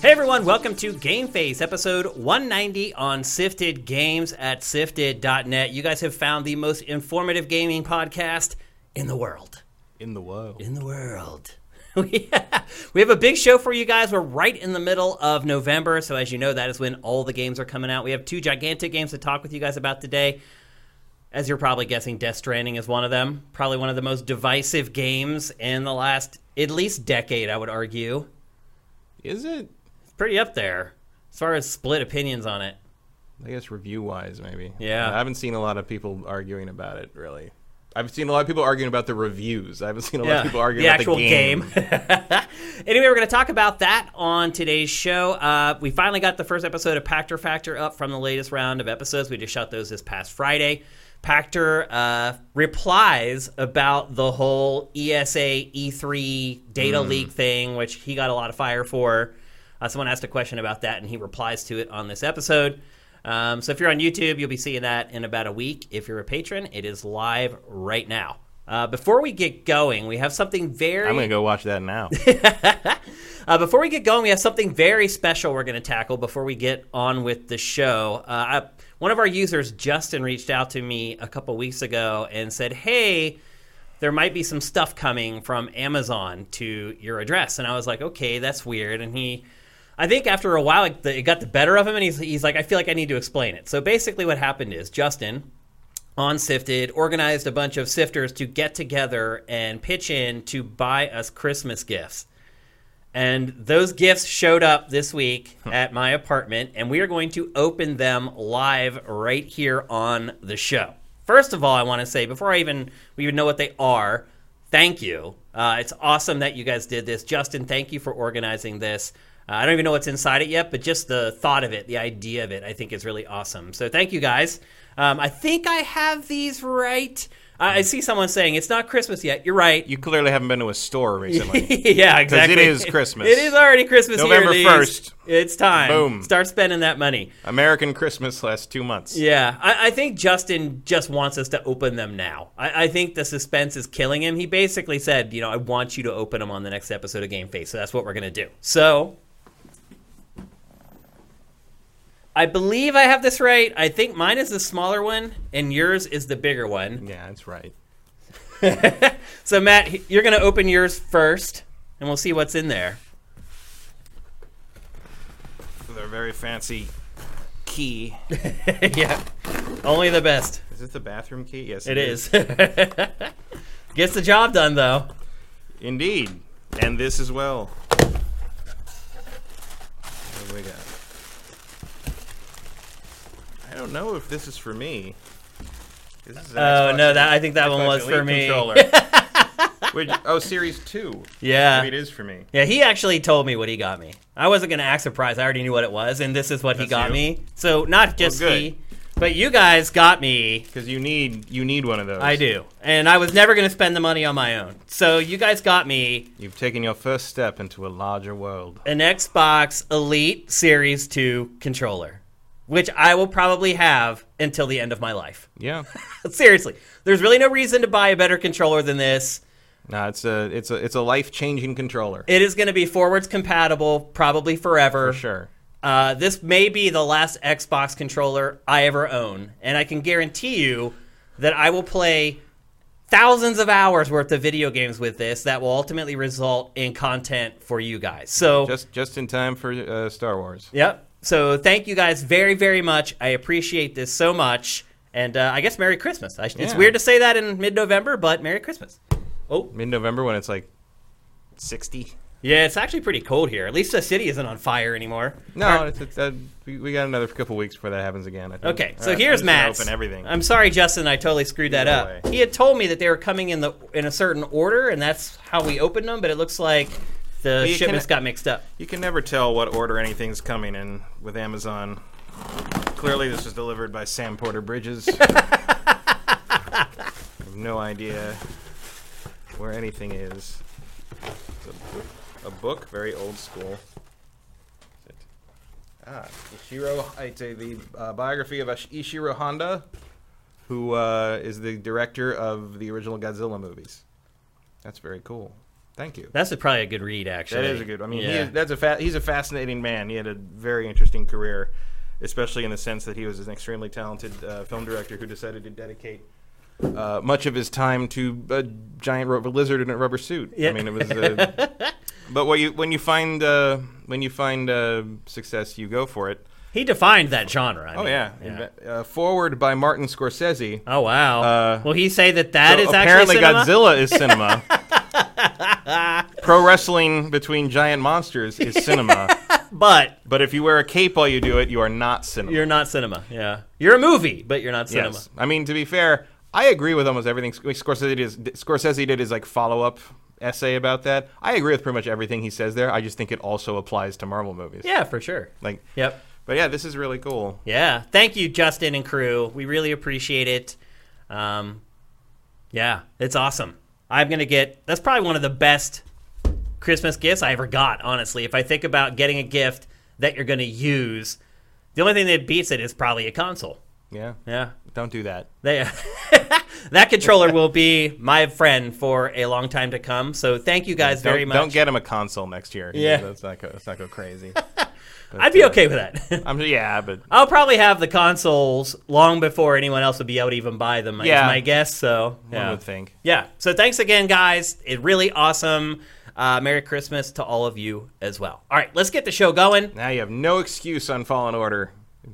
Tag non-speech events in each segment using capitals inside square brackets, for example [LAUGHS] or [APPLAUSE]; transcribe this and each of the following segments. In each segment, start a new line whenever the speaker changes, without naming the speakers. Hey everyone, welcome to Game Face, episode 190 on Sifted Games at sifted.net. You guys have found the most informative gaming podcast in the world.
in the world.
In the world. [LAUGHS] we we have a big show for you guys. We're right in the middle of November, so as you know, that is when all the games are coming out. We have two gigantic games to talk with you guys about today. As you're probably guessing, Death Stranding is one of them. Probably one of the most divisive games in the last at least decade, I would argue.
Is it?
pretty up there as far as split opinions on it.
I guess review wise, maybe.
Yeah.
I haven't seen a lot of people arguing about it, really. I've seen a lot of people arguing about the reviews. I haven't seen a lot of people arguing
the
about
actual
the game.
[LAUGHS] anyway, we're going to talk about that on today's show. Uh, we finally got the first episode of Pactor Factor up from the latest round of episodes. We just shot those this past Friday. Pactor uh, replies about the whole E ESA E3 data leak thing, which he got a lot of fire for. Uh, someone asked a question about that, and he replies to it on this episode. Um, so if you're on YouTube, you'll be seeing that in about a week. If you're a patron, it is live right now. Uh, before we get going, we have something very
I'm going to go watch
[LAUGHS]
that now.
uh, before we get going, we have something very special we're going to tackle before we get on with the show. Uh, I, one of our users, Justin, reached out to me a couple weeks ago and said, Hey, there might be some stuff coming from Amazon to your address. And I was like, Okay, that's weird. And he, I think after a while, it, it got the better of him. And he's, he's like, I feel like I need to explain it. So basically, what happened is Justin, on Sifted organized a bunch of sifters to get together and pitch in to buy us Christmas gifts. And those gifts showed up this week at my apartment, and we are going to open them live right here on the show. First of all, I want to say before I even we even know what they are, thank you. Uh, it's awesome that you guys did this, Justin. Thank you for organizing this. Uh, I don't even know what's inside it yet, but just the thought of it, the idea of it, I think is really awesome. So thank you guys. Um, I think I have these right. I I see someone saying it's not Christmas yet. You're right.
you clearly haven't been to a store recently.
[LAUGHS] yeah, exactly.
is Christmas.
It is already Christmas. here,
November
Lees.
1st.
It's time.
Boom.
Start spending that money.
American Christmas lasts two months.
Yeah, I, I think Justin just wants us to open them now. I, I think the suspense is killing him. He basically said, you know, I want you to open them on the next episode of Game Face. So that's what we're gonna do. So. I believe I have this right. I think mine is the smaller one, and yours is the bigger one.
Yeah, that's right.
So, Matt, you're going to open yours first, and we'll see what's in there.
With our very fancy key.
yeah. Only the best.
Is it the bathroom key? Yes,
It is. [LAUGHS] Gets the job done, though.
Indeed. And this as well. What do we got? I don't know if this is for me. This is an
Oh,
Xbox-
no, that I think that one
Xbox
was
Elite
for me. [LAUGHS]
controller. Which, oh, Series 2.
Yeah.
Maybe it is for me.
Yeah, he actually told me what he got me. I wasn't going to act surprised. I already knew what it was, and this is what he
That's
got
you.
me. So, not just
good.
me, but you guys got me.
Because you need you need one of those.
I do. And I was never going to spend the money on my own. So, you guys got me
You've taken your first step into a larger world.
an Xbox Elite Series 2 controller, which I will probably have until the end of my life. [LAUGHS]
Yeah.
Seriously, there's really no reason to buy a better controller than this.
no, it's a it's a it's a life changing controller.
It is going to be forwards compatible probably forever.
for sure.
Uh, this may be the last Xbox controller I ever own, and I can guarantee you that I will play thousands of hours worth of video games with this that will ultimately result in content for you guys. So
Just just in time for uh, Star Wars.
Yep. So thank you guys very, very much. I appreciate this so much. And uh, I guess Merry Christmas. I, It's
Yeah.
weird to say that in mid November, but Merry Christmas. Oh,
Mid November when it's like sixty.
yeah, it's actually pretty cold here. At least the city isn't on fire anymore.
No, it's, it's, uh, we, we got another couple weeks before that happens again. I think.
Okay,
All
so
right,
here's
I'm just gonna
Matt's.
Open everything.
I'm sorry, Justin. I totally screwed that
Either
up.
way.
He had told me that they were coming in the in a certain order, and that's how we opened them. But it looks like the
you can-
shipments got mixed up.
you can never tell what order anything's coming in with Amazon. Clearly, this was delivered by Sam Porter Bridges. I have no idea where anything is. It's a book, a book very old school. Is it- Ah, Ishiro. It's a, the uh, biography of Ish- Ishiro Honda, who uh, is the director of the original Godzilla movies. That's very cool. Thank you.
That's a, probably a good read, actually.
That is a good. I mean, he
Yeah.
is, that's a fa- he's a fascinating man. He had a very interesting career, especially in the sense that he was an extremely talented uh, film director who decided to dedicate uh, much of his time to a giant rubber lizard in a rubber suit.
Yeah.
I mean, it was. Uh,
[LAUGHS]
but when you when you find uh, when you find uh, success, you go for it.
He defined that genre. I
Oh
mean,
yeah, Inve- Uh, forward by Martin Scorsese.
Oh wow.
Uh,
Will he say that that
So
is
apparently
actually cinema?
Godzilla
[LAUGHS]
is cinema. Pro wrestling between giant monsters
[LAUGHS]
is cinema.
but
But if you wear a cape while you do it, you are not cinema.
you're not cinema. Yeah. You're a movie, but you're not cinema.
Yes. I mean, to be fair, I agree with almost everything Sc- Scorsese did, Scorsese did his like follow up essay about that. I agree with pretty much everything he says there. I just think it also applies to Marvel movies.
Yeah, for sure.
Like,
Yep.
but yeah, this is really cool.
Yeah. Thank you, Justin and crew. We really appreciate it. Um, yeah, it's awesome. I'm gonna get. That's probably one of the best Christmas gifts I ever got. Honestly, if I think about getting a gift that you're gonna use, the only thing that beats it is probably a console.
Yeah.
Yeah.
Don't do that.
They, [LAUGHS] that controller will be my friend for a long time to come. So thank you guys
Don't,
very much.
don't get him a console next year.
Yeah.
Let's not go, let's not
[LAUGHS]
go crazy.
I'd be okay with that. [LAUGHS]
I'm yeah, but
I'll probably have the consoles long before anyone else would be able to even buy them. Yeah.
Yeah.
my guess. So
one
yeah,
would think.
yeah. So thanks again, guys. It really awesome. Uh, Merry Christmas to all of you as well. All right, let's get the show going.
Now you have no excuse on Fallen Order.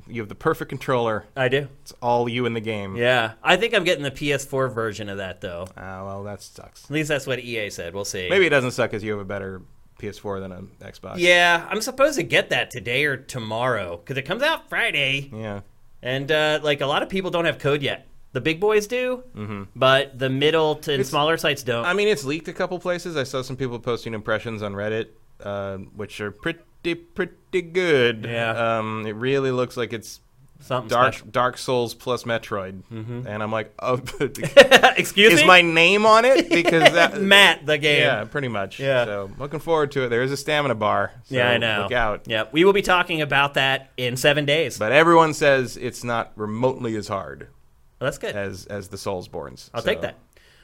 You have the perfect controller.
I do.
It's all you in the game.
Yeah, I think I'm getting the PS4 version of that though.
Ah, well, that sucks.
At least that's what EA said. We'll see.
Maybe it doesn't suck because you have a better PS4 than an Xbox.
Yeah, I'm supposed to get that today or tomorrow because it comes out Friday.
Yeah.
And uh, like a lot of people don't have code yet. The big boys do,
Mm-hmm.
but the middle to and smaller sites don't.
I mean, it's leaked a couple places. I saw some people posting impressions on Reddit, uh, which are pretty, pretty good.
Yeah.
Um, it really looks like it's
Something
Dark Dark Souls plus Metroid, and I'm like, oh, [LAUGHS]
special. [LAUGHS] Excuse
is
me,
my name on it? [LAUGHS] Because that
Matt the game.
Yeah, pretty much.
Yeah.
So looking forward to it. There is a stamina bar. So
Yeah, I know.
Look out.
Yeah, we will be talking about that in seven days.
But everyone says it's not remotely as hard
Well, that's good.
as as the Soulsborns.
I'll take that.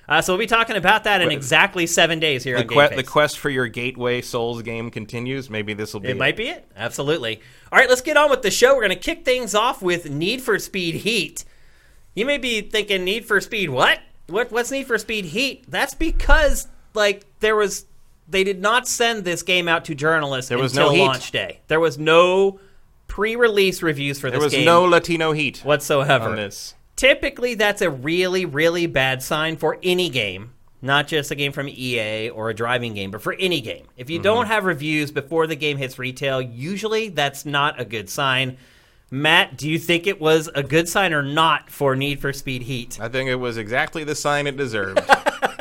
Uh, so we'll be talking about that in exactly seven days here
The,
on
que-
Game
the
Face.
quest for your gateway Souls game continues. Maybe this will be
It might be it. Absolutely. All right, let's get on with the show. We're going to kick things off with Need for Speed Heat. You may be thinking Need for Speed what? What what's Need for Speed Heat? That's because like there was they did not send this game out to journalists
was
until
no heat.
launch day. There was no pre-release reviews for
There
this
was
game
no Latino heat
whatsoever
on this.
typically that's a really really bad sign for any game not just a game from EA or a driving game but for any game if you don't have reviews before the game hits retail usually that's not a good sign Matt do you think it was a good sign or not for Need for Speed Heat
I think it was exactly the sign it deserved.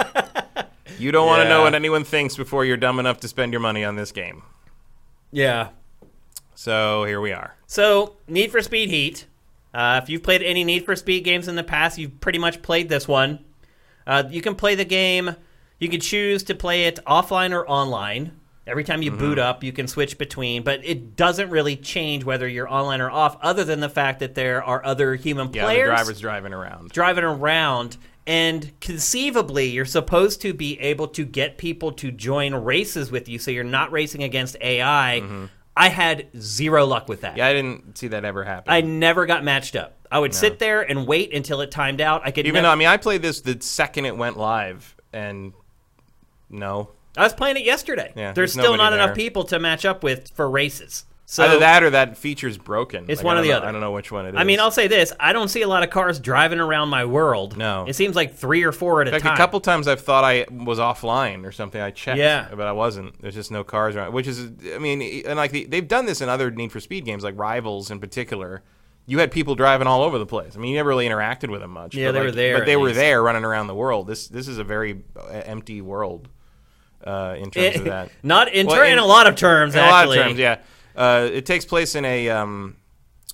[LAUGHS] you don't want to
Yeah.
know what anyone thinks before you're dumb enough to spend your money on this game.
Yeah
So here we are.
so Need for Speed Heat uh, if you've played any Need for Speed games in the past you've pretty much played this one Uh, you can play the game. You can choose to play it offline or online. Every time you boot
Mm-hmm.
up, you can switch between, but it doesn't really change whether you're online or off, other than the fact that there are other human
Yeah,
players
the driver's driving around.
driving around. And conceivably, you're supposed to be able to get people to join races with you, so you're not racing against AI.
Mm-hmm.
I had zero luck with that.
Yeah, I didn't see that ever happen.
I never got matched up. I would sit there and wait until it timed out. I could nev-
Even though, I mean, I played this the second it went live, and no.
I was playing it yesterday.
Yeah,
There's
there's
still
nobody
not
there.
enough people to match up with for races. So
Either that or that feature's broken.
It's
Like,
one
I
or the
don't know-
other.
I don't know which one it is.
I mean, I'll say this: I don't see a lot of cars driving around my world.
No.
it seems like three or four at a
like
time. [LAUGHS]
a couple times I've thought I was offline or something. I checked,
Yeah.
but I wasn't. There's just no cars around. Which is, I mean, and like the, they've done this in other Need for Speed games, like Rivals in particular. You had people driving all over the place. I mean, you never really interacted with them much.
Yeah,
but
they were
like-
there
but they
at
were
least.
there running around the world. This this is a very uh, empty world uh, in
[LAUGHS]
terms of that.
Not in,
Well,
ter- in,
in-
a lot of terms,
In a lot of
actually.
terms, yeah. Uh, it takes place in a um,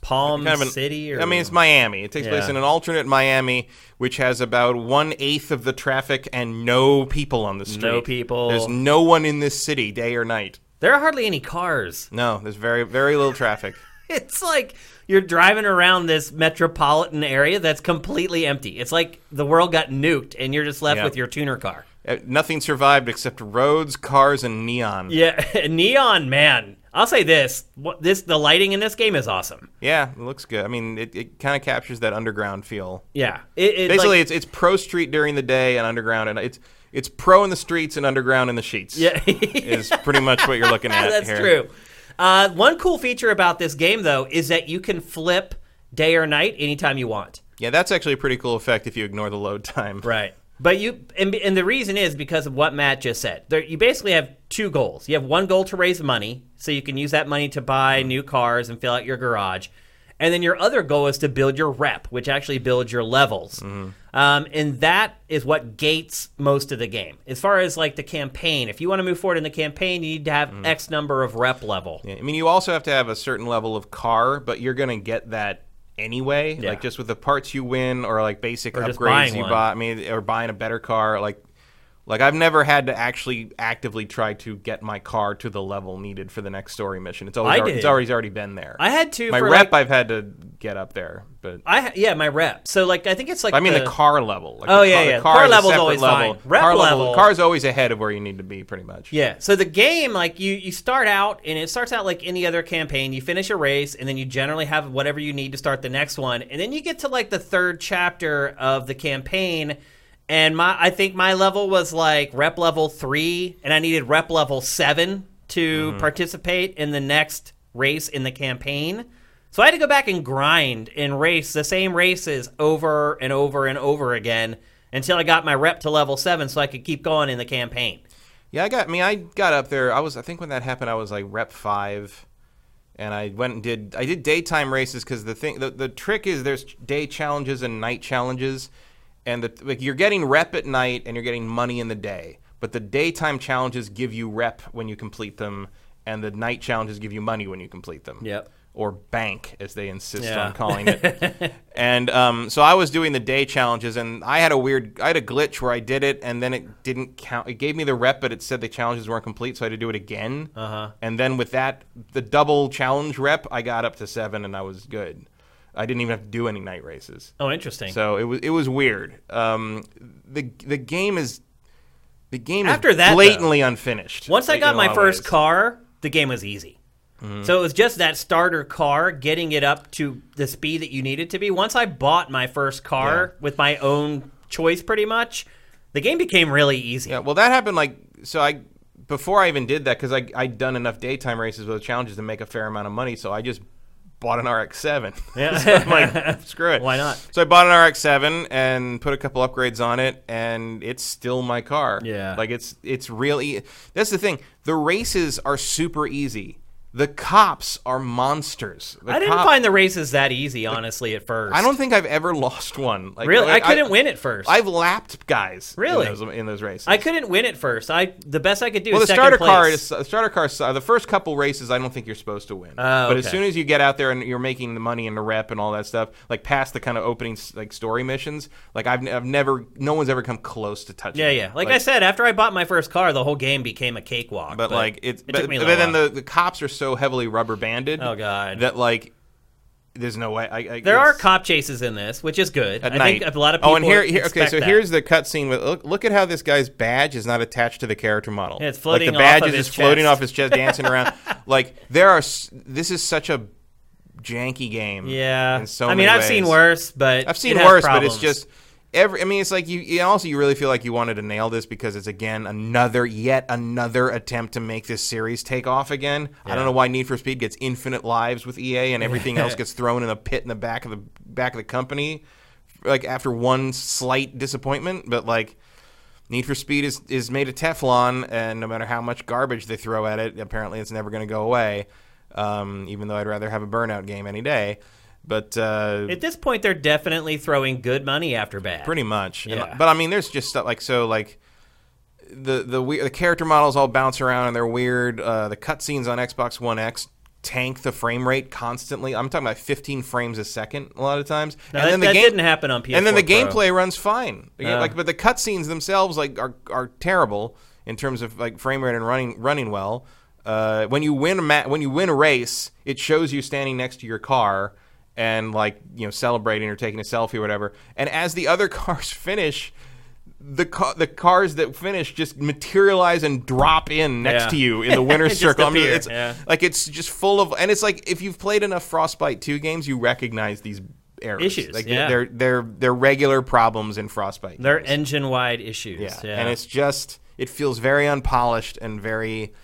Palm
kind of an-
City, or
I mean, it's Miami. It takes place
Yeah.
in an alternate Miami, which has about one eighth of the traffic and no people on the street.
people.
There's no one in this city, day or night.
there are hardly any cars. [LAUGHS]
No, there's very very little traffic.
It's like you're driving around this metropolitan area that's completely empty. It's like the world got nuked, and you're just left
Yeah.
with your tuner car.
Uh, Nothing survived except roads, cars, and neon.
Yeah, [LAUGHS] neon man. I'll say this: what, this the lighting in this game is awesome.
Yeah, it looks good. I mean, it, it kind of captures that underground feel.
Yeah, it, it,
Basically,
like-
it's it's pro street during the day and underground, and it's it's pro in the streets and underground in the sheets.
yeah,
is pretty much what you're looking
[LAUGHS]
at.
That's
here.
true. Uh, one cool feature about this game, though, is that you can flip day or night anytime you want.
Yeah, that's actually a pretty cool effect if you ignore the load time.
Right. But you and, and the reason is because of what Matt just said. There, you basically have two goals. You have one goal to raise money, so you can use that money to buy new cars and fill out your garage, and then your other goal is to build your rep, which actually builds your levels.
Mm-hmm.
Um, and that is what gates most of the game. As far as like the campaign, if you want to move forward in the campaign, you need to have X number of rep level.
Mm. Yeah, I mean, you also have to have a certain level of car, but you're going to get that anyway.
Yeah.
Like just with the parts you win, or like basic
just
upgrades
buying
you
one.
buy. I mean, or buying a better car. Like, like I've never had to actually actively try to get my car to the level needed for the next story mission. It's always
I
already,
did.
it's always already been there.
I had to
my
for,
rep.
like-
I've had to get up there, but
I ha- yeah, my rep. So like I think it's like
I mean the, car level. Like
Oh,
the
yeah,
car,
yeah.
The car,
Car
is a
level's
separate
always
level.
fine. Rep
car
level-
Car's always ahead of where you need to be, pretty much.
Yeah. So the game, like you, you start out and it starts out like any other campaign. You finish a race and then you generally have whatever you need to start the next one. And then you get to like the third chapter of the campaign. And my, I think my level was like rep level three, and I needed rep level seven to participate in the next race in the campaign. So I had to go back and grind and race the same races over and over and over again until I got my rep to level seven, so I could keep going in the campaign.
Yeah, I got. I mean, I got up there. I was. I think when that happened, I was like rep five, and I went and did. I did daytime races because the thing. The, the trick is there's day challenges and night challenges, and the like. You're getting rep at night, and you're getting money in the day. But the daytime challenges give you rep when you complete them, and the night challenges give you money when you complete them.
Yep.
Or bank, as they insist
Yeah.
on
[LAUGHS]
calling it. and um, so I was doing the day challenges, and I had a weird, I had a glitch where I did it, and then it didn't count. It gave me the rep, but it said the challenges weren't complete, so I had to do it again. Uh-huh. And then with that, the double challenge rep, I got up to seven, and I was good. I didn't even have to do any night races.
Oh, interesting.
So it was it was weird. Um, the the game is the game
After
is
that, though,
blatantly unfinished.
Once I
like, in
got
a
my
lot of
first
ways.
car, the game was easy.
Mm-hmm.
So it was just that starter car, getting it up to the speed that you needed to be. Once I bought my first car with my own choice, pretty much, the game became really easy.
Yeah, well, that happened like so. I before I even did that because I I'd done enough daytime races with challenges to make a fair amount of money, so I just bought an RX-7.
[LAUGHS] Yeah.
So I'm like, [LAUGHS] screw it.
Why not?
So I bought an RX-7 and put a couple upgrades on it, and it's still my car.
Yeah.
like it's it's really that's the thing. The races are super easy. The cops are monsters. The
I didn't
cop-
find the races that easy, honestly, at first.
I don't think I've ever [LAUGHS] lost one. Like,
really. I, couldn't win at first. I,
I've lapped guys. in
Really?
those- in those, races.
couldn't win at first. I the best I could do.
Well,
is
the
second
starter
place.
car is uh, the starter car. The first couple races, I don't think you're supposed to win.
Oh,
But as
okay.
soon as you get out there and you're making the money and the rep and all that stuff, like past the kind of opening like story missions, like I've, I've never, no one's ever come close to touching.
Yeah,
it.
yeah. Like, I said, after I bought my first car, the whole game became a cakewalk.
but, like it's,
it
but,
took me a
but
little
then
while.
the, the cops are so heavily rubber banded.
Oh, God.
That like, there's no way. I, I,
there are
it's-
cop chases in this, which is good.
at
I
night.
think a lot of people.
Oh, and here, here okay,
expect
so
that.
here's the cutscene with look, look at how this guy's badge is not attached to the character model.
Yeah, it's
like
floating
the
off
badge
of
is
his
just floating
chest.
off his chest, dancing
[LAUGHS]
around. Like there are, s- this is such a janky game.
Yeah.
in so
I mean,
many
I've seen
ways.
worse, but
I've seen
it has
worse, but it's
problems.
just every. I mean, it's like you. you also, you really feel like you wanted to nail this because it's again another, yet another attempt to make this series take off again. I don't know why Need for Speed gets infinite lives with EA and
[LAUGHS]
everything else gets thrown in a pit in the back of the back of the company, like after one slight disappointment. But like, Need for Speed is is made of Teflon, and no matter how much garbage they throw at it, apparently it's never going to go away. Um, even though I'd rather have a burnout game any day. But uh,
at this point they're definitely throwing good money after bad.
pretty much. And-
Yeah.
but I mean, there's just stuff like so like the the we- the character models all bounce around and they're weird. Uh, the cutscenes on Xbox One X tank the frame rate constantly. I'm talking about 15 frames a second a lot of times.
Now, that, that didn't happen on PS4.
And then the
Pro.
gameplay runs fine. You know,
Yeah.
like, but the cutscenes themselves like are, are terrible in terms of like frame rate and running running well. Uh, when you win a ma- when you win a race, it shows you standing next to your car [LAUGHS] and like you know celebrating or taking a selfie or whatever. And as the other cars finish, the ca- the cars that finish just materialize and drop in next
Yeah.
to you
[LAUGHS]
in the winner's
Just
circle. I mean,
appear,
it's
yeah.
like it's just full of, and it's like if you've played enough Frostbite two games, you recognize these errors.
Issues,
like
yeah.
they're they're they're regular problems in Frostbite.
They're
games.
engine wide issues. Yeah.
and it's just it feels very unpolished and very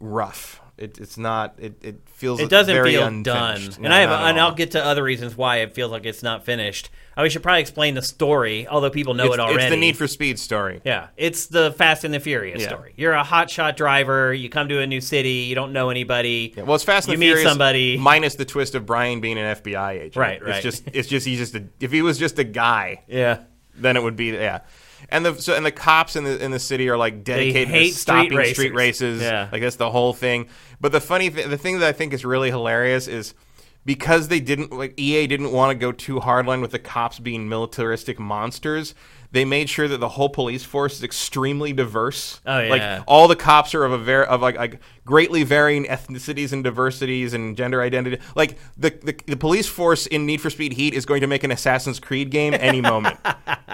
rough. It, it's not. It, it feels.
it doesn't
very
feel done.
unfinished. No,
and I have,
not at
and I'll
all.
get to other reasons why it feels like it's not finished. Uh, we should probably explain the story, although people know
It's,
it already.
it's the Need for Speed story.
Yeah, it's the Fast and the Furious
Yeah.
story. You're a hotshot driver. You come to a new city. You don't know anybody.
Well, it's Fast and
You
the
meet
Furious
somebody.
minus the twist of Brian being an FBI agent.
Right,
It's
right.
just it's just he's just a, if he was just a guy,
yeah,
then it would be yeah. And the so and the cops in the in the city are like dedicated
hate
to
street
stopping street races.
racers. Yeah.
Like that's the whole thing. But the funny thing, the thing that I think is really hilarious is because they didn't like EA didn't want to go too hardline with the cops being militaristic monsters. They made sure that the whole police force is extremely diverse.
Oh, yeah.
Like all the cops are of a ver- of like, like greatly varying ethnicities and diversities and gender identity. Like the, the the police force in Need for Speed Heat is going to make an Assassin's Creed game any
[LAUGHS]
moment.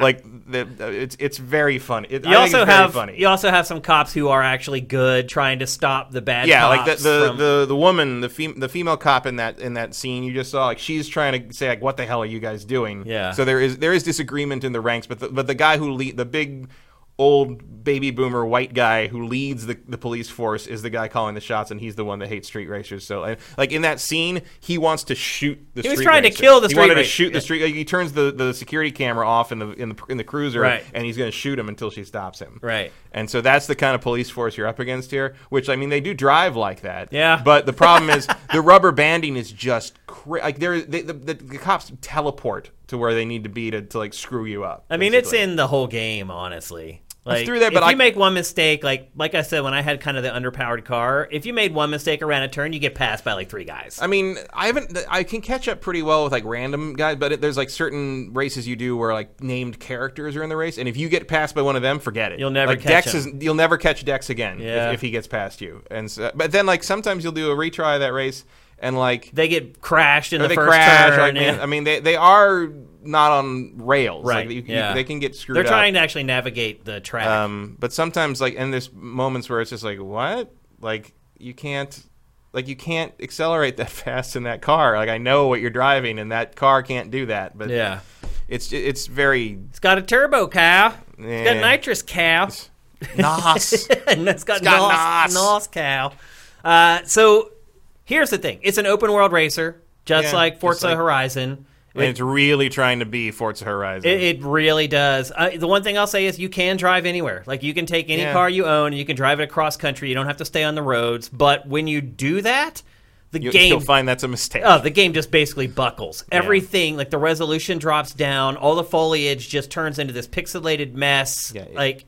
like the, it's it's very funny. It,
you
I think
also
it's very
have
funny.
you also have some cops who are actually good, trying to stop the bad.
yeah, like
cops
the the,
from-
the the woman, the fem- the female cop in that in that scene you just saw, like she's trying to say like, "What the hell are you guys doing?"
Yeah.
So there is there is disagreement in the ranks, but the, but the guy who lead the big old baby boomer white guy who leads the, the police force is the guy calling the shots, and he's the one that hates street racers. So and, like in that scene, he wants to shoot the.
was
street
trying to
racer.
kill the
He
street
wanted to
racer.
shoot the street. Like, he turns the, the security camera off in the in the in the cruiser,
Right.
and he's going to shoot him until she stops him.
Right.
And so that's the kind of police force you're up against here, which I mean they do drive like that.
Yeah.
But the problem is [LAUGHS] the rubber banding is just cra- like there they, the, the, the cops teleport to where they need to be to, to like screw you up.
I mean,
basically.
it's in the whole game, honestly. Like,
through there,
if
but I-
you make one mistake, like like I said, when I had kind of the underpowered car, if you made one mistake around a turn, you get passed by like three guys.
I mean, I haven't. I can catch up pretty well with like random guys, but it, there's like certain races you do where like named characters are in the race, and if you get passed by one of them, forget it.
You'll never
like,
catch
Dex
him.
is. You'll never catch Dex again
Yeah.
if, if he gets past you. And so, but then like sometimes you'll do a retry of that race, and like
they get crashed in
or
the
they
first
crash.
turn.
like,
yeah.
I mean, they, they are not on rails. Like,
Right,
you- you-
yeah.
they can get screwed
They're
up.
trying to actually navigate the track.
Um, but sometimes, like, and there's moments where it's just like, what? Like, you can't. Like you can't accelerate that [LAUGHS] fast in that car. Like I know what you're driving, and that car can't do that. But
yeah.
it's
[LAUGHS]
it's very
It's got a turbo cow. It's got
Yeah.
nitrous cow.
nos.
[LAUGHS] and it's got,
got
nos,
nos.
nos cow. Uh, so here's the thing: it's an open world racer, just
Yeah,
like
just
Forza
like-
Horizon.
and it's really trying to be Forza Horizon.
It, it really does. Uh, the one thing I'll say is you can drive anywhere. Like you can take any
Yeah.
car you own and you can drive it across country. You don't have to stay on the roads. But when you do that, the
you,
game
will find that's a mistake.
Oh, the game just basically buckles. Everything, like the resolution drops down, all the foliage just turns into this pixelated mess.
Yeah, it-
like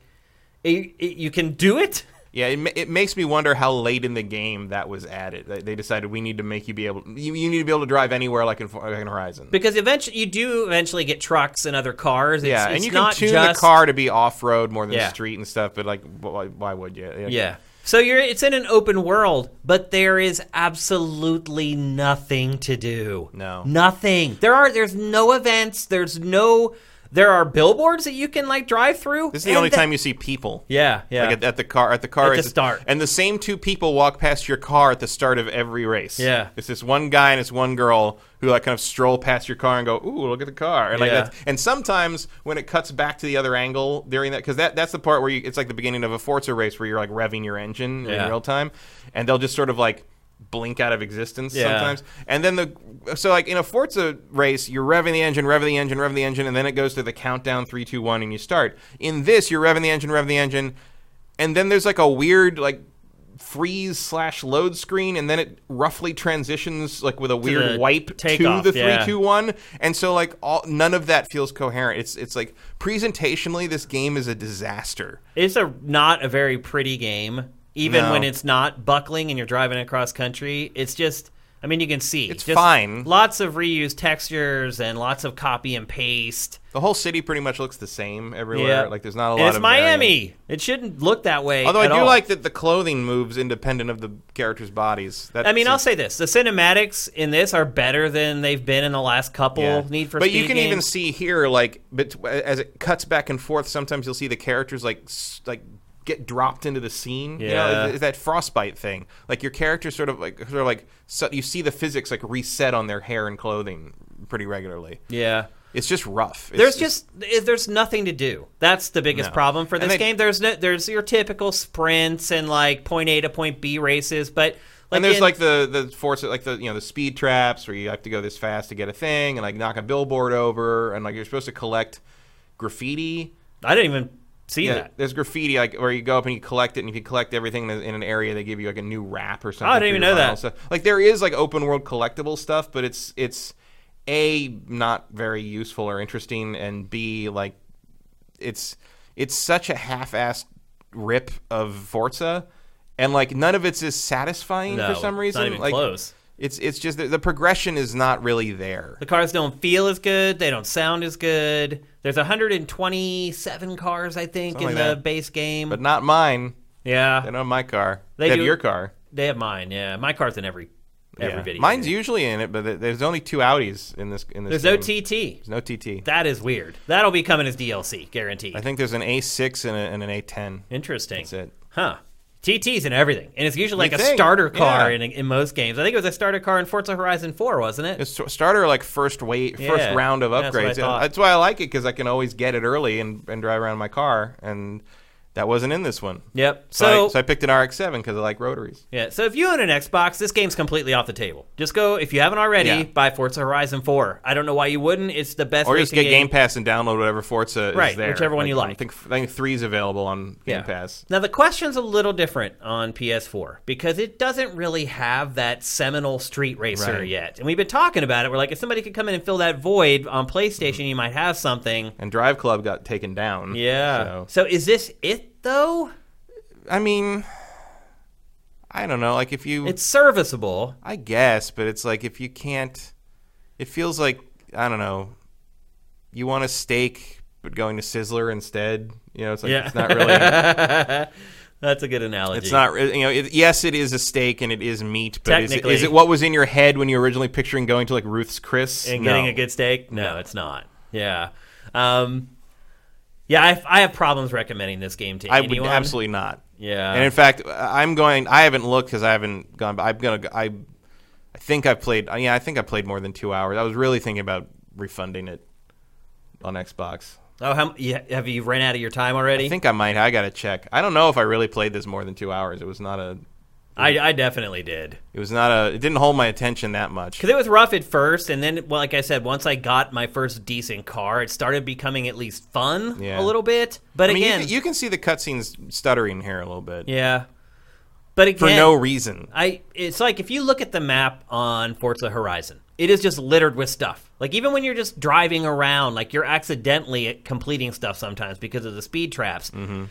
it, it- you can do it.
Yeah, it, ma- it makes me wonder how late in the game that was added. They, they decided we need to make you be able, you, you need to be able to drive anywhere like in, Fo- like in Horizon.
Because eventually, you do eventually get trucks and other cars. It's,
yeah,
it's
and you can
not
tune
just,
the car to be off road more than
Yeah.
street and stuff. But like, wh- why, why would you?
Yeah. So you're it's in an open world, but there is absolutely nothing to do.
No.
Nothing. There are there's no events, there's no there are billboards that you can like drive through.
this is the
and
only
that-
time you see people.
Yeah, yeah.
Like at, at the car, at the car
At the
races.
start.
and the same two people walk past your car at the start of every race.
Yeah.
it's this one guy and this one girl who like kind of stroll past your car and go, "Ooh, look at the car!" And like
Yeah.
that's, and sometimes when it cuts back to the other angle during that, because that that's the part where you, it's like the beginning of a Forza race where you're like revving your engine
Yeah.
in real time, and they'll just sort of like blink out of existence
Yeah.
sometimes. And then the so like in a Forza race, you're revving the engine, revving the engine, revving the engine, and then it goes to the countdown three, two, one, and you start. In this, you're revving the engine, revving the engine, and then there's like a weird like freeze slash load screen, and then it roughly transitions like with a weird
the
wipe
takeoff,
to the three,
yeah.
two, one, and so like all none of that feels coherent. It's it's like presentationally, this game is a disaster.
It's a not a very pretty game, even
No.
when it's not buckling and you're driving across country. It's just I mean, you can see
It's fine.
Lots of reused textures and lots of copy and paste.
The whole city pretty much looks the same everywhere.
Yeah.
Like there's not a
And
lot
it's
of
Miami.
variance.
It shouldn't look that way.
Although I
at
do
all.
like that the clothing moves independent of the characters' bodies. That
I mean,
seems-
I'll say this: the cinematics in this are better than they've been in the last couple
Yeah.
Need for
but
Speed
you can even
games.
see here, like, bet- as it cuts back and forth, sometimes you'll see the characters like s- like get dropped into the scene. you know,
Yeah.
it's- it's that frostbite thing. Like your characters sort of like sort of like so you see the physics like reset on their hair and clothing pretty regularly.
yeah.
It's just rough. It's-
There's
it's-
just eh, there's nothing to do. That's the biggest
No.
problem for
And
this
they-
game. There's no there's your typical sprints and like point A to point B races, but like
and there's
in-
like the the force like the you know the speed traps where you have to go this fast to get a thing and like knock a billboard over and like you're supposed to collect graffiti.
I didn't even see
Yeah,
that.
there's graffiti like where you go up and you collect it, and if you collect everything in, a- in an area, they give you like a new wrap or something.
didn't
for
even
your
know
vinyl
that.
stuff. Like there is like open world collectible stuff, but it's it's a not very useful or interesting, and b like it's it's such a half-assed rip of Forza, and like none of it's as satisfying
No,
for some
it's
reason.
not even
like
close.
it's it's just the, the progression is not really there.
The cars don't feel as good. They don't sound as good. There's 127 cars, I think,
Something
in
like
the
that.
base game.
But not mine.
yeah,
They don't have my car.
They
have
do-
your car.
they have mine. Yeah, my car's in every every
Yeah.
video.
Mine's
game.
usually in it, but th- there's only two Audis in this. In this
There's no
game.
TT.
There's no TT.
That is weird. That'll be coming as DLC, guaranteed.
I think there's an A6 and, a, and an A10.
Interesting.
That's it.
Huh. TT's in everything. And it's usually like
You
a
think,
starter car
yeah.
in, in most games. I think it was a starter car in Forza Horizon 4, wasn't it?
It's st- starter like first wait, first
Yeah.
round of
That's what I
upgrades.
thought.
And That's why I like it because I can always get it early and, and drive around in my car. And that wasn't in this one.
yep.
So,
So,
I, so I picked an RX-7 because I like rotaries.
yeah. So if you own an Xbox, this game's completely off the table. Just go if you haven't already
Yeah.
buy Forza Horizon 4. I don't know why you wouldn't. It's the best
Or just
racing
get Game Pass and download whatever Forza
Right,
is there.
whichever one you
I
like.
think I think three's available on Game
Yeah.
Pass.
Now the question's a little different on PS4 because it doesn't really have that seminal street racer
Right.
yet. And we've been talking about it. We're like, if somebody could come in and fill that void on PlayStation, you might have something.
And Drive Club got taken down.
Yeah.
So.
so is this it though?
I mean, I don't know. Like if you,
It's serviceable.
I guess, but it's like if you can't, it feels like I don't know. You want a steak, but going to Sizzler instead. You know, it's like
Yeah.
it's not really.
[LAUGHS] That's a good analogy.
It's not. re- You know, it, yes, it is a steak and it is meat, but is it,
Technically.
is it what was in your head when you were originally picturing going to like Ruth's Chris
and getting
No.
a good steak. No, it's not. Yeah. Um, yeah, I, I have problems recommending this game to
I
anyone.
would absolutely not.
Yeah.
And in fact, I'm going. I haven't looked because I haven't gone. But I'm gonna. I, I think I played. Yeah, I think I played more than two hours. I was really thinking about refunding it on Xbox.
oh, how, you, have you ran out of your time already?
I think I might. I gotta check. I don't know if I really played this more than two hours. It was not a.
I, I definitely did.
It was not a. It didn't hold my attention that much.
Because it was rough at first, and then, well, like I said, once I got my first decent car, it started becoming at least fun
Yeah.
a little bit. But
I mean, you
again,
can- you, can see the cutscenes stuttering here a little bit
yeah. But again,
for no reason.
I it's like if you look at the map on Forza Horizon, it is just littered with stuff. Like even when you're just driving around, like you're accidentally completing stuff sometimes because of the speed traps. Mm-hmm.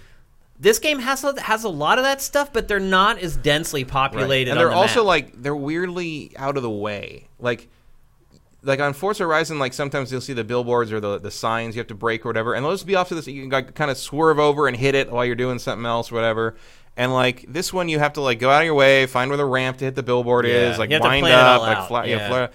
This game has a, has a lot of that stuff, but they're not as densely populated.
And they're
on the
also
map.
like they're weirdly out of the way. Like like on Forza Horizon, like sometimes you'll see the billboards or the the signs you have to break or whatever, and they'll just be off to this. You can like, kind of swerve over and hit it while you're doing something else, or whatever. And like this one, you have to like go out of your way, find where the ramp to hit the billboard
Yeah.
is, like
You have to
wind
plan it
up,
all
like
out.
fly, yeah,
Yeah.
fly.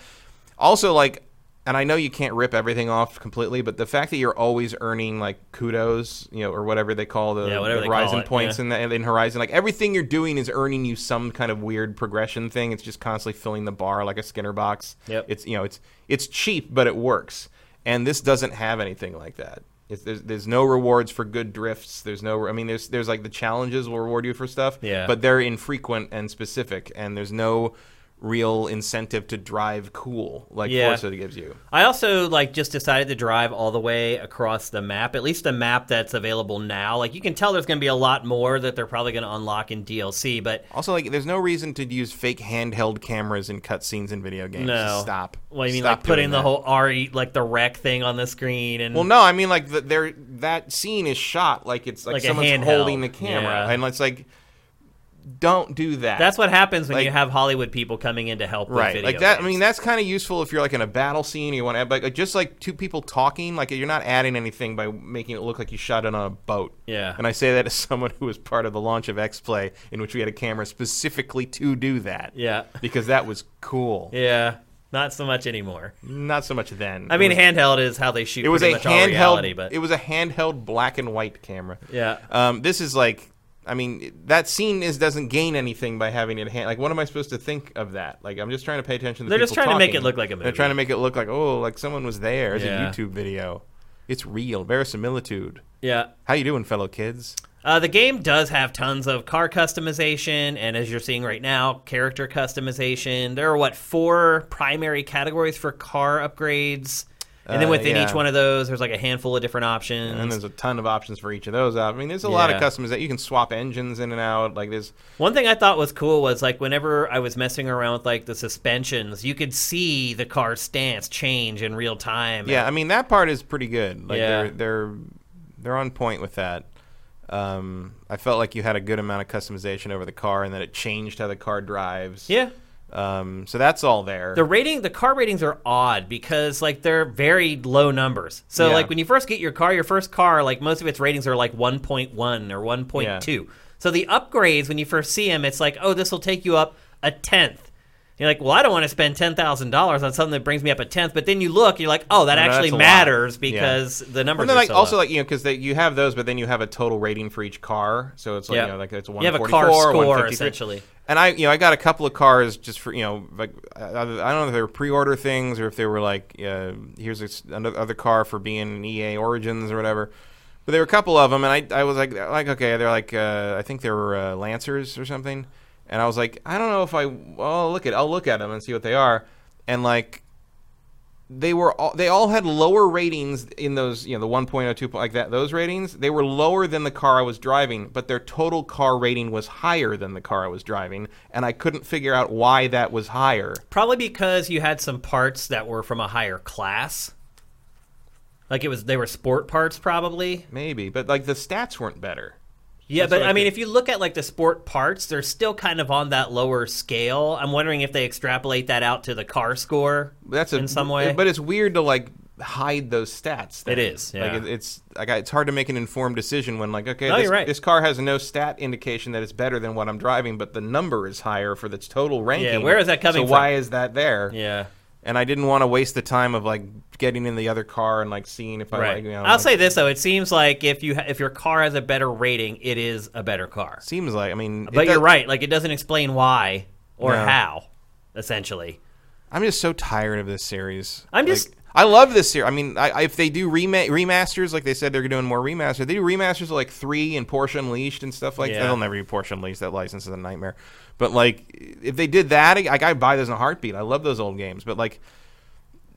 Also, like, and I know you can't rip everything off completely, but the fact that you're always earning like kudos, you know, or whatever they call the,
Yeah, whatever
the
they call
Horizon
it,
points
yeah.
in the in Horizon, like everything you're doing is earning you some kind of weird progression thing. It's just constantly filling the bar like a Skinner box.
Yep.
It's you know it's it's cheap, but it works. And this doesn't have anything like that. It's, there's, there's no rewards for good drifts. There's no. I mean, there's there's like the challenges will reward you for stuff.
Yeah.
But they're infrequent and specific, and there's no real incentive to drive cool like
Yeah.
Forza gives you.
I also like just decided to drive all the way across the map, at least the map that's available now. Like you can tell there's going to be a lot more that they're probably going to unlock in DLC, but
Also, like, there's no reason to use fake handheld cameras in cutscenes in video games.
no.
Stop.
Well, you mean
Stop
like putting
doing
the
that.
whole RE like the wreck thing on the screen and
Well, no, I mean like the, there that scene is shot like it's like,
Like a
someone's
handheld,
holding the camera,
yeah.
and it's like don't do that.
That's what happens when
Like-
you have Hollywood people coming in to help with
right.
video
Like that. I
games.
mean, that's kind of useful if you're like in a battle scene. Or you want to, but like, just like two people talking, like you're not adding anything by making it look like you shot it on a boat.
Yeah.
And I say that as [LAUGHS] someone who was part of the launch of X Play, in which we had a camera specifically to do that.
Yeah.
Because that was cool.
Yeah. Not so much anymore.
Not so much then.
I mean,
it was,
handheld is how they shoot.
it was
pretty
a
much all
handheld.
reality, but
It was a handheld black and white camera.
yeah,
Um, this is like, I mean, that scene is doesn't gain anything by having it hand. Like, what am I supposed to think of that? Like, I'm just trying to pay attention. to the
They're just
people
trying to make
talking.
it look like a
They're
movie.
trying to make it look like oh, like someone was there. It's
Yeah.
a YouTube video. It's real verisimilitude.
yeah.
How you doing, fellow kids?
Uh, the game does have tons of car customization, and as you're seeing right now, character customization. There are what four primary categories for car upgrades, and then
Uh,
within
yeah.
each one of those, there's like a handful of different options.
And there's a ton of options for each of those. I mean, there's a lot of
Yeah.
customs that you can swap engines in and out. Like there's
One thing I thought was cool was like whenever I was messing around with like the suspensions, you could see the car's stance change in real time.
Yeah, I mean that part is pretty good. Like
Yeah.
they're they're they're on point with that. Um, I felt like you had a good amount of customization over the car, and that it changed how the car drives.
Yeah.
Um, so that's all there.
The rating, the car ratings are odd because like they're very low numbers. So
Yeah.
like when you first get your car, your first car, like most of its ratings are like 1.1 or 1.2. So the upgrades when you first see them, it's like, oh, this will take you up a tenth. You're like, well, I don't want to spend ten thousand dollars on something that brings me up a tenth. But then you look, you're like, oh, that
No,
actually
that's a lot.
matters
Yeah.
because the numbers.
and then
are
like
so
also
low.
like you know because you have those, but then you have a total rating for each car. So it's like
Yep.
you know like it's one.
You have a car score essentially.
And I, you know, I got a couple of cars just for you know, like I, I don't know if they were pre-order things or if they were like, uh, here's a s another other car for being an EA Origins or whatever. But there were a couple of them, and I, I was like, like okay, they're like, uh, I think they were uh, Lancers or something, and I was like, I don't know if I, well, I'll look at, I'll look at them and see what they are, and like. They were all, they all had lower ratings in those you know the 1.0 2. like that those ratings they were lower than the car I was driving but their total car rating was higher than the car I was driving and I couldn't figure out why that was higher
Probably because you had some parts that were from a higher class. Like it was, they were sport parts, probably.
maybe but like the stats weren't better
Yeah,
That's
but
what
I,
I
mean,
think.
if you look at like the sport parts, they're still kind of on that lower scale. I'm wondering if they extrapolate that out to the car score.
that's a,
in some way.
but it's weird to like hide those stats
It
then.
is, yeah.
like it, it's like I- it's hard to make an informed decision when like okay
No,
this,
you're right.
this car has no stat indication that it's better than what I'm driving but the number is higher for its total ranking
where is that coming
so
from?
why is that there
yeah,
and I didn't want to waste the time of like getting in the other car and like seeing if I
right.
like. You know,
I'll
like-
say this though: it seems like if you ha- if your car has a better rating, it is a better car.
seems like I mean, it
But you're
does-
right; like it doesn't explain why or
No.
how, essentially.
I'm just so tired of this series.
I'm
Like,
just-
I love this series. I mean, I, I, if they do rema- remasters, like they said they're doing more remasters, they do remasters of like three and Porsche Unleashed and stuff like
Yeah.
that. They'll never be Porsche Unleashed. That license is a nightmare. But like, if they did that, like I buy those in a heartbeat. I love those old games. But like,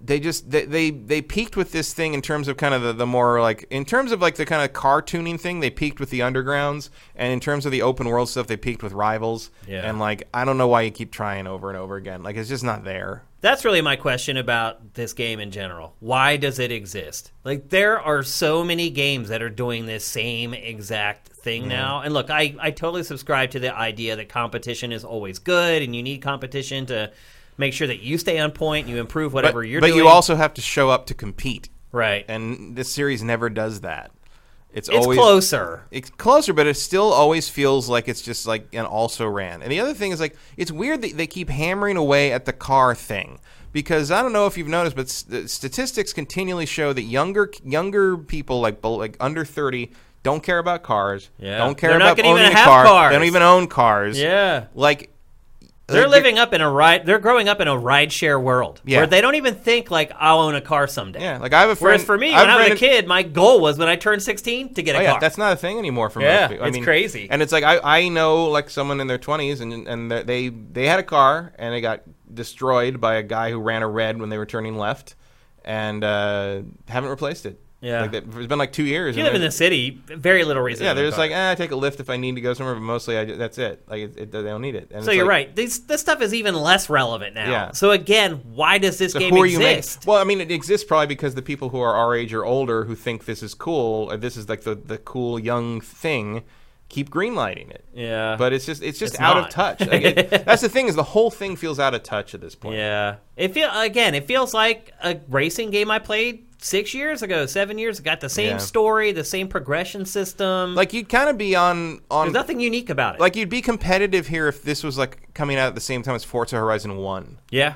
they just they, they they peaked with this thing in terms of kind of the, the more like in terms of like the kind of car tuning thing they peaked with the undergrounds and in terms of the open world stuff they peaked with rivals
Yeah.
and like i don't know why you keep trying over and over again like it's just not there
That's really my question about this game in general. Why does it exist? Like, there are so many games that are doing this same exact thing now. And look, I, I totally subscribe to the idea that competition is always good and you need competition to make sure that you stay on point and you improve whatever
but,
you're
but
doing.
you also have to show up to compete
Right.
and this series never does that it's,
it's
always
closer.
it's closer, but it still always feels like it's just like an also ran. And the other thing is like it's weird that they keep hammering away at the car thing because I don't know if you've noticed, but st- statistics continually show that younger younger people like bel- like under thirty don't care about cars.
Yeah.
don't care
They're not
about
gonna even
owning a
have
car.
cars.
They don't even own cars.
Yeah.
like
They're
like,
living up in a ride. They're growing up in a rideshare world
Yeah.
where they don't even think like I'll own a car someday.
Yeah, like I have a friend.
Whereas for me,
I have
when I was a
friend-
kid, my goal was when I turned 16 to get a
Oh,
car.
yeah, that's not a thing anymore for
Yeah,
most people. I
it's
mean,
crazy.
And it's like I, I know like someone in their twenties and and that they they had a car and it got destroyed by a guy who ran a red when they were turning left, and uh, haven't replaced it.
Yeah.
like that, it's been like two years.
You
and
live in
they're-
the city, very little reason.
Yeah,
to
they're
own a
just
car.
like, eh, I take a lift if I need to go somewhere, but mostly I, ju- that's it. Like it, it, they don't need it. And
So
it's
you're
like,
right. This this stuff is even less relevant now.
Yeah.
So again, why does this
So
game
who are you making?
exist?
Well, I mean, it exists probably because the people uh, who are our age or older who think this is cool, or this is like the the cool young thing, keep greenlighting it.
Yeah.
But it's just it's just
It's
out
not. [LAUGHS]
of touch. Like, it- that's the thing is the whole thing feels out of touch at this point.
yeah, it feel again. It feels like a racing game I played six years ago, seven years. Got the same
Yeah.
story, the same progression system.
Like you'd kind of be on on
there's nothing unique about it.
like you'd be competitive here if this was like coming out at the same time as Forza Horizon One.
yeah,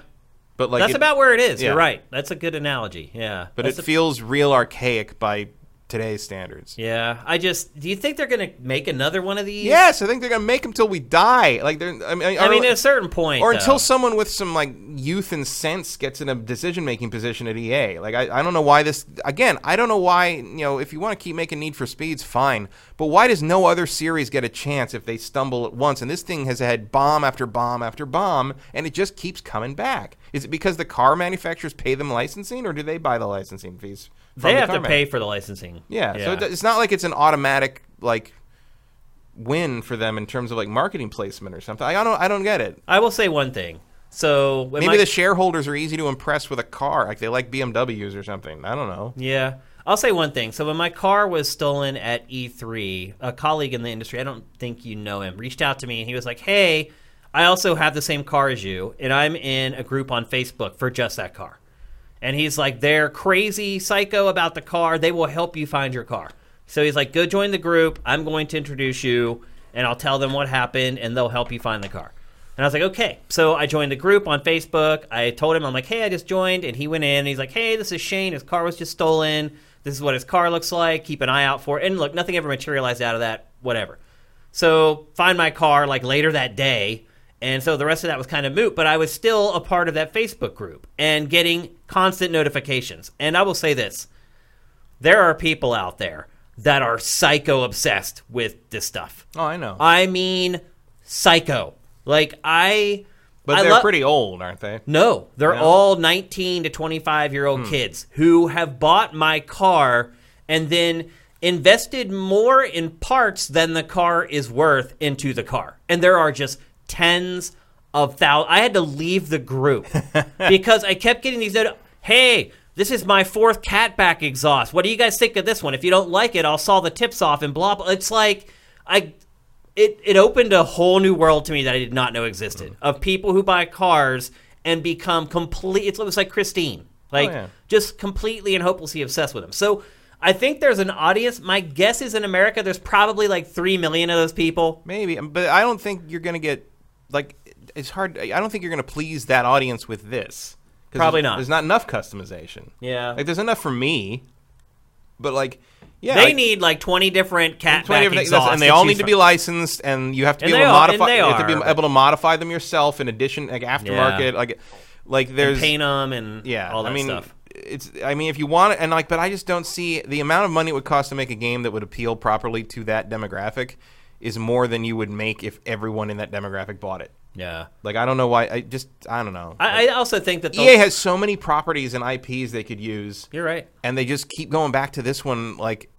But like
that's
it-
about where it is.
yeah.
You're right. That's a good analogy. Yeah,
But
That's
it feels real archaic by today's standards.
a- yeah, I just do you think they're gonna make another one of these?
Yes, I think they're gonna make them till we die. Like they're I mean,
I mean
or,
at a certain point,
or
though.
until someone with some like youth and sense gets in a decision making position at EA. Like I, I don't know why this again, I don't know why, you know, if you want to keep making Need for Speeds, fine. But why does no other series get a chance if they stumble at once? And this thing has had bomb after bomb after bomb, and it just keeps coming back. Is it because the car manufacturers pay them licensing or do they buy the licensing fees? from
they
the
have
car
to
manu-
pay for the licensing.
yeah, so it- it's not like it's an automatic like win for them in terms of like marketing placement or something. I don't I don't get it.
I will say one thing. So it
Maybe
might-
the shareholders are easy to impress with a car, like they like BMWs or something. I don't know.
Yeah. I'll say one thing. So when my car was stolen at E3, a colleague in the industry, I don't think you know him, reached out to me and he was like, "Hey, I also have the same car as you, and I'm in a group on Facebook for just that car." And he's like, "They're crazy psycho about the car. They will help you find your car." So he's like, "Go join the group. I'm going to introduce you, and I'll tell them what happened, and they'll help you find the car." And I was like, okay. So I joined the group on Facebook. I told him, I'm like, hey, I just joined. And he went in and he's like, hey, this is Shane. His car was just stolen. This is what his car looks like. Keep an eye out for it. And look, nothing ever materialized out of that, whatever. So find my car like later that day. And so the rest of that was kind of moot, but I was still a part of that Facebook group and getting constant notifications. And I will say this there are people out there that are psycho obsessed with this stuff.
Oh, I know.
I mean, psycho. Like I,
but
I
they're
lo-
pretty old, aren't they?
No, they're
No? Hmm.
all nineteen to twenty-five year old kids who have bought my car and then invested more in parts than the car is worth into the car, and there are just tens of thousands. I had to leave the
[LAUGHS]
group because I kept getting these. noti- Hey. This is my fourth catback exhaust. What do you guys think of this one? If you don't like it, I'll saw the tips off and blah blah. It's like I it it opened a whole new world to me that I did not know
Mm.
existed of people who buy cars and become complete. It's almost like Christine, like
Oh, yeah.
just completely and hopelessly obsessed with them. So I think there's an audience. My guess is in America, there's probably like three million of those people.
Maybe, but I don't think you're gonna get like it's hard. I don't think you're gonna please that audience with this. 'Cause
Probably
there's-
not.
There's not enough customization.
Yeah,
Like there's enough for me, but like yeah,
they
like-
need like twenty different cat
20 different things,
exhausts,
and they all
choose
need to
from.
be licensed, and you have to
And
be
they
able to
are- and
modify.
they
you have to
are,
be able to modify them yourself in addition, like aftermarket, like like there's
paint them and
yeah.
all that
I mean,
stuff.
it's I mean if you want it, and like, but I just don't see the amount of money it would cost to make a game that would appeal properly to that demographic is more than you would make if everyone in that demographic bought it.
Yeah,
Like I don't know why. I just I don't know.
I, I also think that the,
EA E has so many properties and IPs they could use
You're right.
and they just keep going back to this one like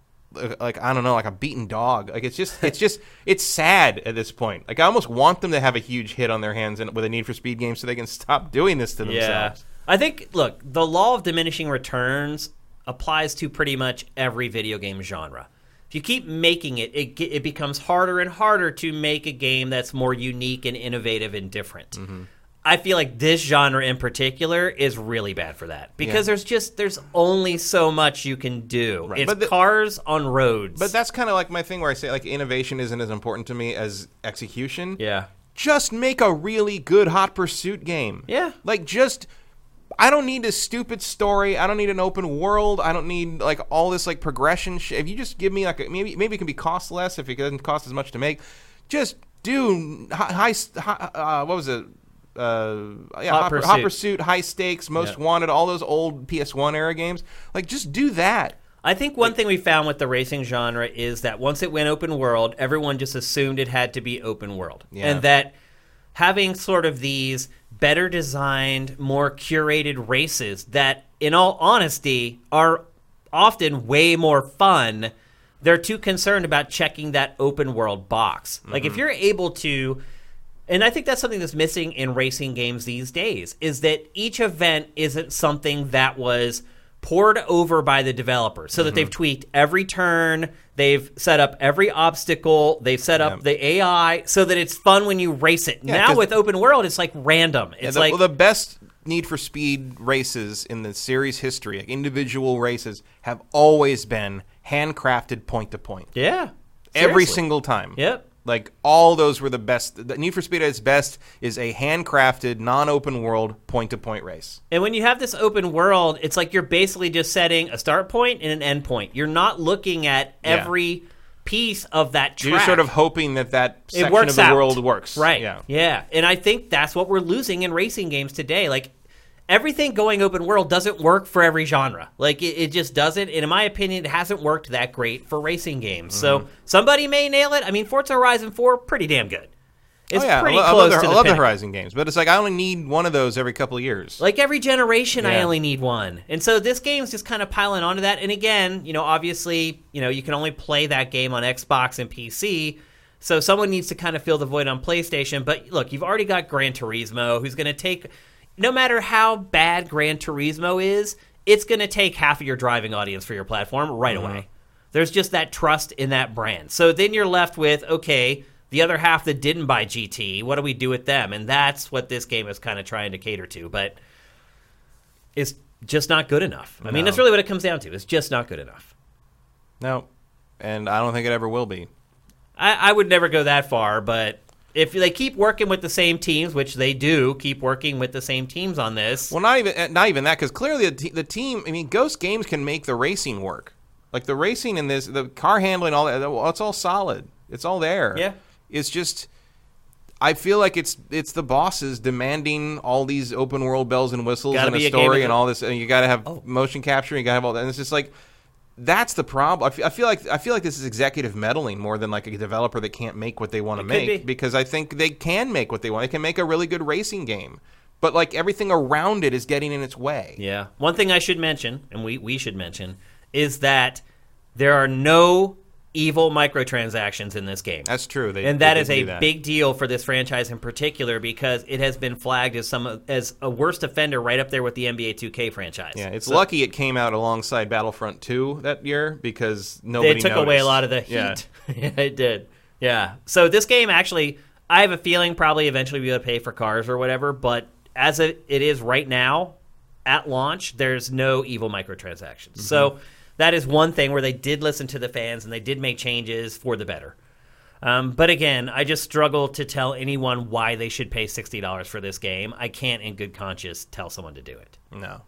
like I don't know, like a beaten dog. Like it's just, it's just, [LAUGHS] it's sad at this point. Like I almost want them to have a huge hit on their hands and with a Need for Speed game, so they can stop doing this to themselves.
I think look, the law of diminishing returns applies to pretty much every video game genre. If you keep making it, it ge- it becomes harder and harder to make a game that's more unique and innovative and different.
Mm-hmm.
I feel like this genre in particular is really bad for that because there's just there's only so much you can do. It's
But the-
cars on roads.
But that's kind of like my thing where I say like innovation isn't as important to me as execution.
yeah.
just make a really good hot pursuit game.
Yeah.
Like just I don't need a stupid story. I don't need an open world. I don't need like all this like progression shit. If you just give me like a, maybe maybe it can be cost less if it doesn't cost as much to make. Just do hi- high, st- hi- uh, what was it? Uh, yeah,
Hot
hot, Pur-
Pursuit.
hot pursuit, high stakes, most
Yeah.
wanted, all those old PS1 era games. Like, just do that.
I think one thing we found with the racing genre is that once it went open world, everyone just assumed it had to be open world.
Yeah.
And that having sort of these better designed, more curated races that, in all honesty, are often way more fun, they're too concerned about checking that open world box. Like, if you're able to and I think that's something that's missing in racing games these days is that each event isn't
Mm-hmm.
something that was poured over by the developer so that they've tweaked every turn, They've set up every obstacle. They've set up the AI so that it's fun when you race it. now
'cause-
with open world, it's like random. It's
the,
like
well, the best Need for Speed races in the series history, like individual races, have always been handcrafted point to point.
yeah, Seriously.
Every single time.
Yep.
Like all those were the best. The Need for Speed at its best is a handcrafted, non-open world point-to-point race.
And when you have this open world, it's like you're basically just setting a start point and an end point. You're not looking at
Yeah.
every piece of that track.
You're just sort of hoping that that
it
section
works
of the
out.
world works.
Right.
Yeah.
And I think that's what we're losing in racing games today. Like everything going open world doesn't work for every genre. Like it, it just doesn't. And in my opinion, it hasn't worked that great for racing games.
Mm-hmm.
So somebody may nail it. I mean, Forza Horizon 4, pretty damn good. It's
oh, yeah.
pretty
I love,
close
I love,
to the
the, I love the
pinnacle.
Horizon games, but it's like I only need one of those every couple of years.
Like every generation, I
Yeah.
only need one. And so this game's just kind of piling onto that. And again, you know, obviously, you know, you can only play that game on Xbox and PC. So someone needs to kind of fill the void on PlayStation. But look, you've already got Gran Turismo, who's going to take, no matter how bad Gran Turismo is, it's going to take half of your driving audience for your platform right away. There's just that trust in that brand. So then you're left with okay, the other half that didn't buy GT, what do we do with them? And that's what this game is kind of trying to cater to, but it's just not good enough. I mean,
No.
that's really what it comes down to. It's just not good enough.
no. And I don't think it ever will be.
I, I would never go that far, but if they keep working with the same teams, which they do, keep working with the same teams on this.
Well, not even eh, not even that because clearly the, te- the team. I mean, Ghost Games can make the racing work. Like the racing in this, the car handling, all that. well, It's all solid. It's all there.
Yeah.
It's just, I feel like it's it's the bosses demanding all these open world bells and whistles
Gotta
and
be a
a
Oh. game
story
of-
and all this. And you got to have motion capture. You got to have all that. And it's just like. That's the problem. I fe- I feel like I feel like this is executive meddling more than like a developer that can't make what they want to make
be.
because I think they can make what they want. They can make a really good racing game, but like everything around it is getting in its way.
Yeah. One thing I should mention, and we, we should mention, is that there are no evil microtransactions in this game.
That's true. They,
and that
they
is
did
a
do that.
big deal for this franchise in particular because it has been flagged as some of- as a worst offender right up there with the NBA 2K franchise.
Yeah, it's
So
lucky it came out alongside Battlefront 2 that year because nobody
They took away a
noticed.
lot of the heat.
Yeah.
[LAUGHS] Yeah. it did. Yeah. So this game actually, I have a feeling probably eventually we would pay for cars or whatever, but as it, it is right now, at launch, there's no evil microtransactions. So that is one thing where they did listen to the fans and they did make changes for the better. Um, but again, I just struggle to tell anyone why they should pay sixty dollars for this game. I can't, in good conscience, tell someone to do it,
No.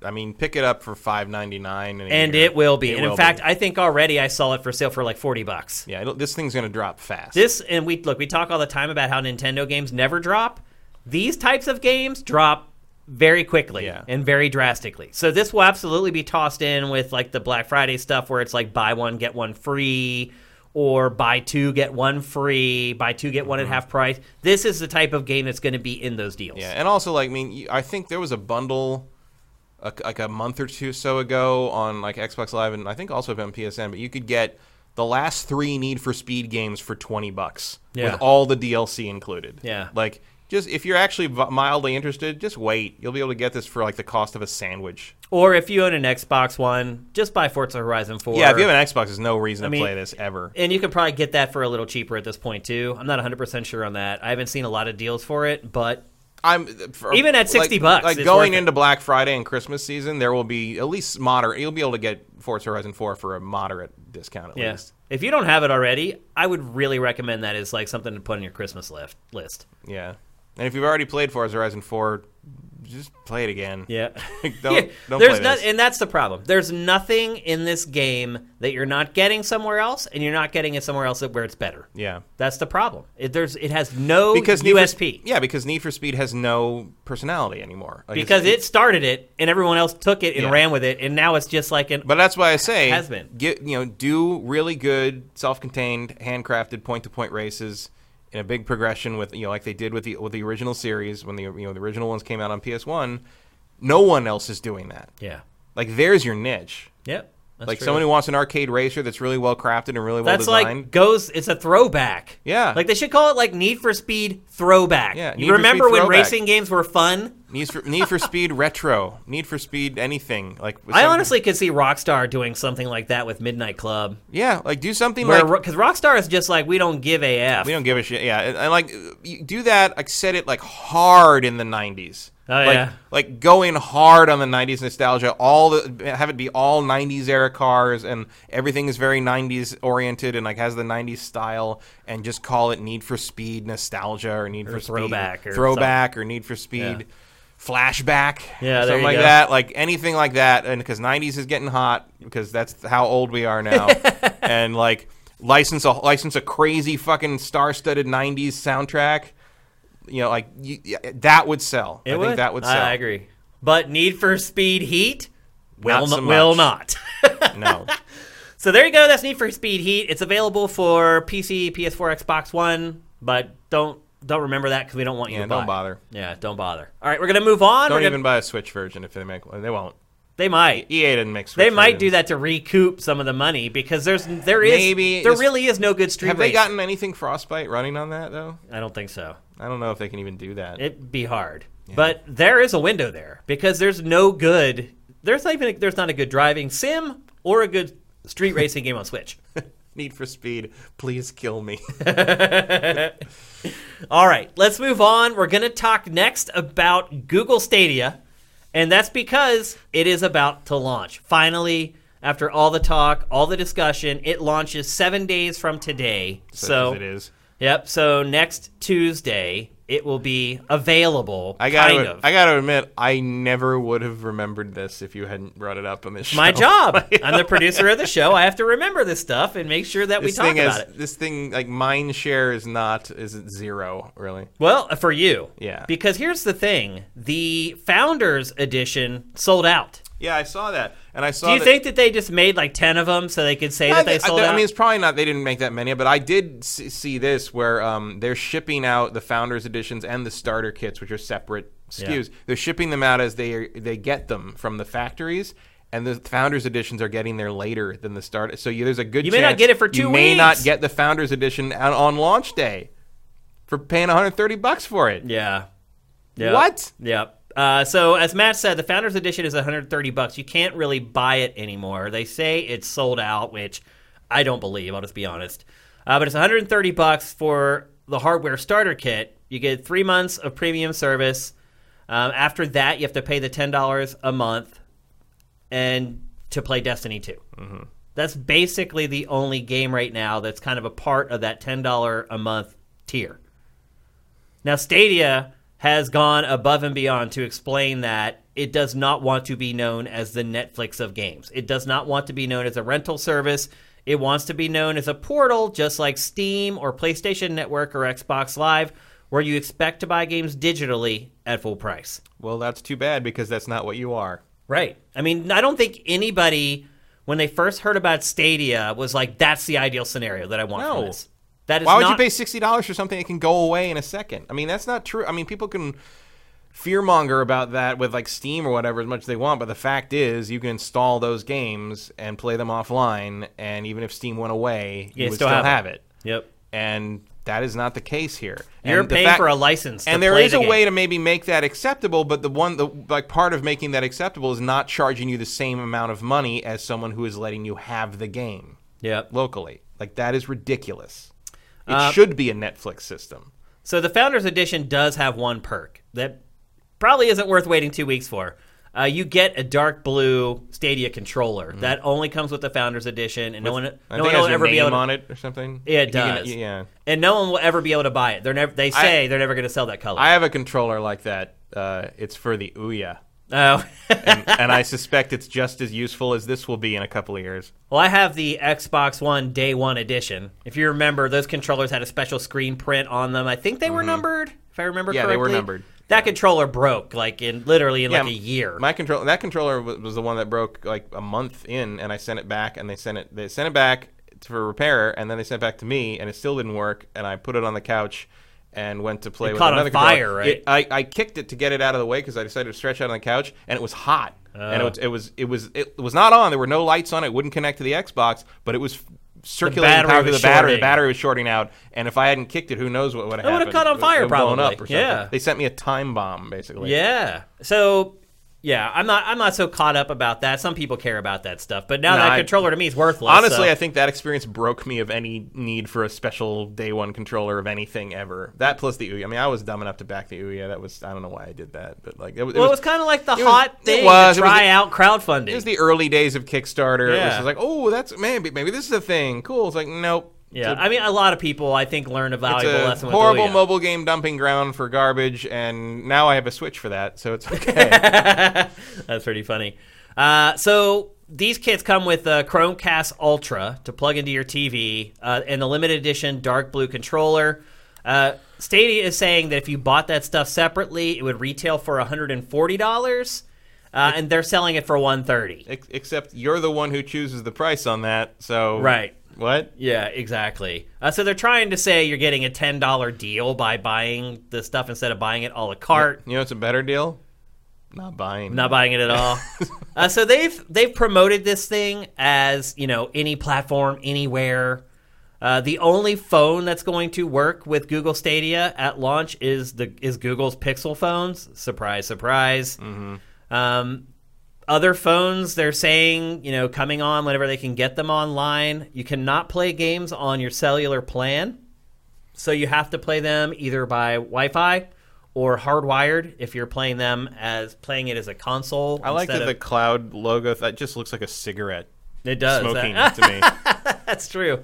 I mean, pick it up for 5.99 in a
and
year.
it will be. and
will
in fact,
be.
I think already I saw it for sale for like forty bucks.
yeah, it'll, this thing's going to drop fast.
This and we look, we talk all the time about how Nintendo games never drop. These types of games drop very quickly
Yeah.
and very drastically. So this will absolutely be tossed in with like the Black Friday stuff where it's like buy one get one free or buy two get one free, buy two get
Mm-hmm.
one at half price. This is the type of game that's going to be in those deals.
Yeah, and also like I mean, you- I think there was a bundle a, like a month or two so ago on like Xbox Live and I think also on PSN, but you could get the last three Need for Speed games for twenty bucks
Yeah.
with all the DLC included.
Yeah.
like just if you're actually v- mildly interested, just wait. You'll be able to get this for like the cost of a sandwich.
Or if you own an Xbox One, just buy Forza Horizon 4.
yeah, if you have an Xbox, there's no reason to
mean-
play this ever.
And you can probably get that for a little cheaper at this point too. I'm not 100% sure on that. I haven't seen a lot of deals for it, but
I'm for-
Even at 60
like-
bucks,
Like
it's
going
worth it.
into Black Friday and Christmas season, there will be at least moderate. You'll be able to get Forza Horizon 4 for a moderate discount at least.
Yes. If you don't have it already, I would really recommend that as like something to put on your Christmas lift list.
Yeah. And if you've already played Forza Horizon 4, just play it again.
[LAUGHS] Yeah.
[LAUGHS] don't
Yeah.
don't
There's
play
not-
this.
and that's the problem. There's nothing in this game that you're not getting somewhere else, and you're not getting it somewhere else where it's better.
yeah.
That's the problem. It, there's it has no
Because Need for-
USP
yeah, because Need for Speed has no personality anymore. Like,
because
it's-
it started it and everyone else took it and
Yeah.
ran with it, and now it's just like an
But that's why I say
Has been.
get you know do really good self-contained handcrafted point-to-point races in a big progression with you know like they did with the with the original series when the you know the original ones came out on PS1. No one else is doing that.
yeah,
Like there's your niche.
yep. That's
like
true.
someone who wants an arcade racer that's really well crafted and really well
That's
designed.
like goes. It's a throwback.
Yeah.
like they should call it like Need for Speed throwback.
Yeah, Need
you
for
remember
Speed
when
throwback.
racing games were fun?
Need for, Need for Speed Retro, Need for Speed anything. Like with
I
some-
honestly could see Rockstar doing something like that with Midnight Club,
yeah, like do something
where
like
because Rockstar is just like we don't give a f.
we don't give a shit. Yeah, and, and, like you do that. Like set it like hard in the '90s.
Oh,
like,
yeah.
like go in hard on the '90s nostalgia. All the have it be all '90s era cars, and everything is very '90s oriented, and like has the '90s style, and just call it Need for Speed nostalgia or Need for
throwback
Speed
or
throwback or Need for Speed flashback,
Yeah, there
something
you
like
go.
that, like anything like that, and because '90s is getting hot because that's how old we
[LAUGHS]
are now, and like license a license a crazy fucking star-studded '90s soundtrack. You know, like you, yeah, that would sell.
It
I think that would sell.
I agree. But Need for Speed Heat will
Not so
not, will
much.
not. [LAUGHS]
No,
so there you go. That's Need for Speed Heat. It's available for PC, PS4, Xbox One, but don't don't remember that because we don't want you
Yeah,
to buy.
don't
it.
bother.
Yeah, don't bother. All right, we're gonna move on.
don't
We're gonna-
even buy a Switch version if they make. one. They won't.
They might.
EA didn't make. Switch
They might
versions.
do that to recoup some of the money because there's there is
Maybe
there
it's-
really is no good street
Have they
race.
gotten anything Frostbite running on that though?
I don't think so.
I don't know if they can even do that.
It'd be hard. But there is a window there because there's no good. There's not even there's not a good driving sim or a good
[LAUGHS]
street racing game on Switch.
Need for Speed, please kill me.
All right, let's move on. We're gonna talk next about Google Stadia, and that's because it is about to launch. Finally, after all the talk, all the discussion, it launches seven days from today. [LAUGHS]
Such
so
as [LAUGHS] it is.
Yep. So next Tuesday, it will be available.
I gotta,
kind of.
I gotta admit, I never would have remembered this if you hadn't brought it up on this show.
My job.
[LAUGHS]
I'm the producer of the show. I have to remember this stuff and make sure that we
This
talk
thing is,
about it.
this thing like mine share is not is it zero really?
Well, uh, for you.
Yeah.
Because here's the thing the Founders Edition sold out.
Yeah, I saw that, and I saw.
Do you
that,
think that they just made like 10 of them so they could say that they
I,
sold
I
out?
mean, it's probably not. They didn't make that many, but I did see, see this where um, they're shipping out the founders editions and the starter kits, which are separate SKUs. They're shipping them out as they they get them from the factories. And the founders editions are getting there later than the starter. So you, there's a good
You may
chance
not get it for two
you may not
weeks.
get the founders edition on, on launch day for paying 130 bucks for it.
yeah. yeah.
What?
Yep. Uh, so as Matt said, the Founders Edition is 130 bucks. You can't really buy it anymore. They say it's sold out, which I don't believe. I'll just be honest. Uh, but it's 130 bucks for the hardware starter kit. You get three months of premium service. Um, after that, you have to pay the ten dollars a month, and to play Destiny 2. Mm-hmm. That's basically the only game right now that's kind of a part of that ten dollar a month tier. Now, Stadia has gone above and beyond to explain that it does not want to be known as the Netflix of games. It does not want to be known as a rental service. It wants to be known as a portal, just like Steam or PlayStation Network or Xbox Live, where you expect to buy games digitally at full price.
Well, that's too bad because that's not what you are.
Right. I mean, I don't think anybody, when they first heard about Stadia, was like, that's the ideal scenario that I want
No.
from this. That is
Why would
not-
you pay sixty dollars for something that can go away in a second? I mean, that's not true. I mean, people can fearmonger about that with like Steam or whatever as much as they want, but the fact is, you can install those games and play them offline, and even if Steam went away, you
You
would
still
still
have
have,
it.
it.
Yep.
And that is not the case here.
You're
And the
paying
fact-
for a license. to
and there
play
is
the
a
game.
way to maybe make that acceptable, but the one the like part of making that acceptable is not charging you the same amount of money as someone who is letting you have the game
Yep.
locally. Like that is ridiculous. It
Uh,
should be a Netflix system.
So the Founders Edition does have one perk that probably isn't worth waiting two weeks for. Uh, you get a dark blue Stadia controller that only comes with the Founders Edition, and no one,
Mm-hmm. I
no
think
one
it has
will
your
ever be
name
able to.
on it or something.
Yeah,
You
it
can-
does.
yeah,
And no one will ever be able to buy it. They're never. They say they're never going to sell that color.
I have a controller like that. Uh, it's for the Ouya,
oh. [LAUGHS]
and, and I suspect it's just as useful as this will be in a couple of years.
Well, I have the Xbox One Day One Edition. If you remember, those controllers had a special screen print on them. I think they were numbered, if I remember
Mm-hmm. Yeah,
correctly.
they were numbered.
That controller broke, like in literally in like
Yeah,
a year.
My control that controller wa- was the one that broke like a month in, and I sent it back, and they sent it they sent it back for repair, and then they sent it back to me, and it still didn't work, and I put it on the couch. And went to play
It
with
caught on
another
fire,
controller.
right?
It- I, I kicked it to get it out of the way because I decided to stretch out on the couch, and it was
Uh.
hot, and it was, it was it was it was not on. There were no lights on. It wouldn't connect to the Xbox, but it was circulating
battery
power through the
was
battery. The
shorting.
battery was shorting out, and if I hadn't kicked it, who knows what would have
It
happened?
would've caught on
It
fire
would've blown
probably.
up or something.
Yeah.
they sent me a time bomb basically.
Yeah. So yeah, I'm not I'm not so caught up about that. Some people care about that stuff, but now
No,
that
I-
controller to me is worthless.
Honestly,
so-
I think that experience broke me of any need for a special day one controller of anything ever. That plus the Ouya. I mean, I was dumb enough to back the Ouya. That was I don't know why I did that, but like it, was- it
well, it
was
was kind of like the
it was-
hot
it
thing
was,
to
it was
try
the-
out crowdfunding.
It was the early days of Kickstarter. It was
Yeah.
just like, oh, that's maybe maybe this is a thing. Cool. It's like, nope.
yeah,
It's a-
I mean, a lot of people I think learned a
it's
valuable
a
lesson.
horrible
with Ouya.
mobile game dumping ground for garbage, and now I have a Switch for that,
[LAUGHS]
so it's okay.
That's pretty funny. Uh, so these kits come with a Chromecast Ultra to plug into your TV uh, and the limited edition dark blue controller. Uh, Stadia is saying that if you bought that stuff separately, it would retail for $140, uh, and they're selling it for $130.
Ex- Except you're the one who chooses the price on that, so
Right.
What?
Yeah, exactly. Uh, so they're trying to say you're getting a $10 deal by buying the stuff instead of buying it a la carte.
You know, it's a better deal. Not buying.
Not buying it at all. uh, so they've they've promoted this thing as you know any platform anywhere. Uh, the only phone that's going to work with Google Stadia at launch is the is Google's Pixel phones. Surprise, surprise. Um, other phones, they're saying you know coming on whenever they can get them online. You cannot play games on your cellular plan, so you have to play them either by Wi-Fi or hardwired if you're playing them as playing it as a console.
I like
instead
that the
of-
cloud logo. That just looks like a cigarette
it does [LAUGHS] That-
smoking to me.
That's true.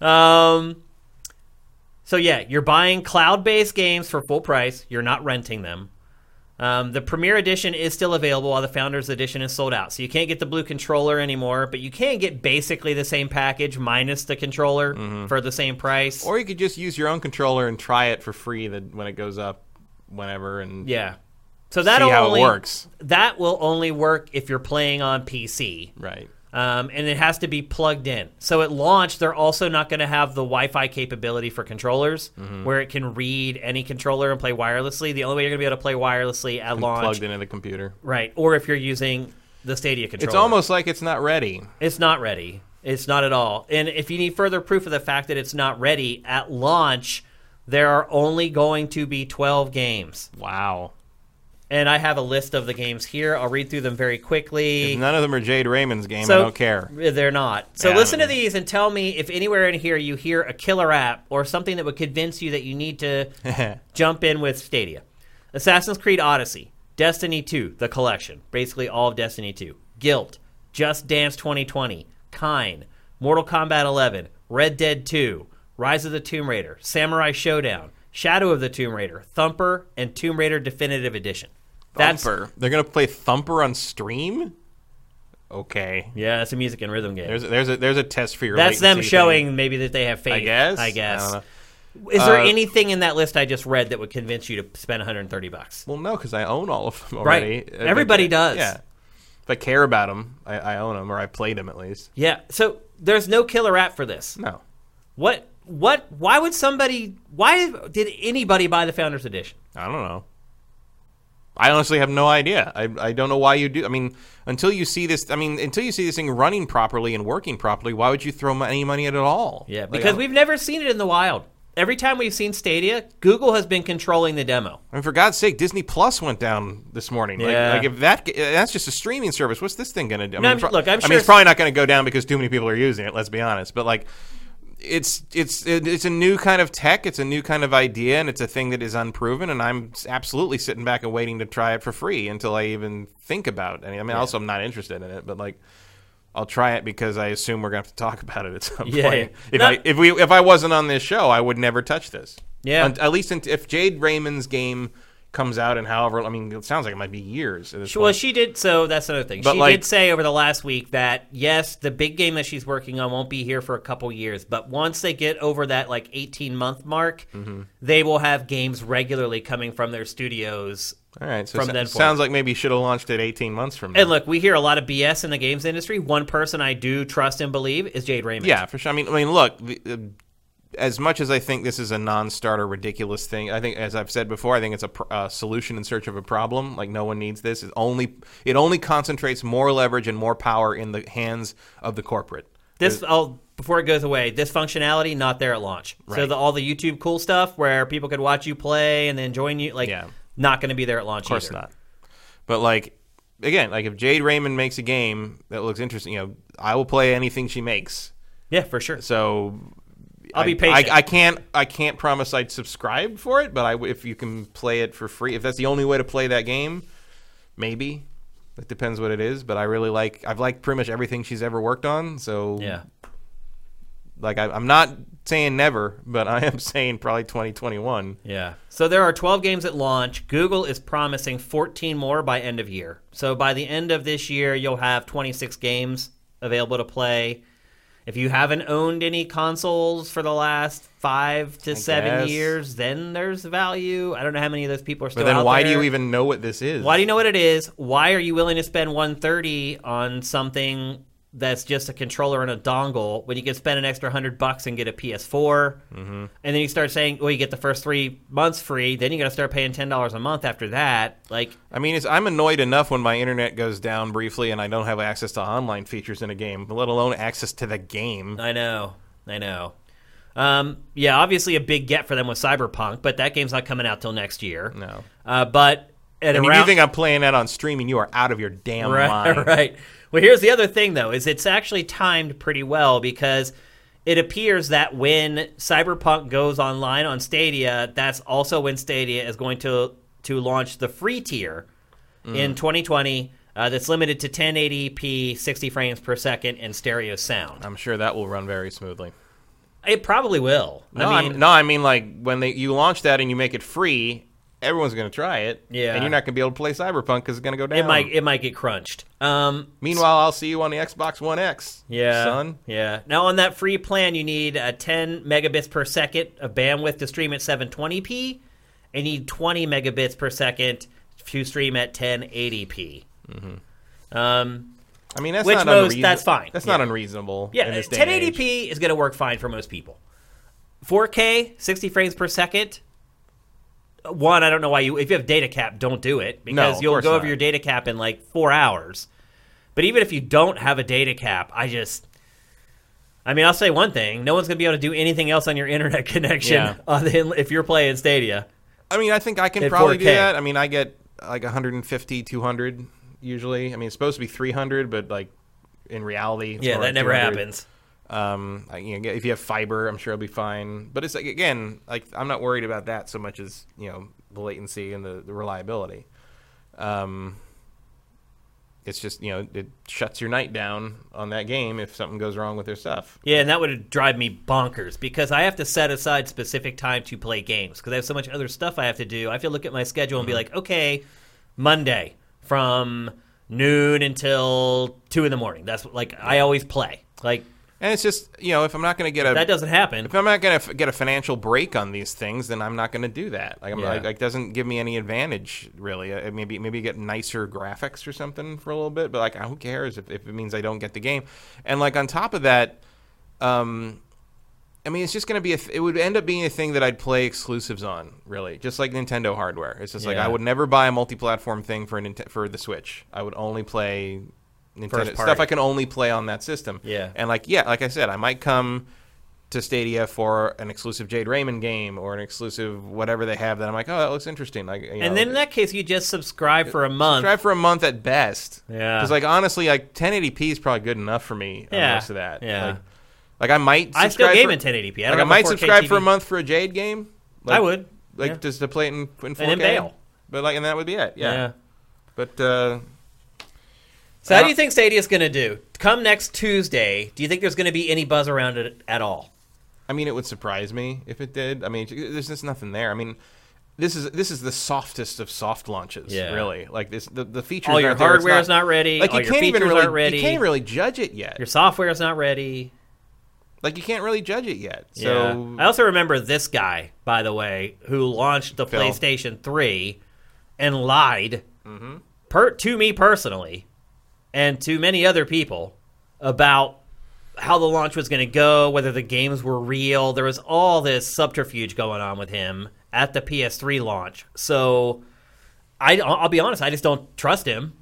Um, so yeah, you're buying cloud-based games for full price. You're not renting them. Um, the Premier Edition is still available, while the Founders Edition is sold out. So you can't get the blue controller anymore, but you can get basically the same package minus the controller for the same price.
Mm-hmm. Or you could just use your own controller and try it for free the, when it goes up, whenever, and
yeah. So that
how it
only
works.
That will only work if you're playing on PC.
right.
um, and it has to be plugged in. So at launch, they're also not going to have the Wi-Fi capability for controllers,
Mm-hmm.
where it can read any controller and play wirelessly. The only way you're going to be able to play wirelessly at launch,
Plugged into the computer.
right? Or if you're using the Stadia controller,
It's almost like it's not ready.
it's not ready. It's not at all. And if you need further proof of the fact that it's not ready at launch, there are only going to be 12 games.
Wow.
And I have a list of the games here. I'll read through them very quickly.
If none of them are Jade Raymond's game. I don't care.
They're not. So
Yeah, I
listen to
don't
these and tell me if anywhere in here you hear a killer app or something that would convince you that you need
[LAUGHS]
to jump in with Stadia. Assassin's Creed Odyssey, Destiny 2, the collection, basically all of Destiny 2, Guilt, Just Dance 2020, Kine, Mortal Kombat 11, Red Dead 2, Rise of the Tomb Raider, Samurai Showdown, Shadow of the Tomb Raider, Thumper, and Tomb Raider Definitive Edition. That's
Thumper. They're gonna play Thumper on stream. Okay.
yeah, that's a music and rhythm game.
There's there's a there's a test for your.
That's them
latency
showing
thing.
maybe that they have faith.
I guess.
I
I
guess.
don't
Is there
Uh,
anything in that list I just read that would convince you to spend 130 bucks?
Well, no, because I own all of them
Right.
already. If I
Everybody
care-
does.
Yeah. If I care about them, I, I own them or I played them at least.
Yeah. So there's no killer app for this.
No.
What? What? Why would somebody? Why did anybody buy the Founders Edition?
I don't know. I honestly have no idea. I, I don't know why you do. I mean, until you see this, I mean, until you see this thing running properly and working properly, why would you throw mo- any money at it at all?
Yeah,
Like,
because
I-
we've never seen it in the wild. Every time we've seen Stadia, Google has been controlling the demo.
I mean, for God's sake, Disney Plus went down this morning. Like-
Yeah.
Like, if that g- uh, that's just a streaming service, what's this thing going to do? I
No,
mean,
I'm- look, I'm
I
sure
mean, it's probably not going to go down because too many people are using it. Let's be honest. But like, it's it's it- it's a new kind of tech. It's a new kind of idea, and it's a thing that is unproven. And I'm s- absolutely sitting back and waiting to try it for free until I even think about. Any, I mean, also I'm not interested in it, but like. I'll try it because I assume we're gonna have to talk about it at some
Yeah,
point.
yeah.
If
No-
I if we if I wasn't on this show, I would never touch this.
Yeah.
Un- at least in, if Jade Raymond's game comes out in however, I mean, it sounds like it might be years. At this
Well,
point.
she did. So that's another thing.
But,
she
like-
did say over the last week that yes, the big game that she's working on won't be here for a couple years, but once they get over that like eighteen month mark,
Mm-hmm.
they will have games regularly coming from their studios.
All right, so
from
so-
then
sounds like maybe you should have launched it 18 months from now.
And look, we hear a lot of BS in the games industry. One person I do trust and believe is Jade Raymond.
yeah, for sure. I mean, I mean, look, the, uh, as much as I think this is a non-starter, ridiculous thing, I think, as I've said before, I think it's a pr- uh, solution in search of a problem. Like no one needs this. It only it only concentrates more leverage and more power in the hands of the corporate.
This I'll before it goes away, this functionality not there at launch. So the, all the YouTube cool stuff where people could watch you play and then join you, like,
Yeah.
not going to be there at launch.
Of course
either.
not. But like again, like if Jade Raymond makes a game that looks interesting, you know, I will play anything she makes.
Yeah, for sure.
So
I'll
I-
be patient.
I, I can't. I can't promise I'd subscribe for it, but I, w- if you can play it for free, if that's the only way to play that game, maybe. It depends what it is, but I really like. I've liked pretty much everything she's ever worked on. So
yeah.
like I, I'm not saying never, but I am [LAUGHS] saying probably 2021.
Yeah. So there are 12 games at launch. Google is promising 14 more by end of year. So by the end of this year, you'll have 26 games available to play. If you haven't owned any consoles for the last five to seven
guess.
years, then there's value. I don't know how many of those people are still.
But then
out
why do
there.
you even know what this is?
Why do you know what it is? Why are you willing to spend 130 on something that's just a controller and a dongle when you can spend an extra 100 bucks and get a PS4? Mm-hmm. And then you start saying, well, you get the first 3 months free, then you got to start paying $10 a month after that. Like
I mean, it's, I'm annoyed enough when my internet goes down briefly and I don't have access to online features in a game, let alone access to the game.
I know. I know. Um, yeah, obviously a big get for them with Cyberpunk, but that game's not coming out till next year.
No.
Uh, but at
And if
around
you think I'm playing that on streaming, you are out of your
[LAUGHS]
damn
right,
mind.
Right. Well, here's the other thing though: is it's actually timed pretty well because it appears that when Cyberpunk goes online on Stadia, that's also when Stadia is going to to launch the free tier
Mm.
in 2020. Uh, that's limited to 1080p, 60 frames per second, and stereo sound.
I'm sure that will run very smoothly.
It probably will.
No,
I
I
mean,
no, I mean like when they you launch that and you make it free, everyone's going to try it.
Yeah.
and you're not going to be able to play Cyberpunk because it's going to go down.
it might it might get crunched. Um,
Meanwhile, I'll see you on the Xbox One X.
Yeah.
son.
Yeah. Now on that free plan, you need uh, 10 megabits per second of bandwidth to stream at 720p, and you need 20 megabits per second to stream at 1080p. Mm-hmm. Um,
I mean, that's
Which
not
most-
unreasonable.
that's fine.
That's
Yeah.
not unreasonable.
yeah,
in this day and age.
1080p is going to work fine for most people. 4K, 60 frames per second. uh, One, I don't know why you. If you have data cap, don't do it because
of
you'll
course
go over
not.
your data cap in like four hours. But even if you don't have a data cap, I just. I mean, I'll say one thing: no one's going to be able to do anything else on your [LAUGHS] internet connection
Yeah.
other than if you're playing Stadia.
I mean, I think I can
At
probably do
4K.
that. I mean, I get like 150, 200 usually. I mean, it's supposed to be 300, but like in reality, it's
Yeah,
more
that
like
never
200.
happens.
Um, I, you know, if you have fiber, I'm sure it'll be fine. But it's like again, like I'm not worried about that so much as you know the latency and the, the reliability. Um, it's just you know it shuts your night down on that game if something goes wrong with their stuff.
Yeah, and that would drive me bonkers because I have to set aside specific time to play games because I have so much other stuff I have to do. I have to look at my schedule and be
Mm-hmm.
like, okay, Monday from noon until two in the morning. That's what- like I always play. Like
And it's just you know if I'm not going to get a
that doesn't happen.
if I'm not going to f- get a financial break on these things, then I'm not going to do that. Like, I'm
Yeah.
like, like, doesn't give me any advantage really. Uh, maybe maybe get nicer graphics or something for a little bit, but like, who cares if, if it means I don't get the game? And like on top of that, um, I mean, it's just going to be a. Th- it would end up being a thing that I'd play exclusives on, really, just like Nintendo hardware. It's just like
Yeah.
I would never buy a multi-platform thing for a Ninte- for the Switch. I would only play
First
Nintendo
party.
stuff I can only play on that system.
Yeah.
and like yeah, like I said, I might come to Stadia for an exclusive Jade Raymond game or an exclusive whatever they have that I'm like, oh, that looks interesting. Like, you know,
And then in that case, you just subscribe for a month.
try for a month at best.
Yeah.
because like honestly, like 1080p is probably good enough for me. on
Yeah.
most of that.
Yeah.
Like, like, I might.
I still
subscribe
game
for-
in 1080p. I,
like
don't
I
have
might
4K
subscribe for a
TV.
month for a Jade game. Like,
I would.
like
yeah.
just to play it in, in 4K.
then bail.
But like, and that would be it. Yeah.
Yeah.
But uh,
So how do
Uh,
you think Stadia's going to do? Come next Tuesday, do you think there's going to be any buzz around it at all?
I mean, it would surprise me if it did. I mean, there's just nothing there. I mean, this is this is the softest of soft launches.
Yeah.
Really. Like this, the, the features.
All your
aren't there. It's
hardware is not ready.
Like
all
you
your
can't even
features
really
aren't ready.
you can't really judge it yet.
Your software is not ready.
Like you can't really judge it yet.
So
So
I also remember this guy, by the way, who launched the
Phil.
PlayStation 3 and lied
Mm-hmm.
per, to me personally and to many other people about how the launch was going to go, whether the games were real. There was all this subterfuge going on with him at the PS3 launch. So I, I'll be honest, I just [LAUGHS]
Mm.
don't trust him.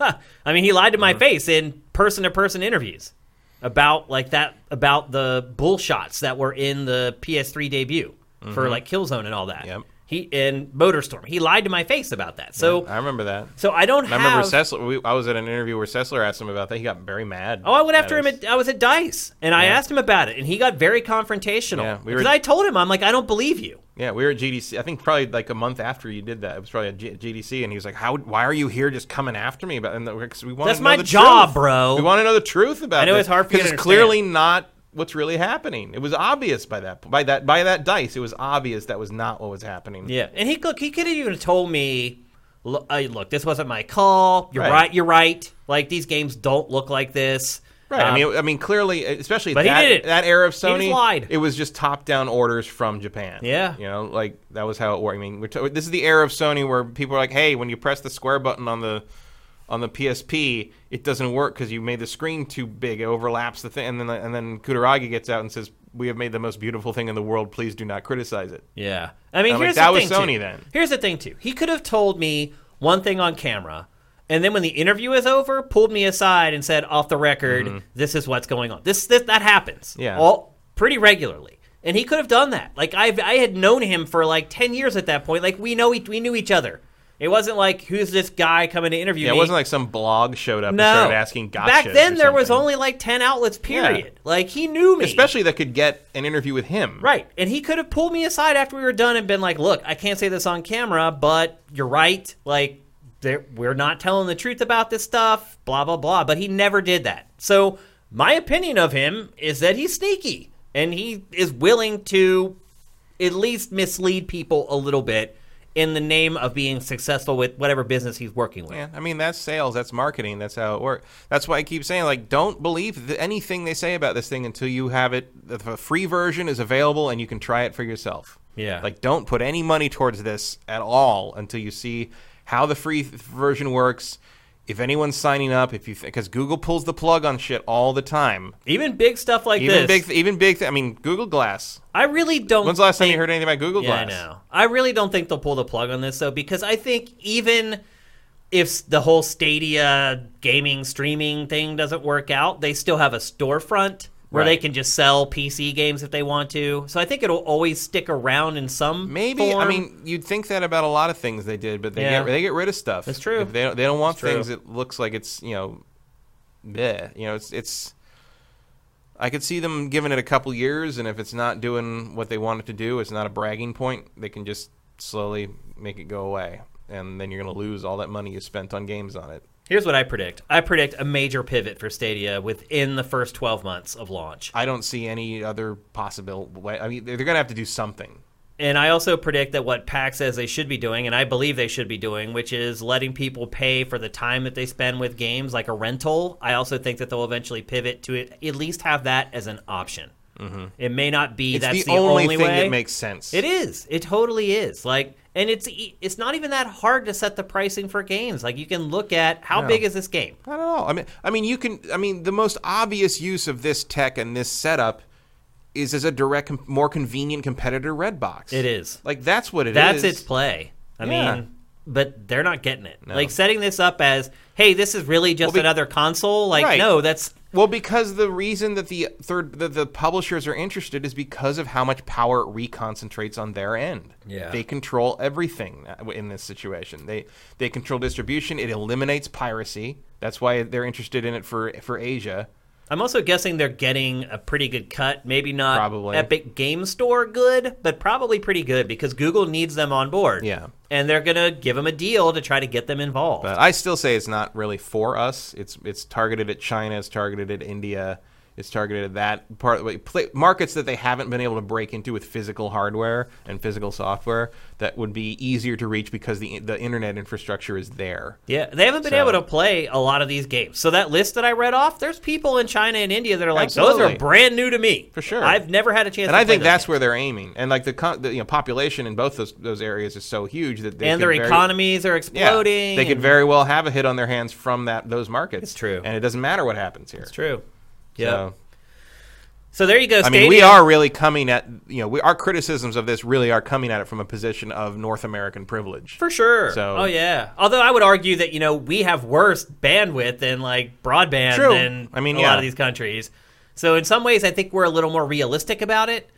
I mean, he lied to my face in person to person interviews. about like that about the bull shots that were in the PS3 debut for like Killzone and all that.
Mm-hmm. Yep.
He and Motorstorm. He lied to my face about that. So
I remember that.
Oh. so I don't
And I
have.
remember Sessler. We, I was at an interview where Sessler asked him about that. He got very mad.
Oh, I went after him.
us.
At, I was at Dice, and I asked him about it, and he got very confrontational.
Yeah, we were-
because I told him, I'm like, I don't believe you.
Yeah, we were at GDC. I think probably like a month after you did that. It was probably at G- GDC, and he was like, "How? Why are you here? Just coming after me about?" And the, 'cause we want
That's
to know
my
the
job,
truth.
bro.
We want to know the truth about.
I know
this,
it's hard for you
'cause
to
it's
understand.
clearly not what's really happening. It was obvious by that by that by that dice. It was obvious that was not what was happening.
Yeah, and he look, he could have even told me, "Look, uh, look, this wasn't my call. You're
Right.
right. You're right. Like these games don't look like this.
Right.
Um,
I mean, I mean, clearly, especially
But he
that,
did it.
that era of
just
Sony,
lied.
it was just top-down orders from Japan.
Yeah.
you know, like that was how it worked. I mean, we're t- this is the era of Sony where people are like, "Hey, when you press the square button on the on the PSP, it doesn't work because you made the screen too big. It overlaps the thing." And then and then Kutaragi gets out and says, "We have made the most beautiful thing in the world. Please do not criticize it."
Yeah. I mean,
I'm like,
here's
that
the
was
thing.
Sony
too.
then.
Here's the thing too. He could have told me one thing on camera, and then when the interview is over, pulled me aside and said, "Off the record, this is what's going on. This, this that happens.
Mm-hmm. Yeah.
All pretty regularly." And he could have done that. Like I, I had known him for like ten years at that point. Like we know, each, we knew each other. It wasn't like who's this guy coming to interview
Yeah,
me.
it wasn't like some blog showed up
no.
and started asking gotcha.
Back then, there was only like ten outlets. Period. Like he knew me,
especially that could get an interview with him.
Right. And he could have pulled me aside after we were done and been like, look, I can't say this on camera, but you're right. Like, there- we're not telling the truth about this stuff, blah, blah, blah. But he never did that. So, my opinion of him is that he's sneaky and he is willing to at least mislead people a little bit in the name of being successful with whatever business he's working with.
Yeah, I mean that's sales, that's marketing, that's how it works. That's why I keep saying like, don't believe th- anything they say about this thing until you have it. If a free version is available and you can try it for yourself.
Yeah.
Like, don't put any money towards this at all until you see how the free th- version works. If anyone's signing up, if you because Google pulls the plug on shit all the time.
Even big stuff like
Even
this.
big, th- even big. Th- I mean, Google Glass.
I really don't.
When's the last time you
think-
heard anything about Google
Yeah, I
Glass?
know. I really don't think they'll pull the plug on this though, because I think even if the whole Stadia gaming streaming thing doesn't work out, they still have a storefront where they
Right.
can just sell PC games if they want to. So I think it'll always stick around in some
Maybe I
form.
mean you'd think that about a lot of things they did, but they
Yeah.
get they get rid of stuff.
That's true.
If they don't, they don't want
It's true.
things that looks like it's you know, bleh. you know it's it's. I could see them giving it a couple years, and if it's not doing what they want it to do, it's not a bragging point. They can just slowly make it go away, and then you're going to lose all that money you spent on games on it.
here's what I predict. I predict a major pivot for Stadia within the first 12 months of launch.
I don't see any other possible way. I mean, they're going to have to do something.
And I also predict that what PAX says they should be doing, and I believe they should be doing, which is letting people pay for the time that they spend with games like a rental. I also think that they'll eventually pivot to it, at least have that as an option. Mm-hmm. It may not be
It's
that's
the, only, thing
way.
that makes sense.
It is. It totally is. Like, and it's e- it's not even that hard to set the pricing for games. Like, you can look at how big is this game.
Not at all. I mean, I mean, you can. I mean, the most obvious use of this tech and this setup is as a direct, com- more convenient competitor, Redbox.
It is.
Like that's what it is.
That's its play. I
Yeah.
mean, but they're not getting it. Like setting this up as, hey, this is really just
be-
another console. Like,
Right.
no, that's
Well, because the reason that the third that the publishers are interested is because of how much power it reconcentrates on their end.
Yeah.
they control everything uh, in this situation. They they control distribution. It eliminates piracy. That's why they're interested in it for for Asia.
I'm also guessing they're getting a pretty good cut. Maybe not
Probably.
Epic Game Store good, but probably pretty good because Google needs them on board.
Yeah.
And they're going to give them a deal to try to get them involved.
But Uh, I still say it's not really for us. It's it's targeted at China. It's targeted at India. It's targeted at that part of the pla markets that they haven't been able to break into with physical hardware and physical software that would be easier to reach because the the internet infrastructure is there.
yeah, they haven't been
So-
able to play a lot of these games. So that list that I read off, there's people in China and India that are like, those
Absolutely.
are brand new to me.
For sure.
I've never had a chance
And
to
I
play
think
those
that's
games.
where they're aiming. And like the, con- the you know population in both those those areas is so huge that they
and
could
their
very-
economies are
yeah,
exploding.
they could
and-
very well have a hit on their hands from that those markets.
It's true.
and it doesn't matter what happens here.
It's true. Yeah.
So-
So, there you go.
I mean, we are really coming at you know, we, our criticisms of this really are coming at it from a position of North American privilege.
For sure.
So-
oh yeah. Although I would argue that you know we have worse bandwidth and like broadband
True.
than
I mean,
a lot
yeah.
of these countries. So in some ways, I think we're a little more realistic about it.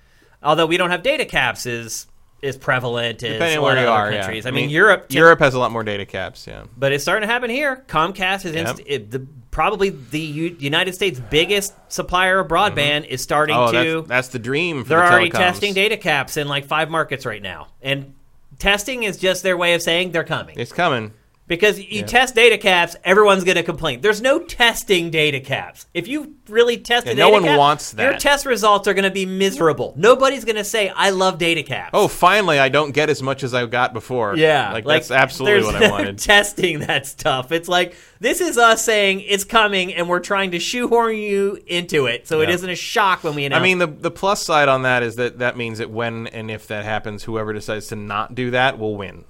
Although we don't have data caps is is prevalent as
Depending
a
on
lot
where
of
you
other
are, yeah.
countries. I, mean, Europe, tends-
Europe has a lot more data caps. Yeah.
but it's starting to happen here. Comcast is inst-
Yep.
it, the, probably the U- United States' biggest supplier of broadband is starting
Oh,
to.
that's, that's the dream. For
they're
the
already
telecoms.
testing data caps in like five markets right now, and testing is just their way of saying they're coming.
It's coming.
Because you test data caps, everyone's going to complain. There's no testing data caps. If you really test,
Yeah,
a
no
data
one
cap,
wants
Your
that.
test results are going to be miserable. Nobody's going to say, "I love data caps."
Oh, finally, I don't get as much as I got before.
yeah,
Like, that's absolutely
there's [LAUGHS]
what I
no
wanted.
Testing that stuff. It's like this is us saying it's coming, and we're trying to shoehorn you into it, so it
Yeah.
isn't a shock when we announce.
I mean, the the plus side on that is that that means that when and if that happens, whoever decides to not do that will win.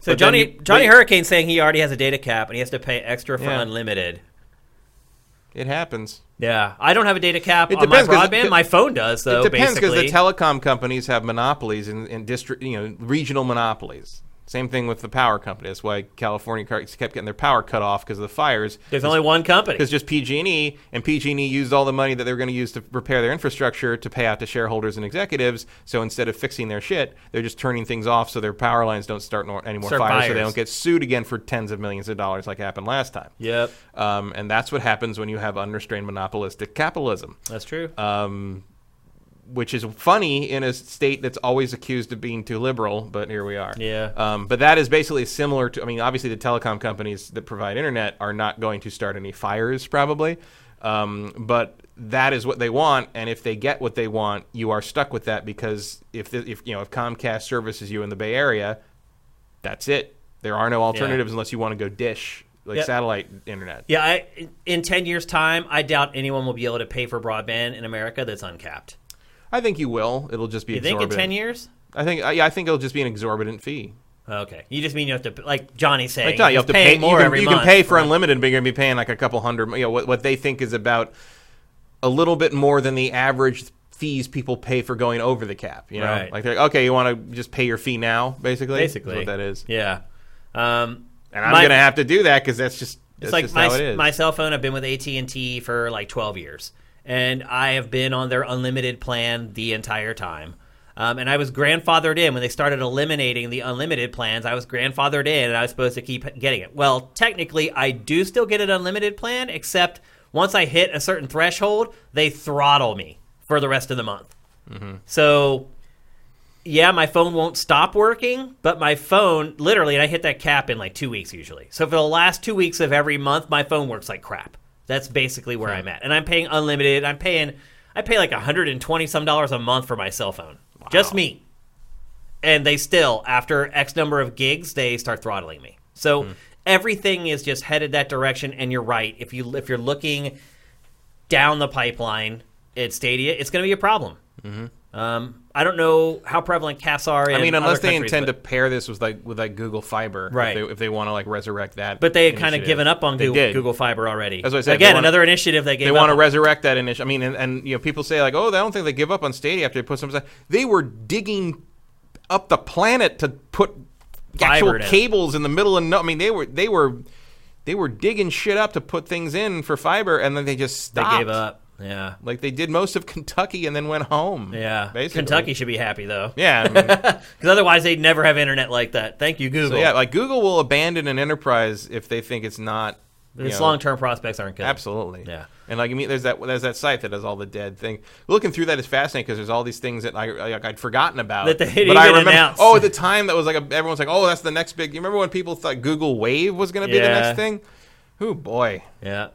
so
but then
Johnny
you-
Johnny
but-
Hurricane saying he already has a data cap and he has to pay extra for
Yeah.
unlimited.
It happens.
Yeah, I don't have a data cap
It
on my
depends 'cause-
broadband. My phone does, though.
it depends because
basically.
the telecom companies have monopolies and, and district, you know, regional monopolies. Same thing with the power company. That's why California car- kept getting their power cut off because of the fires.
There's only one company.
because just PG&E and PG&E used all the money that they were going to use to repair their infrastructure to pay out to shareholders and executives. So instead of fixing their shit, they're just turning things off so their power lines don't start nor- any more
Start
fires, so they
fires.
don't get sued again for tens of millions of dollars like happened last time.
Yep,
Um, and that's what happens when you have unrestrained monopolistic capitalism
that's true.
um, which is funny in a state that's always accused of being too liberal, but here we are.
Yeah.
Um, but that is basically similar to, I mean, obviously the telecom companies that provide internet are not going to start any fires probably, um, but that is what they want. And if they get what they want, you are stuck with that because if, the, if you know, if Comcast services you in the Bay Area, that's it. There are no alternatives unless you want to go dish, like
Yep.
satellite internet.
yeah, I, in ten years' time, I doubt anyone will be able to pay for broadband in America that's uncapped.
I think you will. It'll just be
You think in
exorbitant.
ten years?
I think I- yeah, I think it'll just be an exorbitant fee.
Okay, you just mean you have to, like Johnny saying,
Like, no, you have to
pay
pay
more
You can,
every
you
month.
can pay for unlimited, but you're gonna be paying like a couple hundred. You know what, what they think is about a little bit more than the average fees people pay for going over the cap. You know,
Right.
like they're like, okay, you want to just pay your fee now, basically. is
basically
what that is.
Yeah, um,
And I'm
my-
gonna have to do that because that's just
It's
that's
like
just
my
how it is.
my cell phone. I've been with AT and T for like twelve years, and I have been on their unlimited plan the entire time. Um, and I was grandfathered in when they started eliminating the unlimited plans. I was grandfathered in, and I was supposed to keep getting it. Well, technically, I do still get an unlimited plan, except once I hit a certain threshold, they throttle me for the rest of the month.
Mm-hmm.
So yeah, my phone won't stop working, but my phone literally, and I hit that cap in like two weeks usually. So for the last two weeks of every month, my phone works like crap. That's basically where I'm at, and I'm paying unlimited. I'm paying, I pay like 120 some dollars a month for my cell phone, just me. And they still, after X number of gigs, they start throttling me. So
Hmm.
everything is just headed that direction. And you're right. If you if you're looking down the pipeline at Stadia, it's going to be a problem. Um, I don't know how prevalent caps are. In
Mm-hmm. I mean, unless
other
they
countries,
intend
but,
to pair this with like with like Google Fiber,
Right.
If they, if they want to like resurrect that,
but they had kind of
initiative.
given up on
They
Google,
did.
Google Fiber already.
That's what I said, they
Again,
wanna-
another initiative they gave
They
up
want to
on.
resurrect that initial. I mean, and, and you know, people say like, "Oh, I don't think they give up on Stadia after they put some." They were digging up the planet to put
Fiber
actual
in it.
cables in the middle of. No, I mean, they were they were they were digging shit up to put things in for fiber, and then they just
They
stopped.
gave up. Yeah.
Like they did most of Kentucky and then went home.
Yeah.
basically.
Kentucky should be happy, though.
Yeah,
[LAUGHS]
I mean,
Because otherwise, they'd never have internet like that. Thank you, Google.
so yeah. Like Google will abandon an enterprise if they think it's not. you
Its
know,
long term prospects aren't good.
Absolutely.
Yeah.
And like I mean, there's that there's that site that does all the dead thing. Looking through that is fascinating because there's all these things that I like, I'd forgotten about
That they
but
didn't
I
even
remember.
announce.
Oh, at the time that was like a, everyone's like, oh, that's the next big. You remember when people thought Google Wave was going to be the
Yeah.
next thing? Oh boy.
Yeah.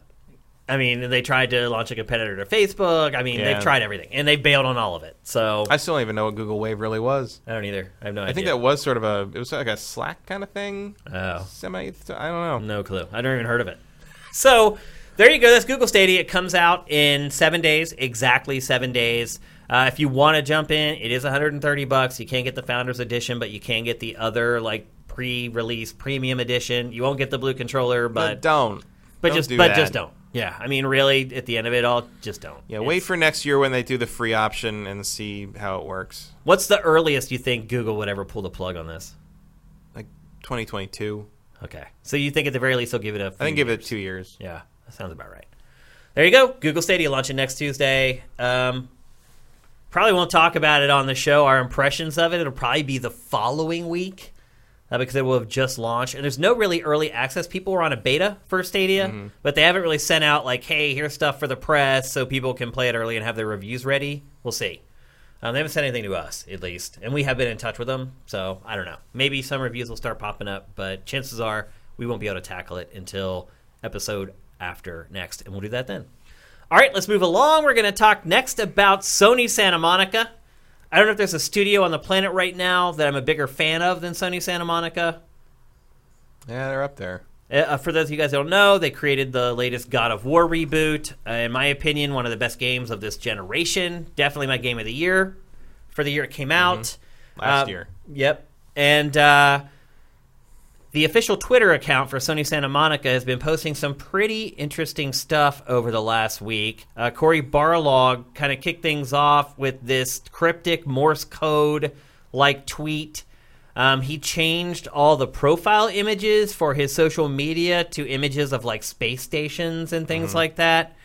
I mean, they tried to launch a competitor to Facebook. I mean,
Yeah.
they've tried everything, and they bailed on all of it. So
I still don't even know what Google Wave really was.
I don't either. I have no idea.
I think that was sort of a it was like a Slack kind of thing.
Oh.
Semi. I don't know.
No clue. I don't even heard of it. [LAUGHS] So there you go. That's Google Stadia. It comes out in seven days, exactly seven days. Uh, if you want to jump in, it is 130 bucks. You can't get the Founders Edition, but you can get the other like pre-release premium edition. You won't get the blue controller, but
don't.
but
Don't
just
do
but
that.
just don't. Yeah, I mean, really, at the end of it all, just don't.
Yeah.
It's-
Wait for next year when they do the free option and see how it works.
What's the earliest you think Google would ever pull the plug on this?
Like 2022.
Okay, so you think at the very least they'll give it a?
I think give it two years.
Yeah, that sounds about right. there you go. Google Stadia launching next Tuesday. Um, probably won't talk about it on the show. Our impressions of it. It'll probably be the following week uh, because it will have just launched. And there's no really early access. People were on a beta for Stadia, but they haven't really sent out like, "Hey, here's stuff for the press," so people can play it early and have their reviews ready. We'll see. Um, they haven't said anything to us, at least, and we have been in touch with them. So I don't know. Maybe some reviews will start popping up, but chances are we won't be able to tackle it until episode after next, and we'll do that then. All right, let's move along. We're going to talk next about Sony Santa Monica. I don't know if there's a studio on the planet right now that I'm a bigger fan of than Sony Santa Monica.
Yeah, they're up there.
Uh, for those of you guys who don't know, they created the latest God of War reboot. Uh, in my opinion, one of the best games of this generation. Definitely my game of the year for the year it came out.
Mm-hmm. Last
Uh,
year.
Yep. And uh, the official Twitter account for Sony Santa Monica has been posting some pretty interesting stuff over the last week. Uh, Corey Barlog kind of kicked things off with this cryptic Morse code like tweet. Um, he changed all the profile images for his social media to images of like space stations and things
Mm-hmm.
like that.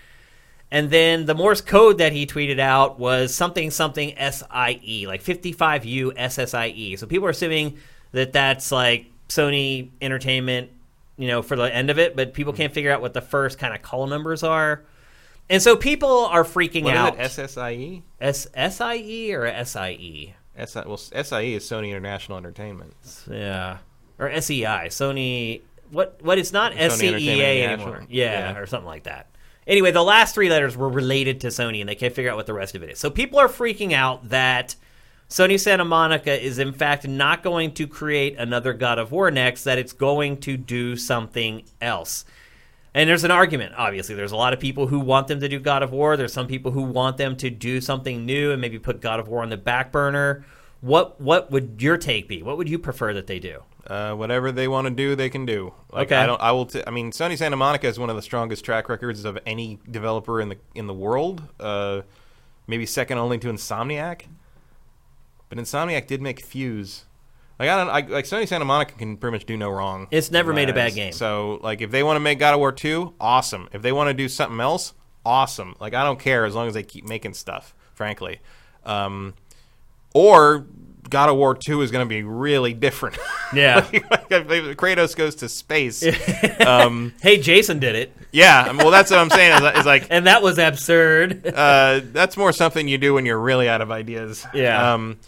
And then the Morse code that he tweeted out was something something SIE, like 55U SSIE. E. So people are assuming that that's like Sony Entertainment, you know, for the end of it, but people can't figure out what the first kind of call numbers are. And so people are freaking
What is
out.
it? SSIE?
S- SIE or E? SIE?
SI, E? well, SIE is Sony International Entertainment.
Yeah. Or SEI, Sony. What? What? It's not SCEA
Entertainment International.
anymore. Yeah,
Yeah.
or something like that. Anyway, the last three letters were related to Sony, and they can't figure out what the rest of it is. So people are freaking out that Sony Santa Monica is in fact not going to create another God of War next. That it's going to do something else. And there's an argument, obviously. There's a lot of people who want them to do God of War. There's some people who want them to do something new and maybe put God of War on the back burner. What what would your take be? What would you prefer that they do?
Uh, whatever they want to do, they can do. Like,
Okay.
I don't. I will. T- I mean, Sony Santa Monica is one of the strongest track records of any developer in the in the world. Uh, maybe second only to Insomniac. But Insomniac did make Fuse. Like I don't. I, like Sony Santa Monica can pretty much do no wrong.
It's never
in my
made a bad
eyes.
game.
So like, if they want to make God of War two, awesome. If they want to do something else, awesome. Like I don't care as long as they keep making stuff. Frankly. Um, or God of War 2 is going to be really different. [LAUGHS]
Yeah.
Kratos goes to space. um,
[LAUGHS] hey, Jason did it,
[LAUGHS] yeah, I mean, well, that's what I'm saying. Is, is like
and that was absurd. [LAUGHS]
uh, that's more something you do when you're really out of ideas.
Yeah.
Um,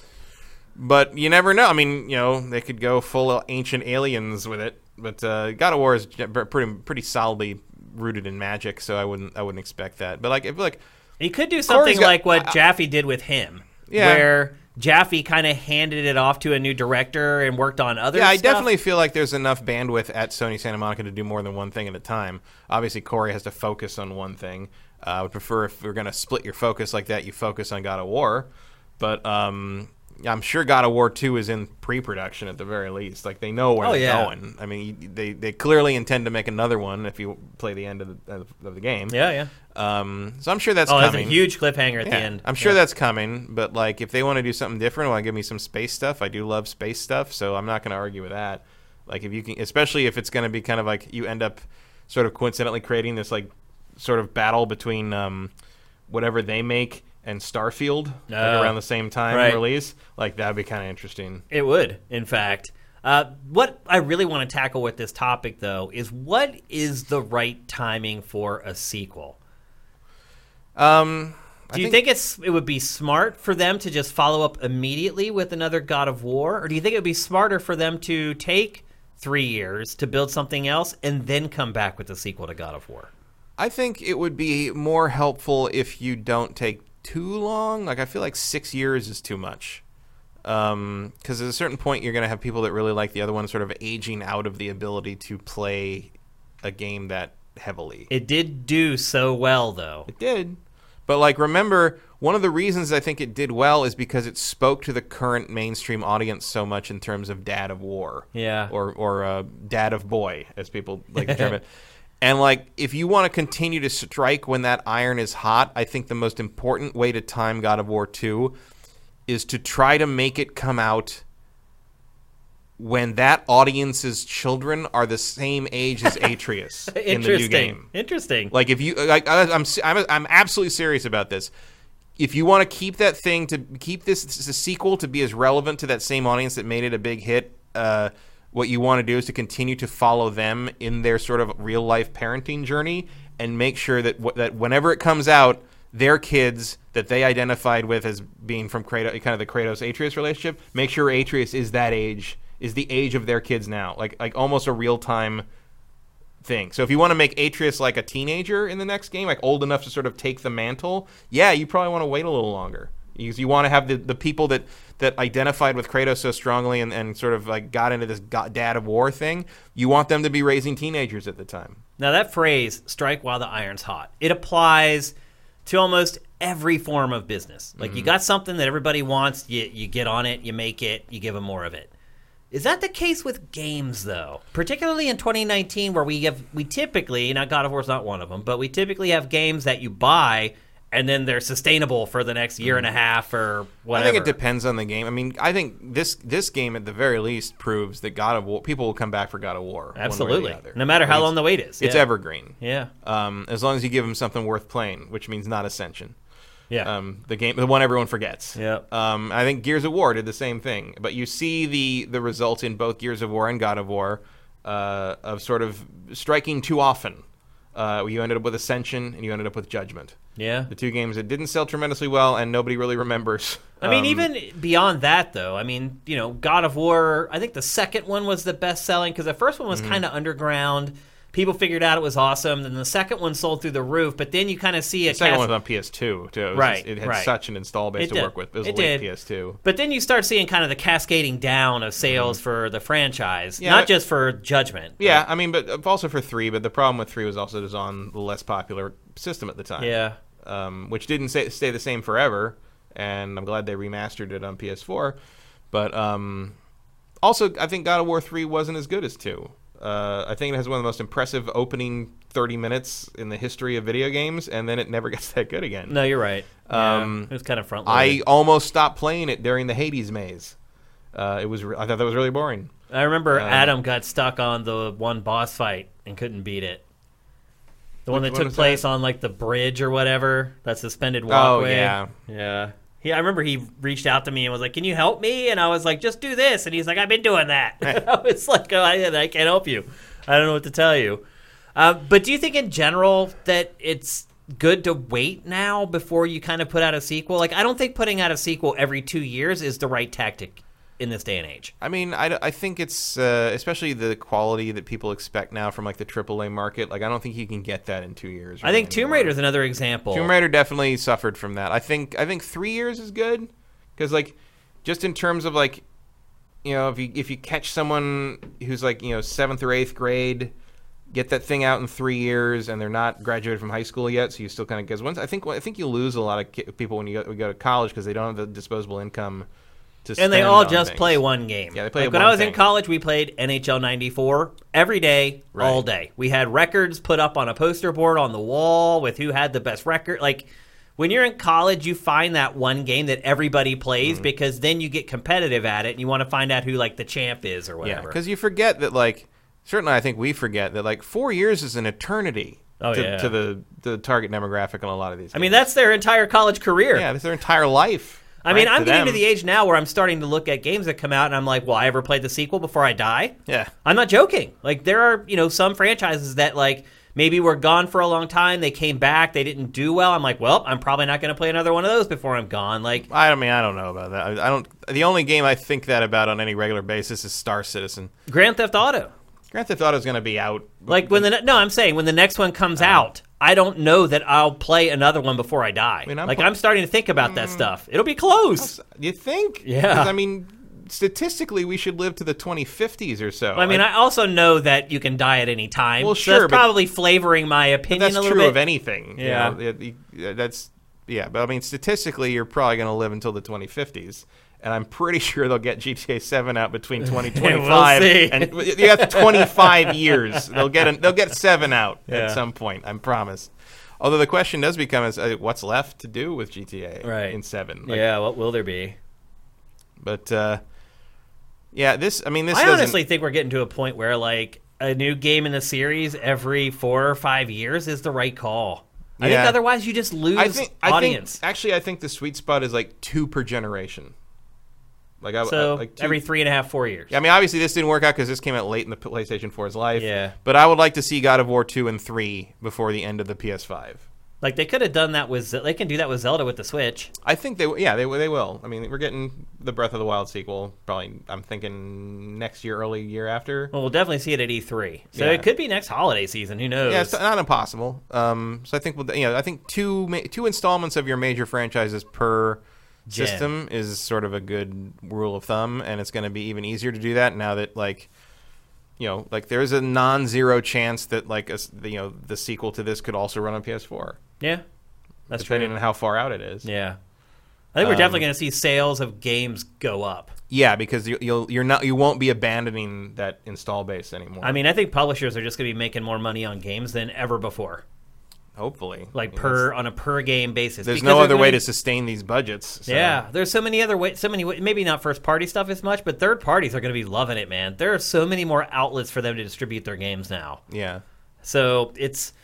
but you never know. I mean, you know, they could go full ancient aliens with it. But uh, God of War is j- pretty pretty solidly rooted in magic, so I wouldn't I wouldn't expect that. But like if like
he could do something
got-
like what Jaffe did with him,
Yeah.
where Jaffe kind of handed it off to a new director and worked on other.
Yeah, I
stuff.
definitely feel like there's enough bandwidth at Sony Santa Monica to do more than one thing at a time. Obviously, Corey has to focus on one thing. Uh, I would prefer if we're going to split your focus like that, you focus on God of War. But um, I'm sure God of War 2 is in pre production at the very least. Like, they know where
Oh,
they're
yeah.
going. I mean, you- they, they clearly intend to make another one if you play the end of the, of the game.
Yeah, yeah.
Um, so I'm sure that's
Oh, that's a
coming.
huge cliffhanger at the
Yeah,
end.
I'm sure
Yeah.
that's coming, but like if they want to do something different, want to give me some space stuff. I do love space stuff, so I'm not going to argue with that. Like if you can, especially if it's going to be kind of like you end up sort of coincidentally creating this like sort of battle between um, whatever they make and Starfield like,
Oh.
around the same time
Right.
release. Like that'd be kind of interesting.
It would, in fact. Uh, what I really want to tackle with this topic, though, is what is the right timing for a sequel?
Um, I
Do you think, it's it would be smart for them to just follow up immediately with another God of War, or do you think it would be smarter for them to take three years to build something else and then come back with a sequel to God of War?
I think it would be more helpful if you don't take too long. Like I feel like six years is too much. Because at a certain point, you're going to have people that really like the other one sort of aging out of the ability to play a game that heavily.
It did do so well, though.
It did. But like remember, one of the reasons I think it did well is because it spoke to the current mainstream audience so much in terms of dad of war.
Yeah.
Or or uh, dad of boy as people like [LAUGHS] to term it. And like if you want to continue to strike when that iron is hot, I think the most important way to time God of War 2 is to try to make it come out when that audience's children are the same age [LAUGHS] as Atreus in the new game.
Interesting.
Like if you like, I, I'm, se- I'm I'm absolutely serious about this. If you want to keep that thing to keep this, the sequel to be as relevant to that same audience that made it a big hit, uh, what you want to do is to continue to follow them in their sort of real life parenting journey and make sure that w- that whenever it comes out, their kids that they identified with as being from Kratos, kind of the Kratos Atreus relationship, make sure Atreus is that age, is the age of their kids now, like like almost a real time thing. So if you want to make Atreus like a teenager in the next game, like old enough to sort of take the mantle, yeah, you probably want to wait a little longer. Because you want to have the, the people that, that identified with Kratos so strongly and, and sort of like got into this god, dad of war thing, you want them to be raising teenagers at the time.
Now that phrase "strike while the iron's hot" it applies to almost every form of business. Like
Mm-hmm.
you got something that everybody wants, you you get on it, you make it, you give them more of it. Is that the case with games though? Particularly in 2019, where we have we typically now God of War's not one of them, but we typically have games that you buy and then they're sustainable for the next year and a half or whatever.
Mm-hmm. I think it depends on the game. I mean, I think this this game at the very least proves that God of War people will come back for God of War. one way or the
Absolutely,
other.
no matter
Like,
how
it's-
long the wait is.
It's
yeah.
evergreen.
Yeah,
Um, as long as you give them something worth playing, which means not Ascension.
yeah.
um, the game, the one everyone forgets.
Yep.
Um, I think Gears of War did the same thing, but you see the the results in both Gears of War and God of War uh, of sort of striking too often. Uh, you ended up with Ascension, and you ended up with Judgment.
yeah.
The two games that didn't sell tremendously well, and nobody really remembers.
I mean,
Um,
even beyond that, though, I mean, you know, God of War, I think the second one was the best selling because the first one
Mm-hmm.
was kind of underground. People figured out it was awesome. Then the second one sold through the roof, but then you kind of see it.
the second
cast-
one was on PS2 too. It was
Right,
just- it had
right.
such an install base
It
to
did.
work with. It was
It
a late
did.
PS2.
But then you start seeing kind of the cascading down of sales for the franchise,
Mm-hmm. Yeah,
not
but-
just for Judgment. but-
Yeah, I mean, but uh, also for three. But the problem with three was also it was on the less popular system at the time.
yeah.
um, which didn't stay, stay the same forever. And I'm glad they remastered it on PS4. But um, also, I think God of War 3 wasn't as good as 2. Uh, I think it has one of the most impressive opening 30 minutes in the history of video games, and then it never [LAUGHS] gets that good again.
No, you're right. Yeah.
Um,
it was kind of front
I
loaded.
almost stopped playing it during the Hades maze. Uh, it was re- I thought that was really boring.
I remember
Um,
Adam got stuck on the one boss fight and couldn't beat it. The one that
Which one
took
was
place
that? Oh,
on like the bridge or whatever, that suspended walkway.
yeah.
yeah. He, I remember he reached out to me and was like, "Can you help me?" And I was like, "Just do this." And he's like, "I've been doing
[LAUGHS]
that." [LAUGHS] I was like, oh, I, "I can't help you. I don't know what to tell you." Uh, but do you think in general that it's good to wait now before you kind of put out a sequel? Like, I don't think putting out a sequel every two years is the right tactic in this day and age.
I mean, I, I think it's uh, especially the quality that people expect now from like the AAA market. Like, I don't think you can get that in two years.
I think
Tomb
Tomb Raider is another example.
Tomb Raider definitely suffered from that. I think I think three years is good because like just in terms of like you know if you if you catch someone who's like you know seventh or eighth grade, get that thing out in three years and they're not graduated from high school yet, so you still kind of because once I think I think you lose a lot of ki- people when you go, go to college because they don't have the disposable income to
and they
spend
all
on
just
things.
play one game.
Yeah, they play
like when
one
I was in
thing.
college, we played NHL '94 every day,
Right.
all day. We had records put up on a poster board on the wall with who had the best record. Like when you're in college, you find that one game that everybody plays
Mm-hmm.
because then you get competitive at it and you want to find out who like the champ is or
Yeah,
whatever.
because you forget that like certainly I think we forget that like four years is an eternity.
Oh,
to,
yeah.
to the the target demographic on a lot of these.
I mean, that's their entire college career.
Yeah, that's their entire life.
I mean,
right,
I'm getting
them.
to the age now where I'm starting to look at games that come out and I'm like, well, I ever played the sequel before I die?
Yeah.
I'm not joking. Like there are, you know, some franchises that like maybe were gone for a long time, they came back, they didn't do well. I'm like, well, I'm probably not going to play another one of those before I'm gone. Like
I don't- I mean, I don't know about that. I, I don't. The only game I think that about on any regular basis is Star Citizen.
Grand Theft Auto.
Grand Theft Auto is going to be out.
Like when the ne- no, I'm saying when the next one comes
Uh-huh.
out, I don't know that I'll play another one before I die.
mean, I'm Mm.
like
pl-
I'm starting to think about that stuff. It'll be close.
You think?
Yeah.
'Cause, I mean, statistically, we should live to the 2050s or so.
I mean, I also know that you can die at any time.
Well,
so
sure,
that's
but-
probably flavoring my opinion
that's
a little
true
bit.
of anything. you
Yeah.
know, it- it- that's yeah. But I mean, statistically, you're probably going to live until the 2050s. And I'm pretty [LAUGHS] sure they'll get GTA 7 out
[LAUGHS]
between 2025
see.
and you have 25 years. They'll get an, they'll get 7 out
Yeah.
at some point. I promise. Although the question does become is uh, what's left to do with GTA
Right.
in 7. Like,
yeah, what will there be?
But uh, Yeah, this. I mean, this.
I
doesn't-
honestly think we're getting to a point where like a new game in the series every four or five years is the right call. I think
Yeah.
otherwise you just lose
I think. I think.
audience.
Actually, I think the sweet spot is like two per generation. Like I
so
I, uh, like two,
every three and a half, four years.
I mean, obviously, this didn't work out because this came out late in the PlayStation 4's life.
Yeah.
But I would like to see God of War 2 and 3 before the end of the PS5.
Like they could have done that with Ze- they can do that with Zelda with the Switch.
I think they, yeah, they they will. I mean, we're getting the Breath of the Wild sequel. Probably, I'm thinking next year, early year after.
Well, we'll definitely see it at E3. So
Yeah.
it could be next holiday season. Who knows?
Yeah, it's not impossible. Um, so I think we'll, you know, I think two ma- two installments of your major franchises per
Gen.
system is sort of a good rule of thumb, and it's going to be even easier to do that now that like. You know, like there is a non-zero chance that like a s you know the sequel to this could also run on PS4,
Yeah. that's
depending
true.
on how far out it is.
Yeah, I
Um,
think we're definitely going to see sales of games go up.
Yeah, because you, you'll you're not you won't be abandoning that install base anymore.
I mean, I think publishers are just going to be making more money on games than ever before,
hopefully,
like
I mean,
per on a per game basis.
There's
because
no
they're
other way
gonna-
to sustain these budgets. so-
Yeah, there's so many other ways, so many wa- maybe not first party stuff as much, but third parties are going to be loving it, man. There are so many more outlets for them to distribute their games now.
Yeah.
So it's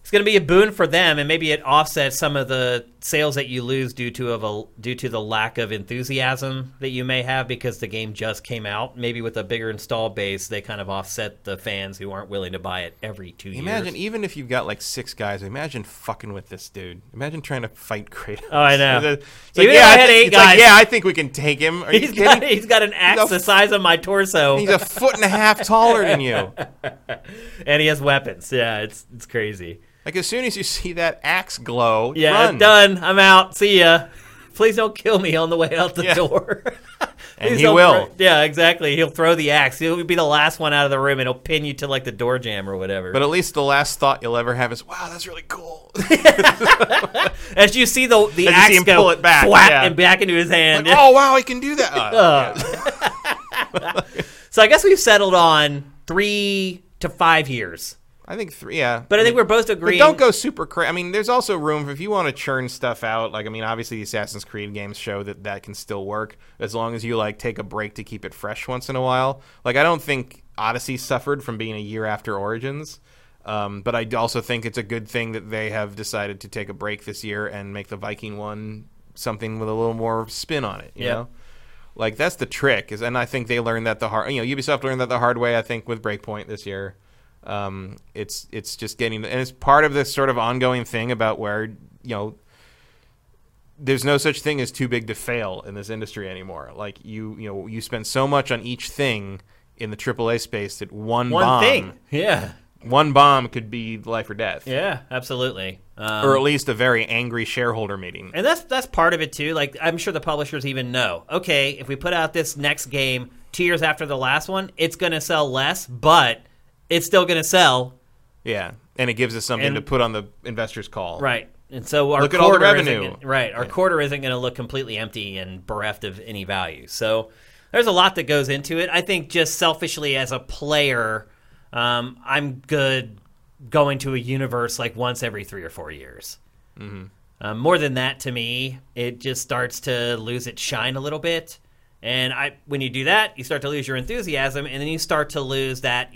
it's going to be a boon for them, and maybe it offsets some of the sales that you lose due to of a due to the lack of enthusiasm that you may have because the game just came out. Maybe with a bigger install base, they kind of offset the fans who aren't willing to buy it every two [LAUGHS]
Imagine E
years.
even if you've got like six guys, imagine fucking with this dude. Imagine trying to fight Kratos.
Oh, I know.
[LAUGHS] It's
Even if I had eight
it's like,
guys-
yeah, I think we can take him. Are you
He's
kidding?
got, he's got an
[LAUGHS]
axe
a-
the size of my torso,
[LAUGHS] He's a foot and a half taller
[LAUGHS]
than you.
and he has weapons. Yeah, it's it's crazy.
Like as soon as you see that axe glow,
Yeah,
run.
done. I'm out. See ya. Please don't kill me on the way out the
Yeah.
door.
[LAUGHS]
[LAUGHS]
And
Please
he
don't
will.
throw- yeah, exactly. He'll throw the axe. He'll be the last one out of the room, and he'll pin you to like the door jamb or whatever.
But at least the last thought you'll ever have is, "Wow, that's really cool." [LAUGHS]
as you see the the
As you see
axe
him
go
pull it back,
thwap
yeah.
and back into his hand.
Like, oh wow, I can do that.
[LAUGHS]
Uh,
So I guess we've settled on three to five years.
I think three. Yeah,
But I think we're both
But
agreeing.
don't go super cra I mean, there's also room if you want to churn stuff out. Like, I mean, obviously, the Assassin's Creed games show that that can still work as long as you like take a break to keep it fresh once in a while. Like, I don't think Odyssey suffered from being a year after Origins, um, but I d- also think it's a good thing that they have decided to take a break this year and make the Viking one something with a little more spin on it. You
Yeah.
know. Like that's the trick is, and I think they learned that the hard. You know, Ubisoft learned that the hard way. I think with Breakpoint this year, um, it's it's just getting, and it's part of this sort of ongoing thing about where you know, there's no such thing as too big to fail in this industry anymore. Like you, you know, you spend so much on each thing in the AAA space that one
one
bomb,
thing. Yeah,
one bomb could be life or death,
yeah, absolutely. Um,
or at least a very angry shareholder meeting.
And that's that's part of it too. Like I'm sure the publishers even know. Okay, if we put out this next game two years after the last one, it's going to sell less, but it's still going to sell,
Yeah, and it gives us something
And-
to put on the investors' call.
right? And so our
Look at all the
quarter isn't
revenue.
gonna- right? Our quarter isn't going to look completely empty and bereft of any value. So there's a lot that goes into it. I think just selfishly as a player, um, I'm good going to a universe like once every three or four years. Um, more than that, to me, it just starts to lose its shine a little bit. And I, when you do that, you start to lose your enthusiasm, and then you start to lose that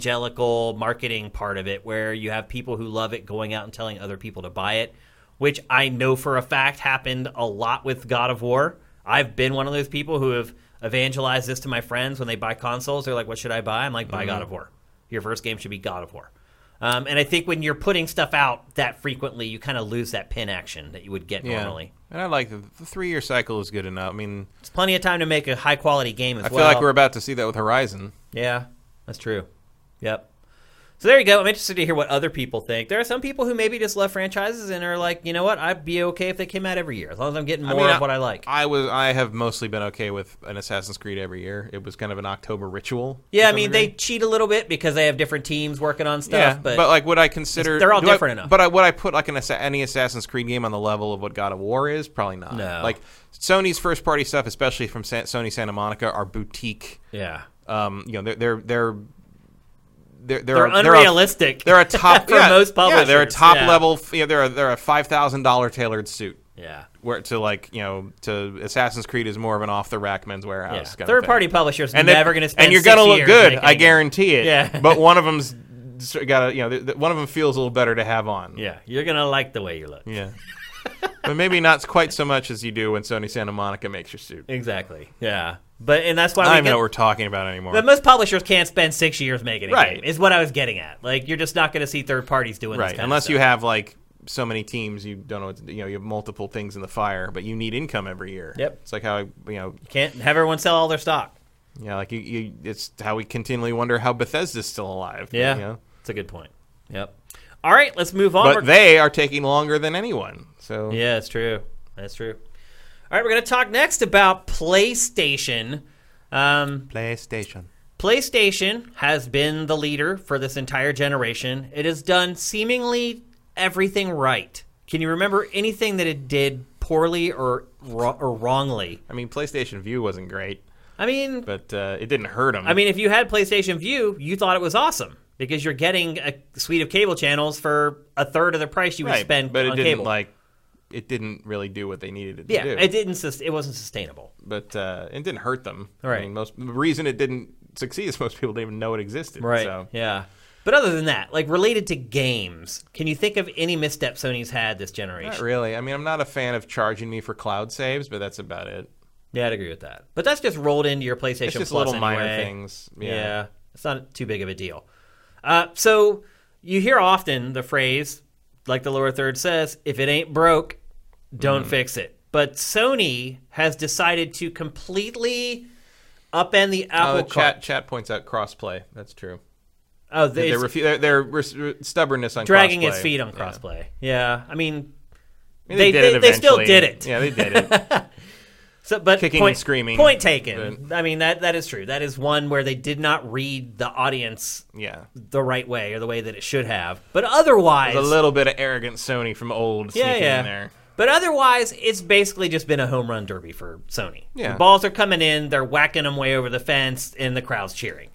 evangelical marketing part of it, where you have people who love it going out and telling other people to buy it, which I know for a fact happened a lot with God of War. I've been one of those people who have evangelized this to my friends when they buy consoles. They're like, "What should I buy?" I'm like, "Buy God of War. Your first game should be God of War." Um, and I think when you're putting stuff out that frequently, you kind of lose that pin action that you would get normally.
And I like the, the three year cycle is good enough. I mean,
It's plenty of time to make a high quality game as
I feel
well.
like we're about to see that with Horizon.
yeah, that's true. Yep. So there you go. I'm interested to hear what other people think. There are some people who maybe just love franchises and are like, you know what, I'd be okay if they came out every year as long as I'm getting more
I mean,
of what I like.
I was I have mostly been okay with an Assassin's Creed every year. It was kind of an October ritual. to
yeah, I
some
mean
degree.
they cheat a little bit because they have different teams working on stuff,
yeah,
but,
like would I consider
they're all
do I-
different enough.
But I, would I put like an Assa- any Assassin's Creed game on the level of what God of War is? Probably not.
No.
Like Sony's first party stuff, especially from Sa- Sony Santa Monica, are boutique.
yeah,
Um, you know, they're they're they're they're,
they're
a- a-
unrealistic. [LAUGHS]
They're a top
For
yeah,
most
Yeah, they're a
publishers,
top
yeah.
level. f- You know, they're a, they're a five thousand dollar tailored suit.
yeah.
where to like you know to Assassin's Creed is more of an off the rack men's warehouse.
Yeah.
kind of
Third
thing.
party publishers
and
never
it-
going to spend
and you're
going
gonna
to
look good. I guarantee it.
Yeah.
but one of them's got to you know th- th- one of them feels a little better to have on.
Yeah, you're going to like the way you look.
yeah. but maybe not quite so much as you do when Sony Santa Monica makes your suit.
Exactly. Yeah. But and that's why
I
we
don't even
get-
know what we're talking about anymore.
But most publishers can't spend six years making a
Right.
game. Is what I was getting at. Like you're just not going to see third parties doing this
right,
kind
unless
of
you have like so many teams, you don't know what to do. you know. You have multiple things in the fire, but you need income every year.
Yep.
it's like how I- you know
you can't have everyone sell all their stock.
Yeah, like you, you, it's how we continually wonder how Bethesda's still alive.
Yeah,
you know?
it's a good point. Yep. All right, let's move on.
but
We're-
they are taking longer than anyone. So
yeah, it's true. That's true. All right, we're going to talk next about PlayStation. Um,
PlayStation.
PlayStation has been the leader for this entire generation. It has done seemingly everything right. Can you remember anything that it did poorly or wro- or wrongly?
I mean, PlayStation View wasn't great,
I mean,
but uh, it didn't hurt them.
I mean, if you had PlayStation View, you thought it was awesome because you're getting a suite of cable channels for a third of the price you would
right,
spend
but it
on
didn't
cable.
like it didn't really do what they needed it to
yeah,
do.
it didn't. sus- It wasn't sustainable.
but uh, it didn't hurt them.
Right.
I mean, most the reason it didn't succeed is [LAUGHS] most people didn't even know it existed. So
Yeah. But other than that, like related to games, can you think of any misstep Sony's had this generation?
not really. I mean, I'm not a fan of charging me for cloud saves, but that's about it.
Yeah, I'd agree with that. But that's just rolled into your PlayStation
It's just
Plus
little minor
anyway.
things.
Yeah. it's not too big of a deal. Uh, so you hear often the phrase, like the lower third says, "If it ain't broke, don't
Mm.
fix it." But Sony has decided to completely upend the
Oh,
apple
the
cart.
chat chat points out crossplay. That's true.
Oh, the,
Their,
it's
refu- their, their res- re- stubbornness on
dragging
crossplay.
its feet on
Yeah.
crossplay. Yeah, I mean,
I mean,
They-
did
they-
it
they still
eventually.
did it.
Yeah, they did
[LAUGHS]
it.
So, but
Kicking
point,
and screaming.
Point taken. I mean that that is true. That is one where they did not read the audience
yeah,
the right way or the way that it should have. But otherwise,
a little bit of arrogant Sony from old
yeah,
sneaking
yeah.
in there.
But otherwise, it's basically just been a home run derby for Sony.
Yeah.
The balls are coming in, they're whacking them way over the fence, and the crowd's cheering.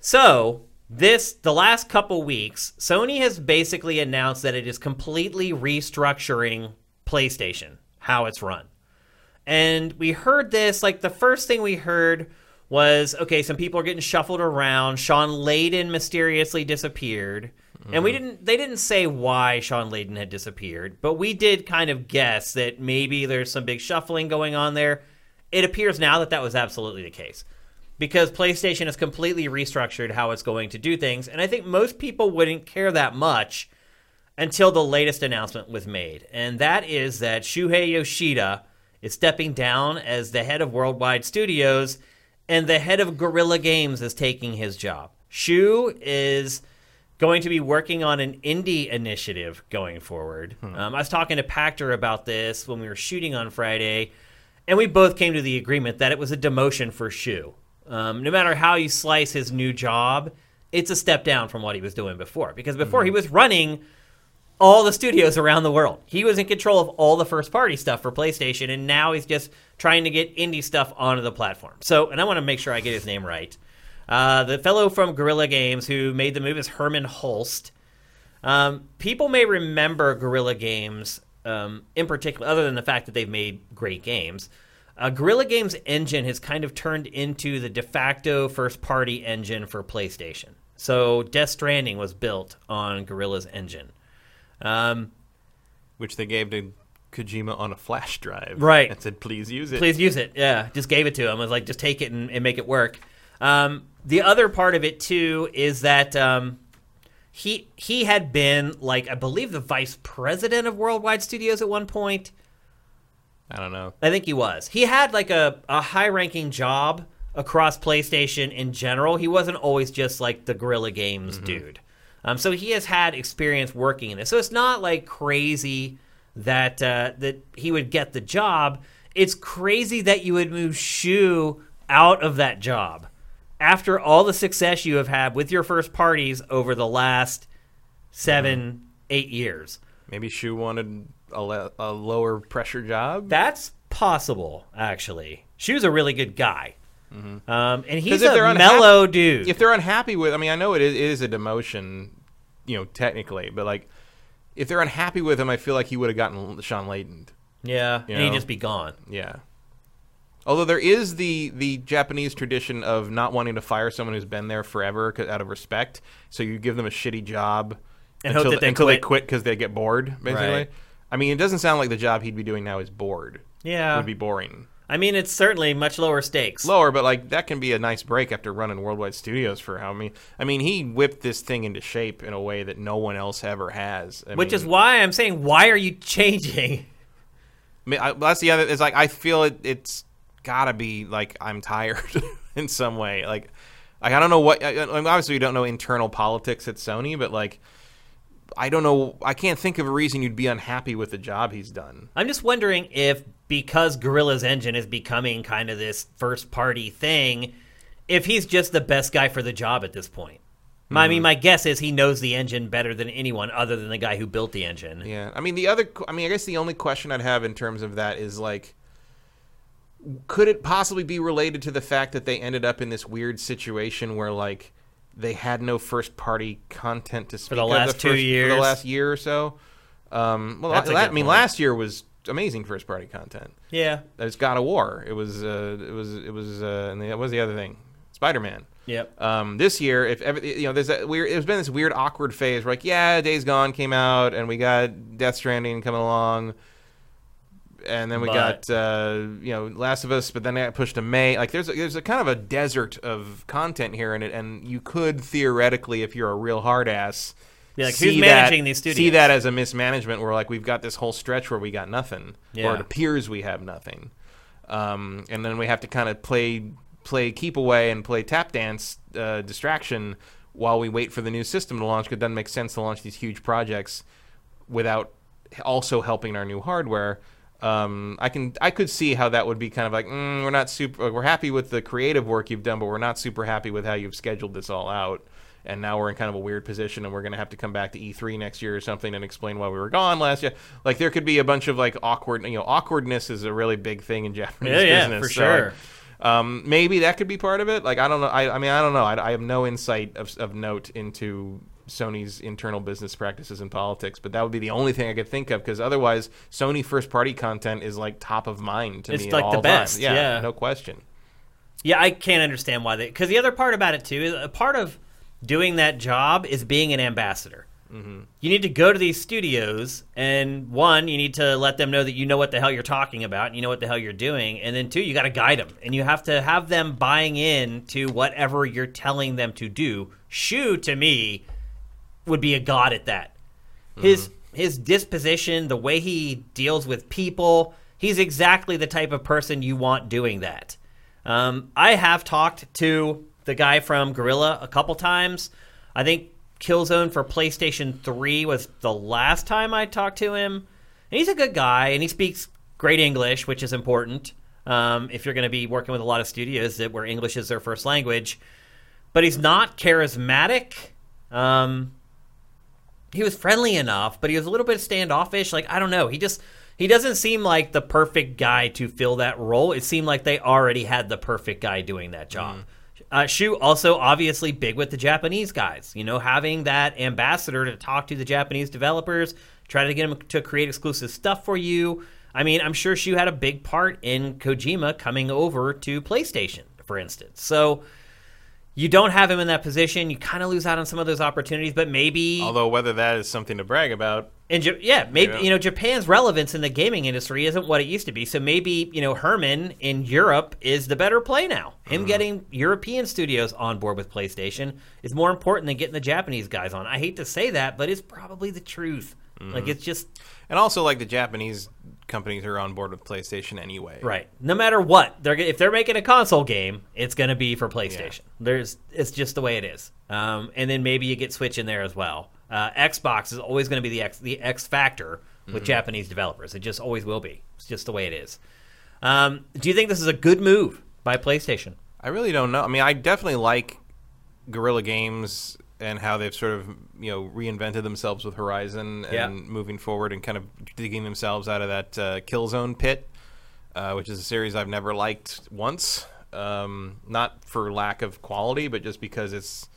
So this the last couple weeks, Sony has basically announced that it is completely restructuring PlayStation, how it's run. And we heard this, like the first thing we heard was okay, some people are getting shuffled around. Sean Layden mysteriously disappeared. And we didn't they didn't say why Sean Layden had disappeared, but we did kind of guess that maybe there's some big shuffling going on there. It appears now that that was absolutely the case because PlayStation has completely restructured how it's going to do things, and I think most people wouldn't care that much until the latest announcement was made, and that is that Shuhei Yoshida is stepping down as the head of Worldwide Studios, and the head of Guerrilla Games is taking his job. Shu is going to be working on an indie initiative going forward. Um, I was talking to Pactor about this when we were shooting on Friday, and we both came to the agreement that it was a demotion for Shu. Um, no matter how you slice his new job, it's a step down from what he was doing before. Because before he was running all the studios around the world. He was in control of all the first party stuff for PlayStation, and now he's just trying to get indie stuff onto the platform. So, and I want to make sure I get his name right. Uh, the fellow from Guerrilla Games who made the move is Herman Holst. Um, people may remember Guerrilla Games um, in particular, other than the fact that they've made great games. Uh, Guerrilla Games engine has kind of turned into the de facto first party engine for PlayStation. So Death Stranding was built on Guerrilla's engine. Um,
Which they gave to Kojima on a flash drive.
Right.
And said, please use it.
please use it. Yeah, just gave it to him. I was like, just take it and, and make it work. Um, the other part of it too is that um, he he had been like I believe the vice president of Worldwide Studios at one point.
I don't know.
I think he was. He had like a, a high ranking job across PlayStation in general. He wasn't always just like the Guerrilla Games dude. Um, so he has had experience working in this. So it's not like crazy that uh, that he would get the job. It's crazy that you would move Shu out of that job after all the success you have had with your first parties over the last 7 eight years.
Maybe Shu wanted a, le- a lower pressure job.
That's possible, actually. She was a really good guy. Um, and he's
Mm-hmm. 'Cause if
a
they're unhappy-
mellow dude.
if they're unhappy with, I mean, I know it is, it is a demotion, you know, technically, but like, if they're unhappy with him, I feel like he would have gotten Sean Layden.
Yeah,
You
and he'd
know?
just be gone.
Yeah. Although there is the the Japanese tradition of not wanting to fire someone who's been there forever 'cause- out of respect, so you give them a shitty job
And hope
until,
that they
until they
quit.
quit because they get bored. Basically,
Right.
I mean, it doesn't sound like the job he'd be doing now is bored.
Yeah.
it would be boring.
I mean, it's certainly much lower stakes.
Lower, but like that can be a nice break after running Worldwide Studios for how many? I mean, he whipped this thing into shape in a way that no one else ever has. I
which
mean-
is why I'm saying, why are you [LAUGHS] changing?
I mean, I, that's the other. It's like I feel it. It's gotta be like I'm tired [LAUGHS] in some way. Like, like I don't know what. I, I mean, obviously, we don't know internal politics at Sony, but like, I don't know. I can't think of a reason you'd be unhappy with the job he's done.
I'm just wondering if because Gorilla's engine is becoming kind of this first party thing, if he's just the best guy for the job at this point. My
Mm-hmm.
I mean, my guess is he knows the engine better than anyone other than the guy who built the engine.
Yeah. I mean, the other. I mean, I guess the only question I'd have in terms of that is like. Could it possibly be related to the fact that they ended up in this weird situation where, like, they had no first party content to speak
the
of
last two
first- for
years.
the last year or so. Um, well,
That's a
la-
good
I mean,
point.
last year was amazing first party content.
Yeah.
There's God of War. It was. Uh, it was. It was. Uh, and the, what was the other thing? Spider Man.
Yep.
Um, this year, if ever, you know, there's that weird. There's been this weird, awkward phase where, like, yeah, Days Gone came out, and we got Death Stranding coming along, and then we
But-
got uh, you know Last of Us, but then it got pushed to May. Like, there's a, there's a kind of a desert of content here, and it, and you could theoretically, if you're a real hard ass,
Be like,
see
who's managing
that,
these studios?
See that as a mismanagement, where like we've got this whole stretch where we got nothing,
Yeah.
or it appears we have nothing um, and then we have to kind of play play keep away and play tap dance uh, distraction while we wait for the new system to launch. 'cause It doesn't make sense to launch these huge projects without also helping our new hardware. Um, I can I could see how that would be kind of like mm, we're not super we're happy with the creative work you've done, but we're not super happy with how you've scheduled this all out. And now we're in kind of a weird position, and we're going to have to come back to E3 next year or something and explain why we were gone last year. Like there could be a bunch of like awkward, you know, awkwardness is a really big thing in Japanese
Yeah, yeah,
business.
for
So, like,
sure.
um, maybe that could be part of it. Like I don't know. I, I mean, I don't know. I, I have no insight of, of note into Sony's internal business practices and politics, but that would be the only thing I could think of because otherwise, Sony first party content is like top of mind to
It's
me.
like
all
the
time.
best,
Yeah,
yeah.
no question.
Yeah, I can't understand why they. Because the other part about it too is a part of doing that job is being an ambassador. You need to go to these studios, and one, you need to let them know that you know what the hell you're talking about, and you know what the hell you're doing, and then two, you got to guide them, and you have to have them buying in to whatever you're telling them to do. Shu, to me, would be a god at that. His his disposition, the way he deals with people, he's exactly the type of person you want doing that. Um, I have talked to the guy from Gorilla a couple times. I think Killzone for PlayStation 3 was the last time I talked to him. And he's a good guy, and he speaks great English, which is important um, if you're going to be working with a lot of studios that where English is their first language but he's not charismatic. Um, he was friendly enough, but he was a little bit standoffish. Like I don't know, he just he doesn't seem like the perfect guy to fill that role. It seemed like they already had the perfect guy doing that job. Uh, Shu also obviously big with the Japanese guys. You know, having that ambassador to talk to the Japanese developers, try to get them to create exclusive stuff for you. I mean, I'm sure Shu had a big part in Kojima coming over to PlayStation, for instance. So you don't have him in that position, you kind of lose out on some of those opportunities. But maybe,
Although whether that is something to brag about,
and Ja- yeah, maybe
Yeah.
you know Japan's relevance in the gaming industry isn't what it used to be. So maybe you know Herman in Europe is the better play now. Him getting European studios on board with PlayStation is more important than getting the Japanese guys on. I hate to say that, but it's probably the truth. Like it's just
and also like the Japanese companies are on board with PlayStation anyway.
right. No matter what, they're g- if they're making a console game, it's going to be for PlayStation. There's it's just the way it is. Um, and then maybe you get Switch in there as well. Uh, Xbox is always going to be the X the X factor
Mm-hmm.
with Japanese developers. It just always will be. It's just the way it is. Um, do you think this is a good move by PlayStation?
I really don't know. I mean, I definitely like Guerrilla Games and how they've sort of you know reinvented themselves with Horizon and
Yeah.
moving forward and kind of digging themselves out of that uh, Killzone pit, uh, which is a series I've never liked once. Um, not for lack of quality, but just because it's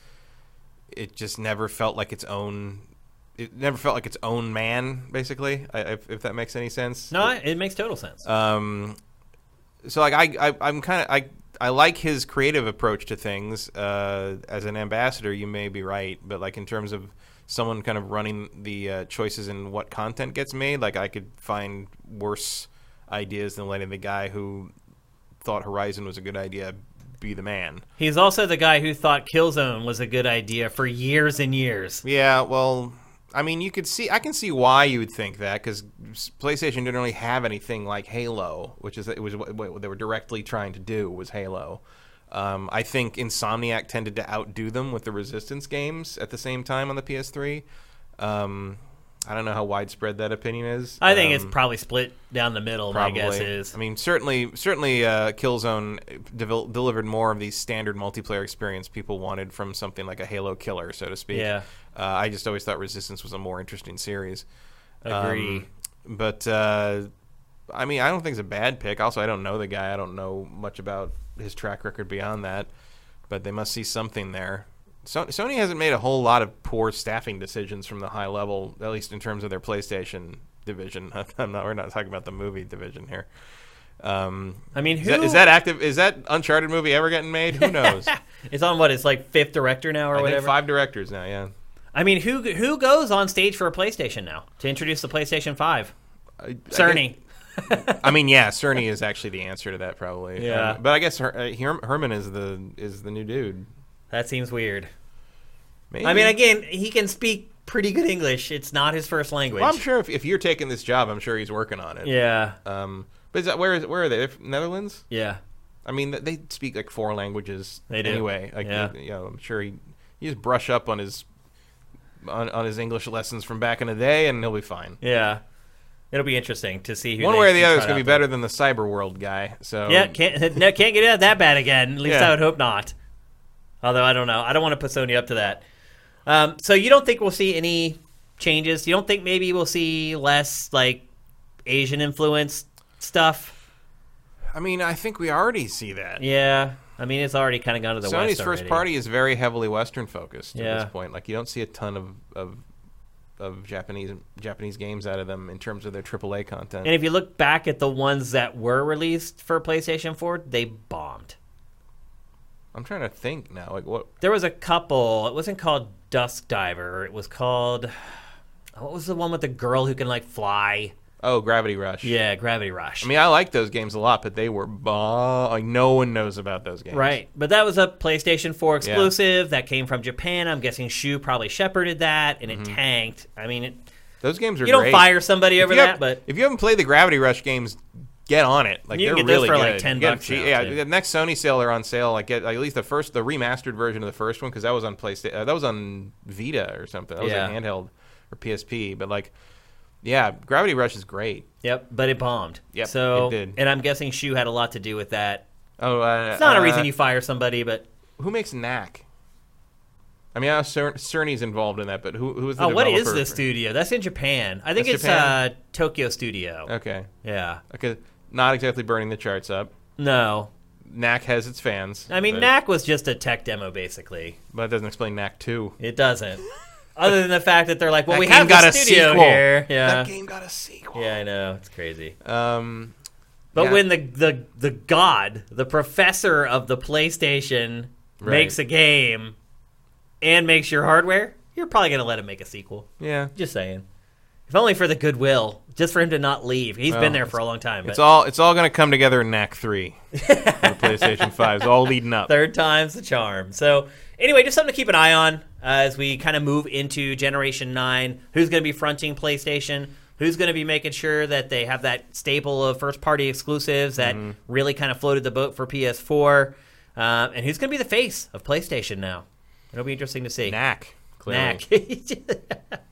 it just never felt like its own. it never felt like its own man, basically. I, if, if that makes any sense.
No, it makes total sense.
Um, so like I, I I'm kind of I I like his creative approach to things. Uh, as an ambassador, you may be right, but like in terms of someone kind of running the uh, choices in what content gets made, like I could find worse ideas than letting the guy who thought Horizon was a good idea be the man.
He's also the guy who thought Killzone was a good idea for years and years.
Yeah, well, I mean, you could see, I can see why you would think that because PlayStation didn't really have anything like Halo, which is it was what, what they were directly trying to do was Halo. Um, I think Insomniac tended to outdo them with the Resistance games at the same time on the PS3. Um, I don't know how widespread that opinion is.
I think
Um,
it's probably split down the middle. My guess is
I mean, certainly, certainly, uh, Killzone devel- delivered more of the standard multiplayer experience people wanted from something like a Halo killer, so to speak.
Yeah.
Uh, I just always thought Resistance was a more interesting series.
Agree.
Um, but uh, I mean, I don't think it's a bad pick. Also, I don't know the guy. I don't know much about his track record beyond that. But they must see something there. So- Sony hasn't made a whole lot of poor staffing decisions from the high level, at least in terms of their PlayStation division. [LAUGHS] I'm not. We're not talking about the movie division here. Um,
I mean,
is
who
that, is that active? Is that Uncharted movie ever getting
[LAUGHS]
made? Who knows?
It's on what? It's like fifth director now or
I think
whatever.
five directors now. Yeah.
I mean, who who goes on stage for a PlayStation now to introduce the PlayStation Five?
I- I guess-
Cerny.
I mean, yeah, Cerny is actually the answer to that, probably.
Yeah.
Um, but I guess Her- uh, Herm- Herman is the is the new dude.
That seems weird.
Maybe.
I mean, again, he can speak pretty good English. It's not his first language.
Well, I'm sure if, if you're taking this job, I'm sure he's working on it.
Yeah,
Um, but is that, where is where are they? They're from Netherlands?
yeah.
I mean, th- they speak like four languages
They do.
anyway. Like,
Yeah.
you know, I'm sure he he just brush up on his on, on his English lessons from back in the day, and he'll be fine.
Yeah, it'll be interesting to see who.
One
they
way or the
can
other,
try
it's gonna be
out.
better than the Cyber World guy. So
Yeah, can't [LAUGHS] no, can't get it that bad again. At least
Yeah.
I would hope not. Although I don't know, I don't want to put Sony up to that. Um, so you don't think we'll see any changes? You don't think maybe we'll see less like Asian influence stuff?
I mean, I think we already see that.
Yeah, I mean it's already kind of gone to the
Sony's
West
first
already.
party is very heavily Western focused at
Yeah.
this point. Like you don't see a ton of, of of Japanese Japanese games out of them in terms of their AAA content.
And if you look back at the ones that were released for PlayStation 4, they bombed.
I'm trying to think now. Like what?
There was a couple. It wasn't called Dusk Diver. It was called what was the one with the girl who can like fly?
Oh, Gravity Rush.
Yeah, Gravity Rush.
I mean, I like those games a lot, but they were bah. Like no one knows about those games.
Right, but that was a PlayStation 4 exclusive that came from Japan. I'm guessing Shu probably shepherded that, and it tanked. I mean, it,
Those games are.
you don't
Mm-hmm. great.
fire somebody
If
over
you
that,
have-
but
if you haven't played the Gravity Rush games, get on it. Like
You
they're
can get those
really
for,
good.
like, 10
You get them
bucks
cheap-
now,
Yeah,
too.
the next Sony sale they're on sale. Like get like, at least the first the remastered version of the first one because that was on PlayStation. Uh, that was on Vita or something. That was
Yeah.
a handheld or PSP. But like, yeah, Gravity Rush is great.
yep, but it bombed.
Yep,
so
it did.
and I'm guessing Shu had a lot to do with that.
Oh, uh,
It's not
uh,
a reason you fire somebody, but
Who makes Knack? I mean, I know Cer- Cerny's involved in that, but who who is the
oh, what is
developer
this
for-
studio? That's in Japan. I think
That's
it's
Japan? Uh,
Uh, Tokyo Studio.
Okay,
Yeah,
okay, not exactly burning the charts up.
no,
Knack has its fans.
I mean
but,
Knack was just a tech demo, basically.
but that doesn't explain Knack two.
It doesn't. [LAUGHS] Other than the fact that they're like, well,
That
we
game
have
got
got
a
a studio
sequel.
here. Yeah,
That game got a sequel.
yeah, I know. It's crazy.
Um,
But
Yeah.
when the, the the god, the professor of the PlayStation,
Right.
makes a game and makes your hardware, you're probably gonna let him make a sequel.
yeah.
Just saying. If only for the goodwill, just for him to not leave. He's
Well,
been there for a long time.
Oh, It's
But
all it's all gonna come together in
[LAUGHS]
Knack Three, for the PlayStation Five. It's all leading up.
third time's the charm. So anyway, just something to keep an eye on uh, as we kind of move into Generation Nine. Who's going to be fronting PlayStation? Who's going to be making sure that they have that staple of first-party exclusives that really kind of floated the boat for PS4? Um, and who's going to be the face of PlayStation now? It'll be interesting to see.
Knack, clearly.
Knack. [LAUGHS]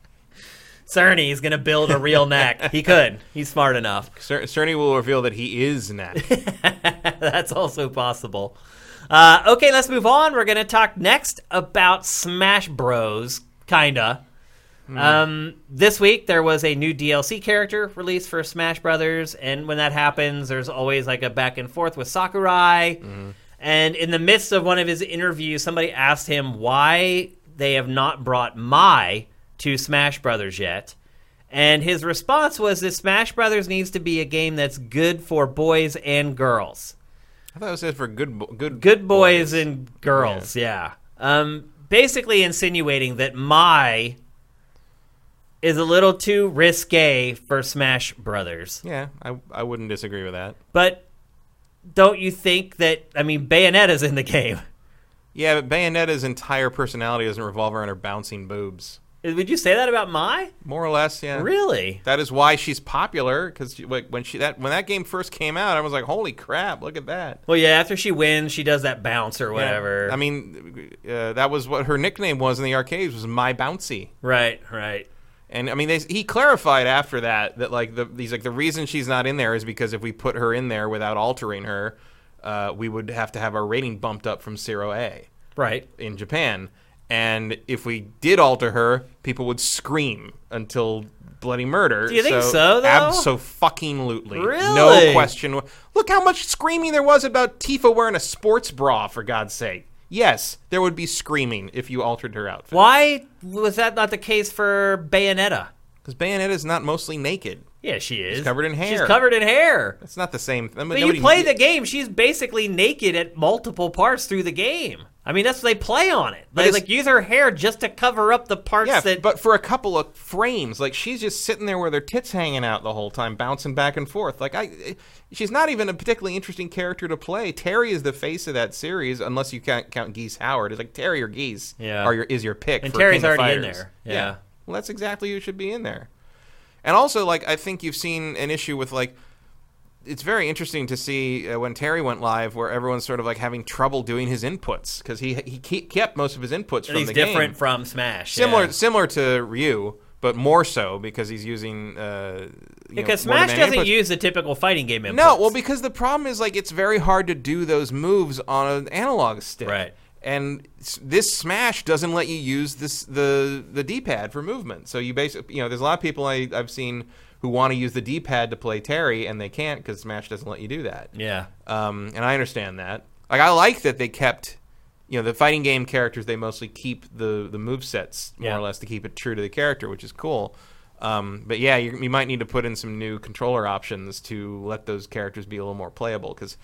Cerny is going to build a real knack. He could. He's smart enough.
Cer- Cerny will reveal that he
[LAUGHS]
is Knack.
That's also possible. Uh, okay, let's move on. We're going to talk next about Smash Bros. Kinda. Um, this week there was a new DLC character released for Smash Brothers, and when that happens, there's always like a back and forth with Sakurai. And in the midst of one of his interviews, somebody asked him why they have not brought Mai to Smash Brothers yet. And his response was that Smash Brothers needs to be a game that's good for boys and girls.
I thought it said for good, bo- good,
Good boys, and girls, yeah. Um, basically insinuating that my is a little too risque for Smash Brothers.
Yeah, I, I wouldn't disagree with that.
But don't you think that I mean Bayonetta's in the game? [LAUGHS]
Yeah, but Bayonetta's entire personality doesn't revolve around her bouncing boobs.
Would you say that about my?
More or less, yeah.
Really?
That is why she's popular because when she that when that game first came out, I was like, "Holy crap! Look at that!"
Well, yeah. After she wins, she does that bounce or whatever.
I mean, uh, that was what her nickname was in the arcades was "My Bouncy."
right, right.
And I mean, they, he clarified after that that like the he's like the reason she's not in there is because if we put her in there without altering her, uh, we would have to have our rating bumped up from zero A
Right.
in Japan. And if we did alter her, people would scream until bloody murder.
Do you think so, though?
Abso-fucking-lutely.
Really?
No question. Look how much screaming there was about Tifa wearing a sports bra, for God's sake. Yes, there would be screaming if you altered her outfit.
Why was that not the case for Bayonetta?
Because Bayonetta's not mostly naked.
Yeah, she is.
covered in
She's
hair.
covered in hair.
It's not the same. I mean,
But
nobody-
you play the game, she's basically naked at multiple parts through the game. I mean, that's what they play on it. They
it's-
like use her hair just to cover up the parts
Yeah,
that.
but for a couple of frames, like she's just sitting there with her tits hanging out the whole time, bouncing back and forth. Like I, eh, she's not even a particularly interesting character to play. Terry is the face of that series, unless you count, count Geese Howard. It's like Terry or Geese
Yeah.
are your is your pick.
And
for
Terry's
King of
already in
Fighters.
there. Yeah.
well, that's exactly who should be in there. And also, like I think you've seen an issue with like. It's very interesting to see uh, when Terry went live, where everyone's sort of like having trouble doing his inputs because he he ke- kept most of his inputs from
He's
the
different
game
from Smash.
similar
yeah.
similar to Ryu, but more so because he's using uh, you know,
because Smash
one-man
doesn't
inputs.
use the typical fighting game inputs.
no. Well, because the problem is like it's very hard to do those moves on an analog stick,
Right.
And s- this Smash doesn't let you use this the the D pad for movement. So you basically you know there's a lot of people I, I've seen who want to use the D pad to play Terry and they can't because Smash doesn't let you do that.
yeah,
Um, and I understand that. Like I like that they kept, you know, the fighting game characters. They mostly keep the the move sets more
Yeah.
or less to keep it true to the character, which is cool. Um, but yeah, you, you might need to put in some new controller options to let those characters be a little more playable. Because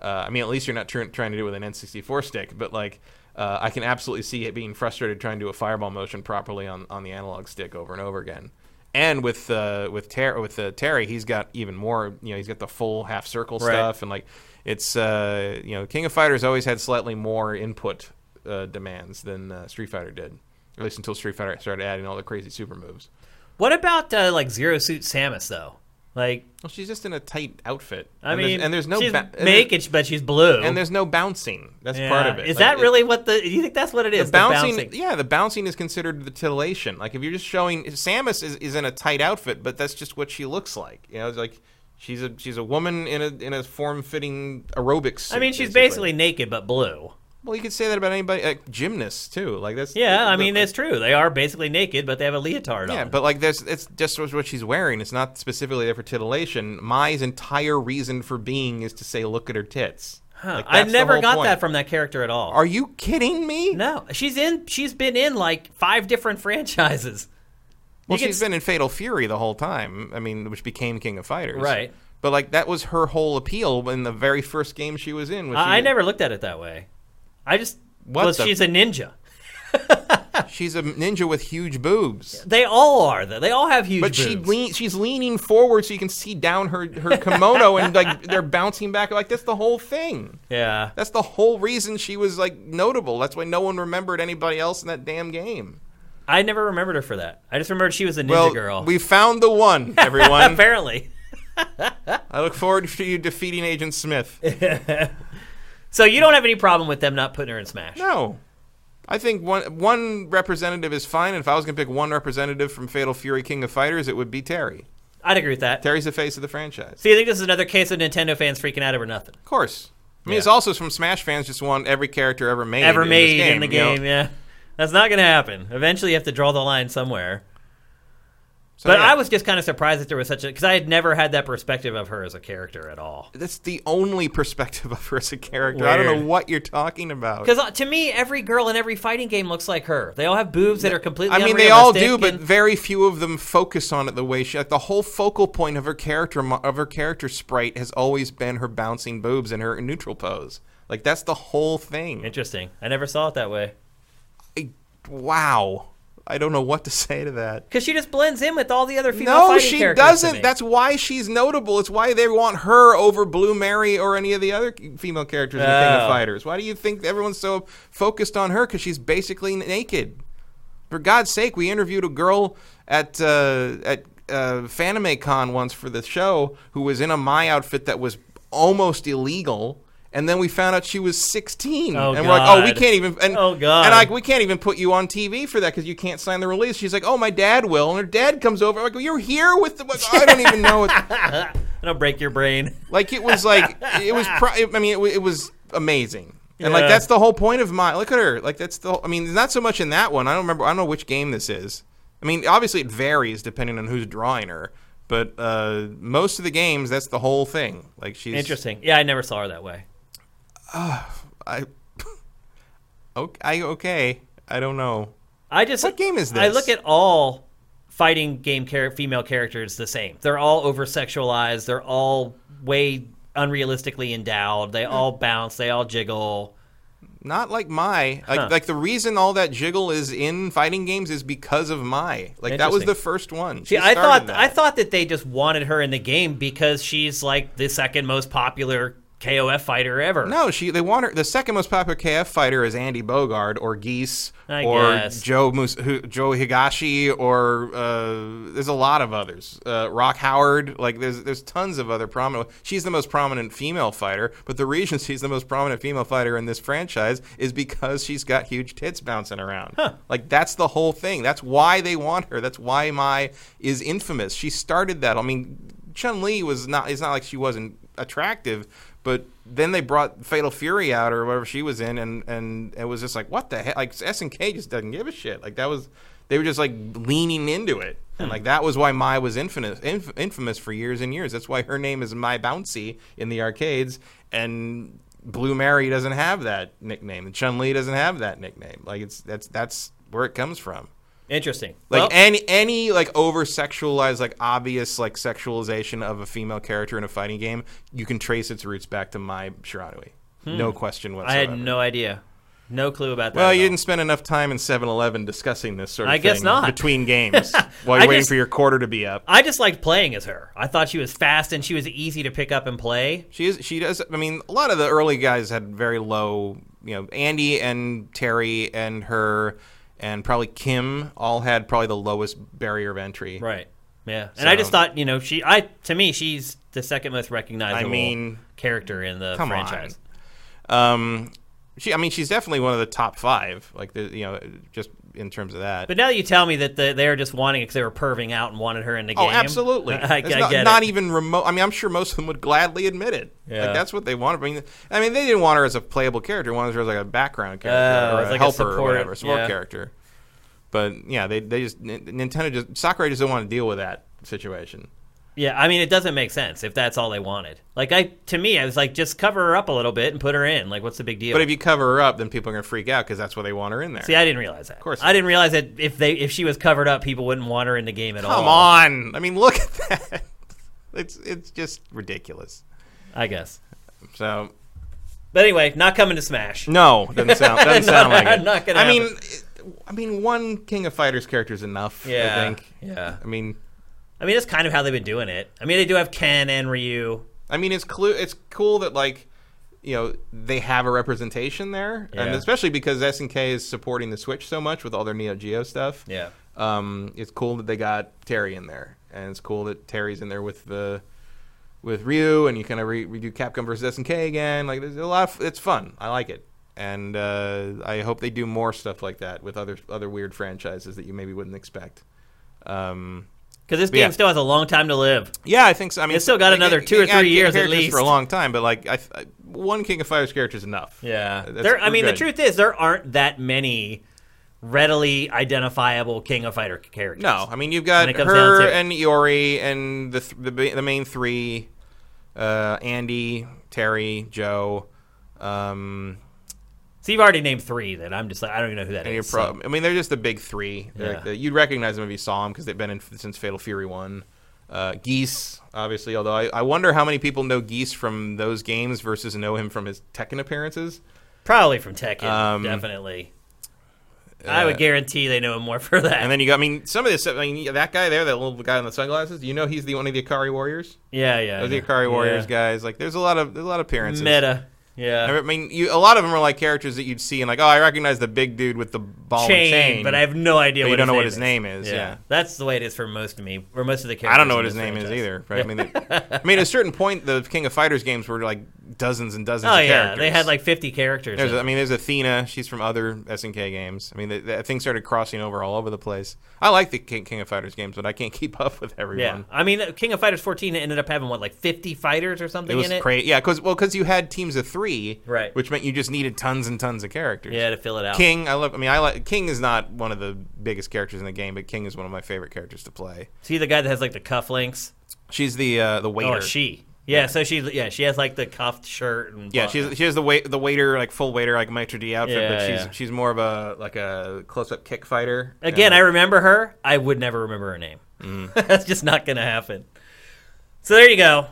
uh, I mean, at least you're not tr- trying to do it with an N64 stick. But like, uh, I can absolutely see it being frustrated trying to do a fireball motion properly on, on the analog stick over and over again. And with uh, with Ter- with uh, Terry, he's got even more. You know, he's got the full half circle
Right.
stuff and like it's uh, you know King of Fighters always had slightly more input uh, demands than uh, Street Fighter did, at least until Street Fighter started adding all the crazy super moves.
What about uh, like Zero Suit Samus though? Like,
Well, she's just in a tight outfit.
I
and
mean,
there's, and there's no
she's
ba- and
naked, but she's blue.
there's, and there's no bouncing. That's
Yeah.
part of it.
Is
Like,
that
it-
really what the? You think that's what it is?
The bouncing, yeah, the bouncing is considered the titillation. Like if you're just showing Samus is, is in a tight outfit, but that's just what she looks like. You know, it's like she's a she's a woman in a in a form fitting aerobics.
I mean, she's basically naked but blue.
Well, you could say that about anybody, uh, gymnasts too. Like that's
Yeah, I
the-
mean that's true. They are basically naked, but they have a leotard
yeah,
on.
but like there's it's just what what she's wearing. It's not specifically there for titillation. Mai's entire reason for being is to say, look at her tits.
Huh.
Like,
I
that's the
never
whole
got
point.
that from that character at all.
Are you kidding me?
no, she's in. She's been in like five different [LAUGHS] franchises.
Well,
You can
she's been in Fatal Fury the whole time. I mean, which became King of Fighters,
Right.
But like that was her whole appeal in the very first game she was in. Was she,
I, I never looked at it that way. I just
What
well,
the-
she's a ninja.
She's a ninja with huge boobs.
They all are. though. They all have huge.
But she
boobs.
lean, she's leaning forward so you can see down her,
[LAUGHS]
her kimono and like they're bouncing back. Like that's the whole thing.
Yeah.
That's the whole reason she was like notable. That's why no one remembered anybody else in that damn game.
I never remembered her for that. I just remembered she was a ninja
Well,
girl.
we found
[LAUGHS]
the one, everyone.
Apparently. [LAUGHS]
I look forward to you defeating Agent Smith.
So you don't have any problem with them not putting her in Smash?
No. I think one one representative is fine, and if I was going to pick one representative from Fatal Fury King of Fighters, it would be Terry.
I'd agree with that.
Terry's the face of the franchise.
So you think this is another case of Nintendo fans freaking out over nothing?
Of course. I mean, it's
Yeah.
also from Smash fans just want every character ever made.
Ever
in this
made in the
you know?
game, yeah. That's not going to happen. Eventually, you have to draw the line somewhere.
So,
But
yeah.
I was just kind of surprised that there was such a because I had never had that perspective of her as a character at all.
That's the only perspective [LAUGHS] of her as a character. I don't
Weird.
know what you're talking about.
Because uh, to me, every girl in every fighting game looks like her. They all have boobs that are completely.
I mean, they all do,
unrealistic
but
and-
very few of them focus on it the way she. Like, the whole focal point of her character mo- of her character sprite has always been her bouncing boobs and her neutral pose. Like that's the whole thing.
interesting. I never saw it that way.
I- wow, I don't know what to [LAUGHS] say to that.
Because she just blends in with all the other female
No,
fighting
she
characters. to me.
doesn't. That's why she's notable. It's why they want her over Blue Mary or any of the other female characters in King
Oh.
of Fighters. Why do you think everyone's so focused on her? Because she's basically naked. For God's sake, we interviewed a girl at uh, at uh, FanimeCon once for the show who was in a my outfit that was almost illegal. And then we found out she was 16,
Oh,
and we're like, "Oh, we
God.
can't even." And,
Oh, God.
And I, we can't even put you on TV for that because you can't sign the release. She's like, oh, my dad will. And her dad comes over. I'm like, well, you're here with the. what- I don't even
[LAUGHS]
know. It.
And I'll break your
[LAUGHS]
brain.
Like, it was like, it was, pro- I mean, it, wa- it was amazing. And like
Yeah.
that's the whole point of my look at her like that's the whole- I mean not so much in that one I don't remember I don't know which game this is I mean obviously it varies depending on who's drawing her but uh, most of the games that's the whole thing like she's
Interesting. Yeah, I never saw her that way.
I [LAUGHS] okay I, okay I don't know
I just
What game is
I
this?
look at all fighting game char- female characters the same. They're all over sexualized. They're all way unrealistically endowed.
Hmm.
They all bounce. They all jiggle.
Not like my like
Huh.
like the reason all that jiggle is in fighting games is because of my like that was
Interesting.
the first one. She
See, I
started
thought
that.
I thought that they just wanted her in the game because she's like the second most popular KOF fighter ever.
no, she they want her. The second most popular KF fighter is Andy Bogard or Geese
I
or
guess.
Joe Mus- who, Joe Higashi or uh, there's a lot of others. Uh, Rock Howard like there's there's tons of other prominent. She's the most prominent female fighter, but the reason [LAUGHS] she's the most prominent female fighter in this franchise is because she's got huge tits bouncing around. Like that's the whole thing. That's why they want her. That's why Mai is infamous. She started that. I mean, Chun Li was not. It's not like she wasn't attractive, but then they brought Fatal Fury out or whatever she was in, and and it was just like what the heck? Like S and K just doesn't give a shit. Like that was they were just like leaning into it, and like that was why Mai was infamous inf- infamous for years and years. That's why her name is Mai Bouncy in the arcades, and Blue Mary doesn't have that nickname, and Chun Li doesn't have that nickname. Like it's that's that's where it comes from.
Interesting.
Like
Well,
any any like over sexualized like obvious like sexualization of a female character in a fighting game, you can trace its roots back to my Shiranui. No question
Hmm. I
whatsoever.
had no idea, no clue about that.
well,
at
you
all.
didn't spend enough time in 7-Eleven discussing this sort of
I guess
thing
not. [LAUGHS]
between games while you're
I
waiting
just-
for your quarter to be up.
I just liked playing as her. I thought she was fast and she was easy to pick up and play.
She is. She does. I mean, a lot of the early guys had very low. You know, Andy and Terry and her and probably Kim all had probably the lowest barrier of entry.
Right. Yeah. And I just
So-
thought, you know, she I to me she's the second most recognizable
mean,
character in the
come
franchise.
Um, she. I mean, she's definitely one of the top five. Like the, you know, just in terms of that.
But now that you tell me that the, they were just wanting it because they were perving out and wanted her in the
oh,
game.
absolutely.
[LAUGHS] I, I
It's not,
get
not
it.
even remote. I mean, I'm sure most of them would gladly admit it.
Yeah.
Like that's what they wanted. I mean, I mean, they didn't want her as a playable character. They wanted her as like a background character
Oh,
or
it's
a
like a
helper or
support,
whatever, support
yeah.
character. But yeah, they they just N- Nintendo just Sakurai just didn't want to deal with that situation.
yeah, I mean, it doesn't make sense if that's all they wanted. Like, I to me, I was like, just cover her up a little bit and put her in. Like, what's the big deal?
But if you cover her up, then people are gonna freak out because that's why they want her in there.
See, I didn't realize that. Of
course.
I didn't realize that if they if she was covered up, people wouldn't want her in the game at all.
Come on, I mean, look at that. [LAUGHS] It's it's just ridiculous.
I guess.
So
But anyway, not coming to Smash.
No, doesn't [LAUGHS] sound doesn't
No,
sound like
I'm
it.
not gonna
I
have
mean,
it.
it- I mean, one King of Fighters character is enough.
Yeah,
I think.
yeah.
I mean,
I mean, that's kind of how they've been doing it. I mean, they do have Ken and Ryu.
I mean, it's clu- It's cool that like, you know, they have a representation there, and
Yeah.
especially because SNK is supporting the Switch so much with all their Neo Geo stuff.
Yeah.
Um, it's cool that they got Terry in there, and it's cool that Terry's in there with the. With Ryu, and you kind of re- redo Capcom versus SNK again. Like, there's a lot. Of, it's fun. I like it, and uh, I hope they do more stuff like that with other other weird franchises that you maybe wouldn't expect. Um,
Because this
But
game
yeah.
still has a long time to live.
yeah, I think so. I mean,
It's still got
like,
another
it-
two or
it got
three years at
characters
least.
for a long time. But like, I, th- I- one King of Fighters character is enough.
Yeah.
That's-
There, I
we're
mean, the
good.
truth is, there aren't that many readily identifiable King of Fighter characters.
No, I mean you've
When
got
it comes down
her
to it.
and Iori and the th- the, ba- the main three, uh, Andy, Terry, Joe. Um,
So you've already named three that I'm just like, I don't even know who that
and your
is.
pro-
so-
I mean, they're just the big three. They're like
Yeah.
the- you'd recognize them if you saw them because they've been in since Fatal Fury One. Uh, Geese, obviously. Although I, I wonder how many people know Geese from those games versus know him from his Tekken appearances.
probably from Tekken,
Um,
definitely. I would guarantee they know him more [LAUGHS] for that.
And then you got, I mean, some of this. I mean, that guy there, that little guy in the sunglasses. Do you know he's the one of the Akari Warriors?
yeah, yeah.
Those
yeah.
are the Akari Warriors
yeah.
guys. Like, there's a lot of there's a lot of appearances.
Meta. Yeah.
I mean, you, a lot of them are like characters that you'd see and like, oh, I recognize the big dude with the ball
Chain,
and chain,
but I have no idea
but
what
you don't know what
his
his name is. Yeah.
That's the way it is for most of me, or most of the characters.
I don't know
in
what his
this
name is
franchise.
either. Right? I mean, they, I
[LAUGHS]
mean, at a certain point, the King of Fighters games were like dozens and dozens.
Oh,
of
yeah.
characters.
They had like 50 characters.
There's,
in
I mean, there's Athena. She's from other SNK games. I mean, the, the thing started crossing over all over the place. I like the King, King of Fighters games, but I can't [LAUGHS] keep up with everyone.
Yeah, I mean, King of Fighters 14 ended up having what, like 50 fighters or something
It was
in it.
crazy. Yeah, because well, because you had teams of three,
Right.
Which meant you just needed tons and tons of characters.
Yeah, to fill it out.
King, I love. I mean, I like King is not one of the biggest characters in the game, but King is one of my favorite characters to play.
See the guy that has like the cufflinks.
She's the uh, the waiter.
Oh, she. Yeah, so she. Yeah, she has like the cuffed shirt and.
Yeah, she's she has the wait the waiter like full waiter like maitre d outfit,
Yeah,
but she's
yeah.
she's more of a like a close up kick fighter.
Again,
And-
I remember her. I would never remember her name.
Mm.
[LAUGHS] That's just not going to happen. So there you go.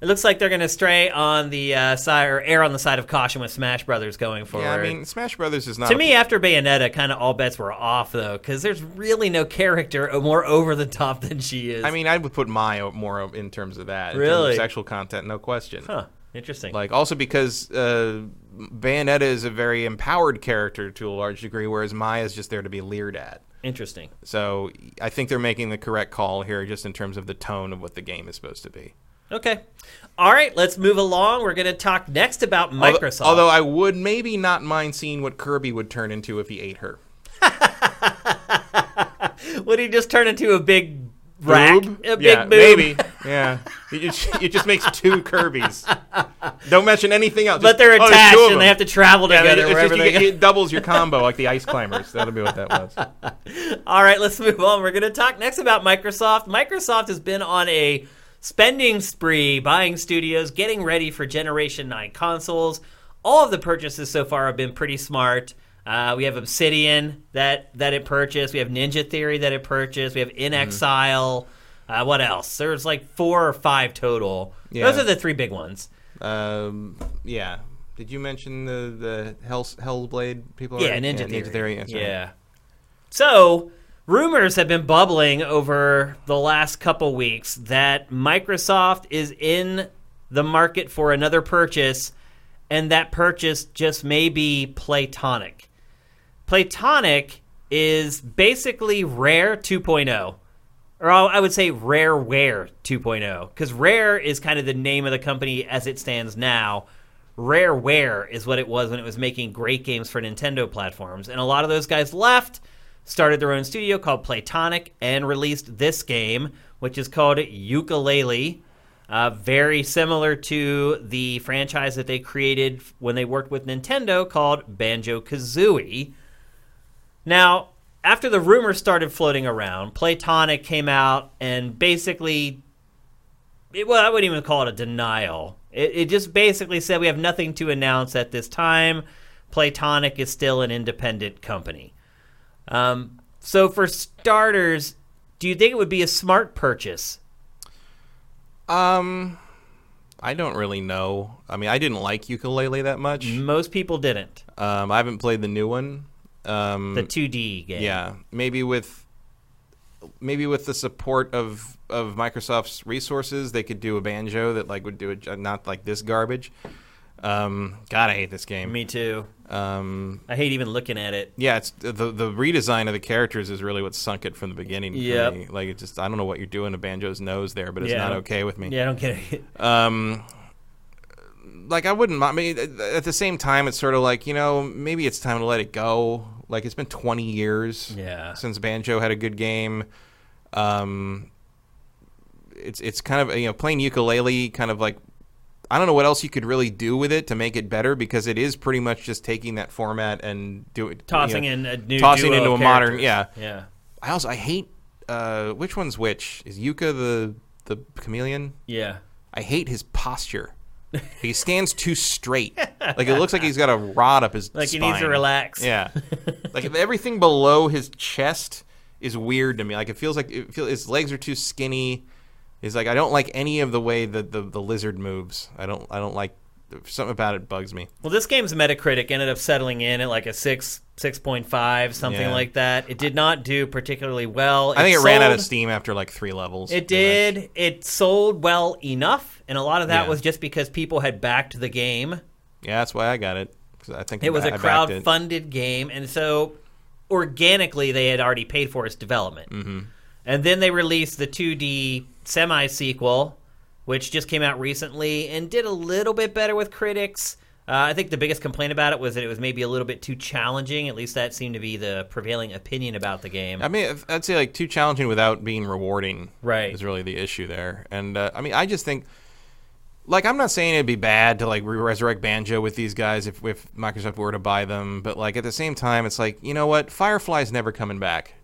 It looks like they're going to stray on the uh, side or err on the side of caution with Smash Brothers going forward.
yeah, I mean, uh, Smash Brothers is not
to
a-
me, after Bayonetta, kind of all bets were off though, because there's really no character more over the top than she is.
I mean, I would put my o- more o- in terms of that. in terms of
Really?
sexual content, no question.
huh? Interesting.
Like also because uh, Bayonetta is a very empowered character to a large degree, whereas Maya is just there to be leered at.
Interesting.
So I think they're making the correct call here, just in terms of the tone of what the game is supposed to be.
Okay. All right, let's move along. We're going to talk next about
Although-
Microsoft.
Although, I would maybe not mind seeing what Kirby would turn into if he ate her.
would he just turn into a big rack?
Boob?
A big
yeah,
boob?
maybe. Yeah, it just, it just makes two Kirby's. Don't mention anything else.
But they're
Just- oh, there's
attached
two of
and they
them.
have to travel
Yeah,
together
it's just
wherever
you
they
get-
go.
it doubles your combo like the ice climbers. That'll be what that was.
All right, let's move on. We're going to talk next about Microsoft. Microsoft has been on a spending spree, buying studios, getting ready for Generation 9 consoles. All of the purchases so far have been pretty smart. Uh, we have Obsidian that, that it purchased. We have Ninja Theory that it purchased. We have In
Mm-hmm.
Exile. Uh, what else? There's like four or five total.
Yeah.
Those are the three big ones.
Um, yeah. Did you mention the the Hell, Hellblade people?
Yeah,
already?
Ninja Theory.
Ninja Theory. that's right.
Yeah. So, rumors have been bubbling over the last couple weeks that Microsoft is in the market for another purchase, and that purchase just may be Platonic. Platonic is basically Rare oh. 2.0. Or I I would say Rareware 2.0, because Rare is kind of the name of the company as it stands now. Rareware is what it was when it was making great games for Nintendo platforms. And a lot of those guys left, started their own studio called Platonic, and released this game, which is called Ukulele. Uh, very similar to the franchise that they created when they worked with Nintendo called Banjo Kazooie. Now, after the rumors started floating around, Platonic came out and basically, it, well, I wouldn't even call it a denial. It, it just basically said we have nothing to announce at this time. Platonic is still an independent company. Um, so, for starters, do you think it would be a smart purchase?
Um, I don't really know. I mean, I didn't like Ukulele that much.
Most people didn't.
Um, I haven't played the new one. Um,
The 2D game.
yeah, maybe with maybe with the support of of Microsoft's resources, they could do a banjo that like would do it not like this garbage. Um, God, I hate this game.
Me too.
Um,
I hate even looking at it.
yeah, it's the the redesign of the characters is really what sunk it from the beginning. for
Yep.
me. like it just I don't know what you're doing to Banjo's nose there, but it's
Yeah.
not okay with me.
Yeah, I don't get it. [LAUGHS]
Um, like I wouldn't. mi- I mean, at- at the same time, it's sort of like you know maybe it's time to let it go. Like it's been 20 years
Yeah.
since Banjo had a good game. Um, it's it's kind of you know playing ukulele kind of like I don't know what else you could really do with it to make it better because it is pretty much just taking that format and do it
Tossing
you know,
in a new
tossing
duo
into a
of
modern
characters.
yeah.
yeah.
I also I hate uh, which one's which is Yuka the the chameleon.
Yeah.
I hate his posture. he stands too straight. Like it looks like he's got a rod up his
Like he needs to
spine.
relax. [LAUGHS]
Yeah. like if everything below his chest is weird to me. Like it feels like it feel, his legs are too skinny. Is like I don't like any of the way that the, the lizard moves. I don't I don't like something about it bugs me.
Well, this game's Metacritic ended up settling in at like a six, six point five, something
Yeah.
like that. It did not do particularly well.
I think it ran out of
sold-
steam after like 3 levels.
It
pretty
did.
much.
It sold well enough, and a lot of that
Yeah.
was just because people had backed the game.
Yeah, that's why I got it. 'Cause I think
It was
I
a
backed it.
crowd-funded game, and so organically they had already paid for its development. Mm-hmm. And then they released the 2D semi sequel, which just came out recently and did a little bit better with critics. Uh, I think the biggest complaint about it was that it was maybe a little bit too challenging. At least that seemed to be the prevailing opinion about the game.
I mean, I'd say like too challenging without being rewarding.
Right.
is really the issue there. And uh, I mean, I just think, like, I'm not saying it'd be bad to like re- resurrect Banjo with these guys if if Microsoft were to buy them, but like at the same time, it's like you know what, Firefly's never coming back.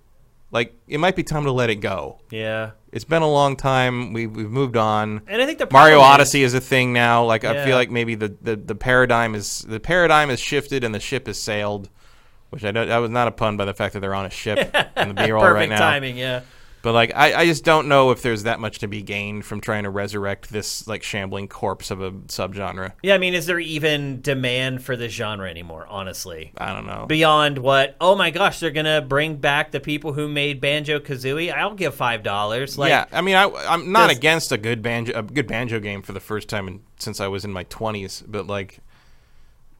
Like, it might be time to let it go.
yeah,
It's been a long time. We we've moved on.
and I think the
Mario
problem is-
Odyssey is a thing now. Like I
Yeah.
feel like maybe the, the, the paradigm is the paradigm is shifted and the ship has sailed, which I don't. That was not a pun by the fact that they're on
[LAUGHS]
a ship in the B roll
perfect
right now.
timing. Yeah,
But like I, I just don't know if there's that much to be gained from trying to resurrect this like shambling corpse of a subgenre.
yeah. I mean, is there even demand for this genre anymore? Honestly,
I don't know.
beyond what oh my gosh they're gonna bring back the people who made banjo kazooie i'll give five dollars like
yeah, I mean, I, I'm not
Does-
against a good banjo, a good banjo game for the first time in, since I was in my 20s. But like,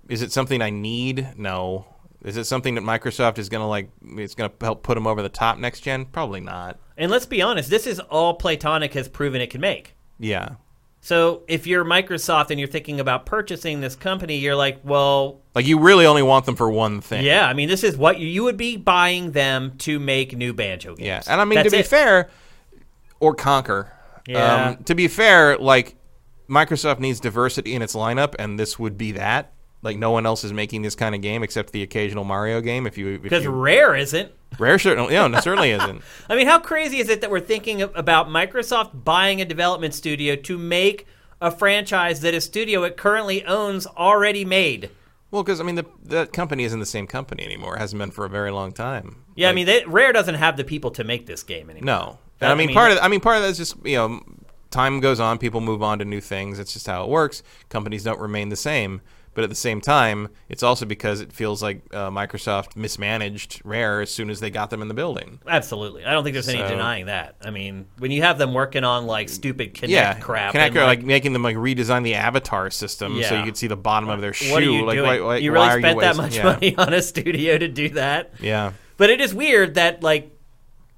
is it something I need? No. Is it something that Microsoft is gonna like? It's gonna help put them over the top next gen? Probably not.
and let's be honest this is all platonic has proven it can make
Yeah.
so if you're microsoft and you're thinking about purchasing this company you're like well
Like you really only want them for one thing.
yeah i mean this is what you, you would be buying them to make new banjo games
Yeah, and I mean
That's
to be
it.
fair, or conquer. Um,
Yeah.
to be fair, like Microsoft needs diversity in its lineup, and this would be that. Like no one else is making this kind of game except the occasional Mario game. If you, if
because
you-
rare isn't
rare, certainly, yeah, no, certainly isn't. [LAUGHS]
I mean, how crazy is it that we're thinking of, about Microsoft buying a development studio to make a franchise that a studio it currently owns already made?
Well, because I mean, the that company isn't the same company anymore. It hasn't been for a very long time.
Yeah, I
Like,
mean, they, Rare doesn't have the people to make this game anymore.
no.
That-
And I mean,
I mean-
part of I mean, part of that's just you know, time goes on, people move on to new things. It's just how it works. Companies don't remain the same. But at the same time, it's also because it feels like uh, Microsoft mismanaged Rare as soon as they got them in the building.
Absolutely. I don't think there's any
So-
denying that. I mean, when you have them working on like stupid Kinect
yeah,
crap,
Kinect
and,
are, like, making them like redesign the avatar system so
Yeah.
you could see the bottom of their shoe.
what are you
like,
doing?
Why, why,
you really
why are
spent that
wasting-
much
yeah.
money on a studio to do that?
Yeah.
But it is weird that like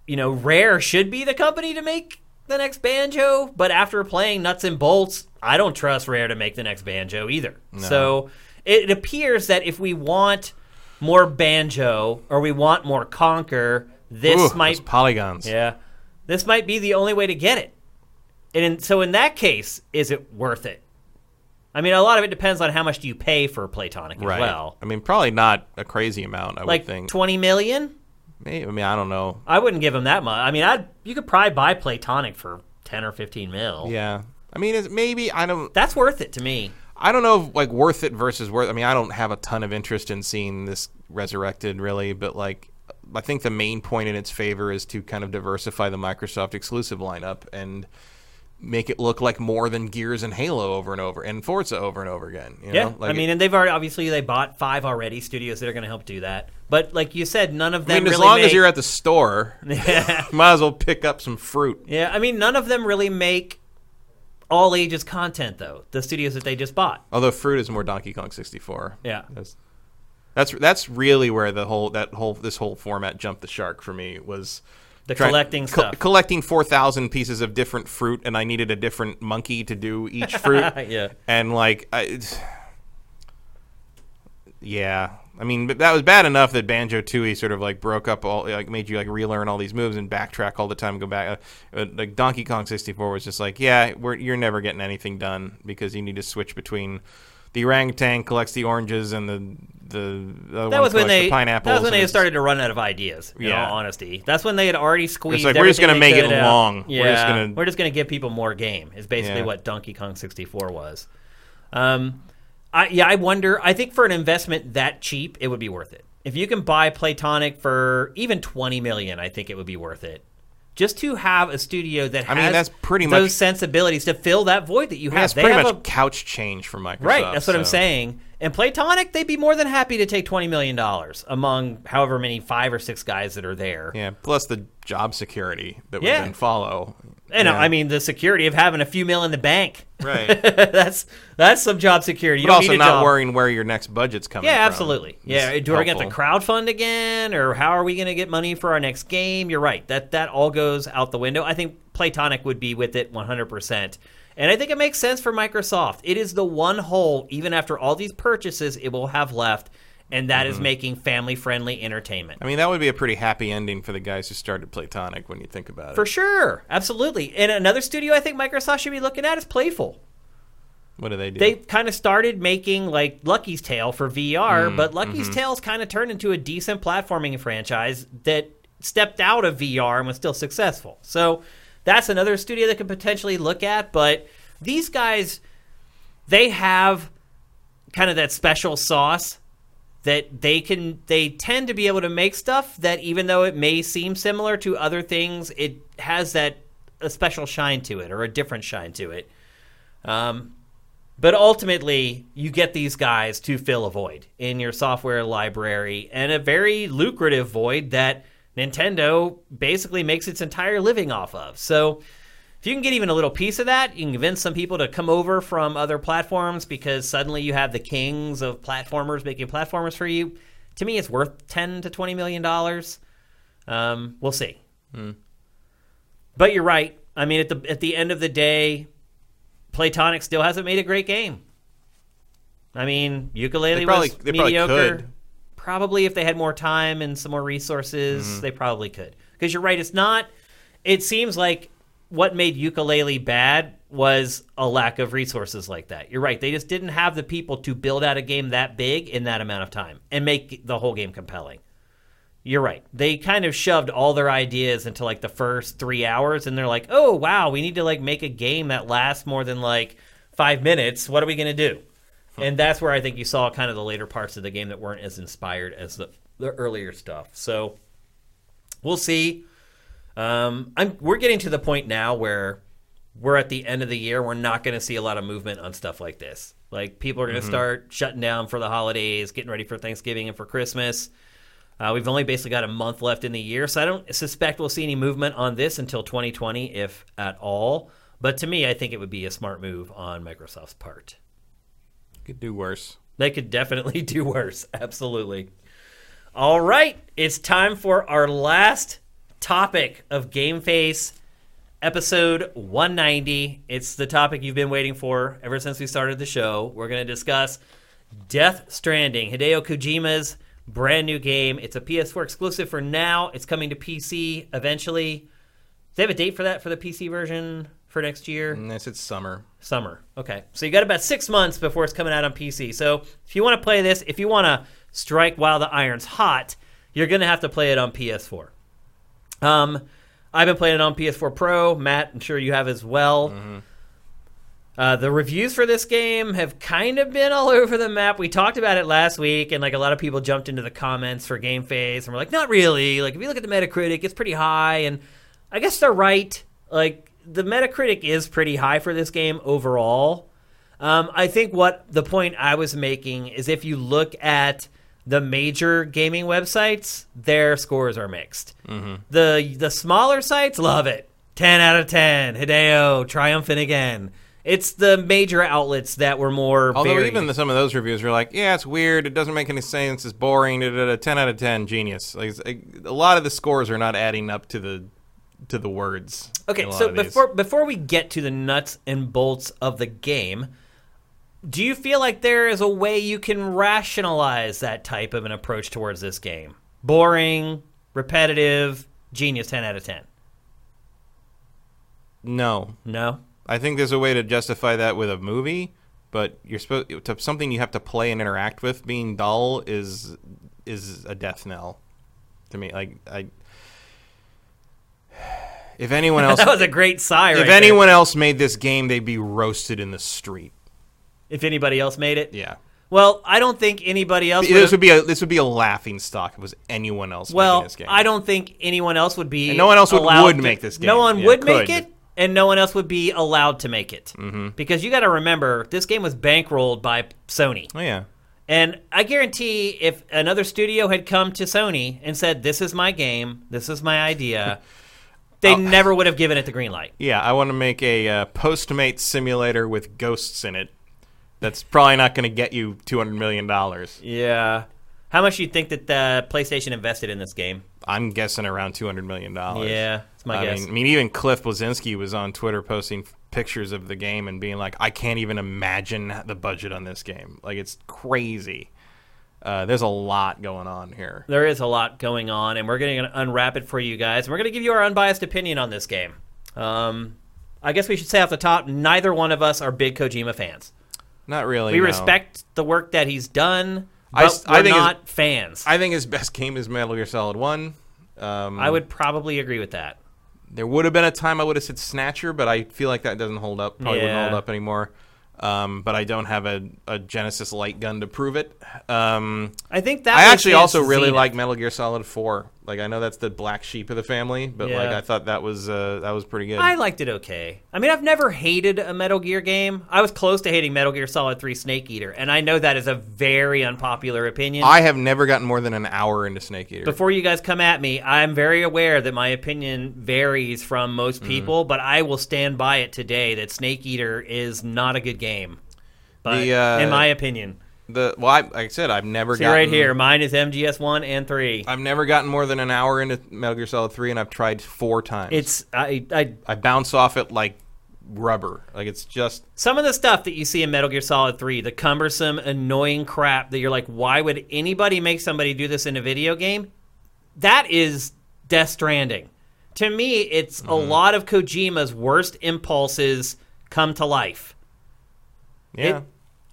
you know Rare should be the company to make the next banjo, but after playing Nuts and Bolts, I don't trust Rare to make the next banjo either. So it appears that if we want more banjo or we want more Conquer, this
Ooh,
might
those polygons.
yeah, this might be the only way to get it. And in, so in that case, is it worth it? I mean, a lot of it depends on how much do you pay for Platonic
Right.
as well.
I mean, probably not a crazy amount. I would
Like
think.
twenty million.
Maybe, I mean, I don't know.
I wouldn't give him that much. I mean, I'd you could probably buy Platonic for ten or fifteen mil.
Yeah. I mean, it's maybe I don't.
that's worth it to me.
I don't know, if, like worth it versus worth. I mean, I don't have a ton of interest in seeing this resurrected, really. But like, I think the main point in its favor is to kind of diversify the Microsoft exclusive lineup and make it look like more than Gears and Halo over and over and Forza over and over again. You
Yeah,
know? like
I mean,
it-
and they've already obviously they bought five already studios that are going to help do that. But like you said, none of
I
them.
mean, as
really
long
make,
as
[LAUGHS]
you're at the store, might as well pick up some fruit.
yeah, I mean, none of them really make all ages content though. The studios that they just bought.
Although fruit is more Donkey Kong 64.
Yeah.
That's that's, that's really where the whole that whole this whole format jumped the shark for me was
The
try-
collecting
co-
stuff.
collecting 4000 pieces of different fruit and I needed a different monkey to do
[LAUGHS]
each fruit.
Yeah.
And like I it's- yeah, I mean, but that was bad enough that Banjo Tooie sort of like broke up all, like made you like relearn all these moves and backtrack all the time, go back. Uh, uh, like Donkey Kong 64 was just like, yeah, we're, you're never getting anything done because you need to switch between the orangutan collects the oranges and the the, the other
That
one
was when
collects the
they. That
pineapples.
was when
and
they
it's-
started to run out of ideas. In
Yeah.
all honesty, that's when they had already squeezed.
like, we're just
everything they
gonna make
could
it
out.
long.
Yeah,
We're just gonna-
give people more game. Is basically
Yeah.
what Donkey Kong 64 was. Um, I yeah, I wonder. I think for an investment that cheap, it would be worth it. If you can buy Playtonic for even 20 million, I think it would be worth it. Just to have a studio that
I
has
mean, that's pretty
those
much-
sensibilities to fill that void that you have.
I mean, that's
They
pretty
have
much
a-
couch change from Microsoft.
Right, that's what I'm
so.
saying. And Playtonic, they'd be more than happy to take twenty million dollars among however many five or six guys that are there.
Yeah, plus the job security that
Yeah.
would then follow.
And uh,
Yeah.
I mean the security of having a few mil in the bank. [LAUGHS]
right.
that's that's some job security. You
but
don't
also
need a
not
job.
worrying where your next budget's coming
Yeah,
from.
absolutely. Yeah,
It's
do we have to
helpful.
crowdfund again, or how are we going to get money for our next game? You're right. That that all goes out the window. I think Playtonic would be with it 100, percent and I think it makes sense for Microsoft. It is the one hole, even after all these purchases, it will have left, and that is
Mm-hmm.
making family-friendly entertainment.
I mean, that would be a pretty happy ending for the guys who started Platonic when you think about it.
for sure, absolutely. And another studio I think Microsoft should be looking at is Playful.
what do they do?
they kind of started making like Lucky's Tale for VR, but Lucky's Tale's kind of turned into a decent platforming franchise that stepped out of VR and was still successful. So that's another studio that could potentially look at, but these guys they have kind of that special sauce that they can they tend to be able to make stuff that even though it may seem similar to other things, it has that a special shine to it or a different shine to it. Um, but ultimately, you get these guys to fill a void in your software library and a very lucrative void that Nintendo basically makes its entire living off of. So, if you can get even a little piece of that, you can convince some people to come over from other platforms because suddenly you have the kings of platformers making platformers for you. To me, it's worth 10 to 20 million dollars. Um, we'll see.
Hmm.
But you're right. I mean, at the at the end of the day, Platonic still hasn't made a great game. I mean, ukulele
They probably-
was
they probably
mediocre.
could.
Probably if they had more time and some more resources,
Hmm.
they probably could. Because you're right, it's not. It seems like what made ukulele bad was a lack of resources like that. You're right; they just didn't have the people to build out a game that big in that amount of time and make the whole game compelling. You're right. They kind of shoved all their ideas into like the first three hours, and they're like, "Oh wow, we need to like make a game that lasts more than like five minutes. What are we gonna do?" And that's where I think you saw kind of the later parts of the game that weren't as inspired as the the earlier stuff. So we'll see. Um, I'm we're getting to the point now where we're at the end of the year. We're not going to see a lot of movement on stuff like this. Like people are going to start shutting down for the holidays, getting ready for Thanksgiving and for Christmas. Uh, we've only basically got a month left in the year, so I don't suspect we'll see any movement on this until 2020, if at all. But to me, I think it would be a smart move on Microsoft's part.
could do worse.
They could definitely [LAUGHS] do worse. Absolutely. All right. It's time for our last topic of Game Face episode 190. It's the topic you've been waiting for ever since we started the show. We're going to discuss Death Stranding, Hideo Kojima's brand new game. It's a PS4 exclusive for now. It's coming to PC eventually. Do they have a date for that for the PC version for next year?
Unless it's summer.
Summer. Okay. So you got about six months before it's coming out on PC. So if you want to play this, if you want to strike while the iron's hot, you're going to have to play it on PS4. Um, I've been playing it on PS4 Pro. Matt, I'm sure you have as well. Uh, the reviews for this game have kind of been all [LAUGHS] over the map. We talked about it last week, and like a lot of people jumped into the comments for Game Face, and we're like, not really. Like if you look at the Metacritic, it's pretty high, and I guess they're right. Like the Metacritic is pretty high for this game overall. Um, I think what the point I was making is if you look at the major gaming websites, their scores are mixed.
Mm-hmm.
The the smaller sites love it. Ten out of ten. Hideo triumphant again. It's the major outlets that were more.
Although
varied.
even the, some of those reviews were like, yeah, it's weird. It doesn't make any sense. It's boring. Da, da, da, ten out of ten. Genius. Like, it's- like, a lot of the scores are not adding up to the to the words. in
Okay,
a lot
so
of these.
before before we get to the nuts and bolts of the game, Do you feel like there is a way you can rationalize that type of an approach towards this game? Boring, repetitive, genius 10 out of 10.
No,
No? [LAUGHS]
I think there's a way to justify that with a movie, but you're supposed to something you have to play and interact with. Being dull is is a death knell to me. Like I,
[LAUGHS]
if anyone else,
That was a great sigh right
if
there.
anyone else made this game, they'd be roasted in the street.
If anybody else made it?
Yeah.
Well, I don't think anybody else
This
would
would be a this would be a laughing stock. If it was anyone else making
Well,
this game.
I don't think anyone else would be.
And no one else would-
allowed
would
to-
make this game.
No one
Yeah,
would make
could.
it, and no one else would be allowed to make it. Mm-hmm. Because you got to remember, this game was bankrolled by Sony.
Oh yeah.
And I guarantee if another studio had come to Sony and said, This is my game, this is my
[LAUGHS]
idea, they
Oh.
never would have given it the green light.
Yeah, I want to make a uh, Postmate simulator with ghosts in it. That's probably not going to get you two hundred million dollars.
Yeah. How much do you think that the PlayStation invested in this game?
I'm guessing around two hundred million dollars.
Yeah, that's my
I
guess.
mean, I mean, even Cliff Blazinski was on Twitter posting f- pictures of the game and being like, "I can't even imagine the budget on this game. Like, it's crazy. Uh, there's a lot going on here."
There is a lot going on, and we're going to unwrap it for you guys. And we're going to give you our unbiased opinion on this game. Um, I guess we should say off the top, neither one of us are big Kojima fans.
Not really.
We
no.
respect the work that he's done,
I
but
s- I
we're
think it's-
not fans. I,
I think his best game is Metal Gear Solid One. Um,
would probably agree with that.
There would have been a time I would have said Snatcher, but I feel like that doesn't hold up. Probably
Yeah.
wouldn't hold up anymore. Um, but I don't have a, a Genesis light gun to prove it. Um,
I think that.
I
was
actually
his
also really
zenith.
like Metal Gear Solid Four. Like I know that's the black sheep of the family, but like
Yeah.
I thought that was uh, that was pretty good.
I liked it okay. I mean, I've never hated a Metal Gear game. I was close to hating Metal Gear Solid 3 Snake Eater, and I know that is a very unpopular opinion.
I have never gotten more than an hour into Snake Eater.
Before you guys come at me, I'm very aware that my opinion varies from most
Mm-hmm.
people, but I will stand by it today that Snake Eater is not a good game. But
The, uh,
in my opinion,
the well, I, like I said, I've never
see
gotten
right here, mine is MGS one and three.
I've never gotten more than an hour into Metal Gear Solid Three, and I've tried four times.
It's I, I
I bounce off it like rubber. Like it's just
some of the stuff that you see in Metal Gear Solid 3, the cumbersome, annoying crap that you're like, why would anybody make somebody do this in a video game? That is Death Stranding. To me, it's a
Mm-hmm.
lot of Kojima's worst impulses come to life. It-
yeah.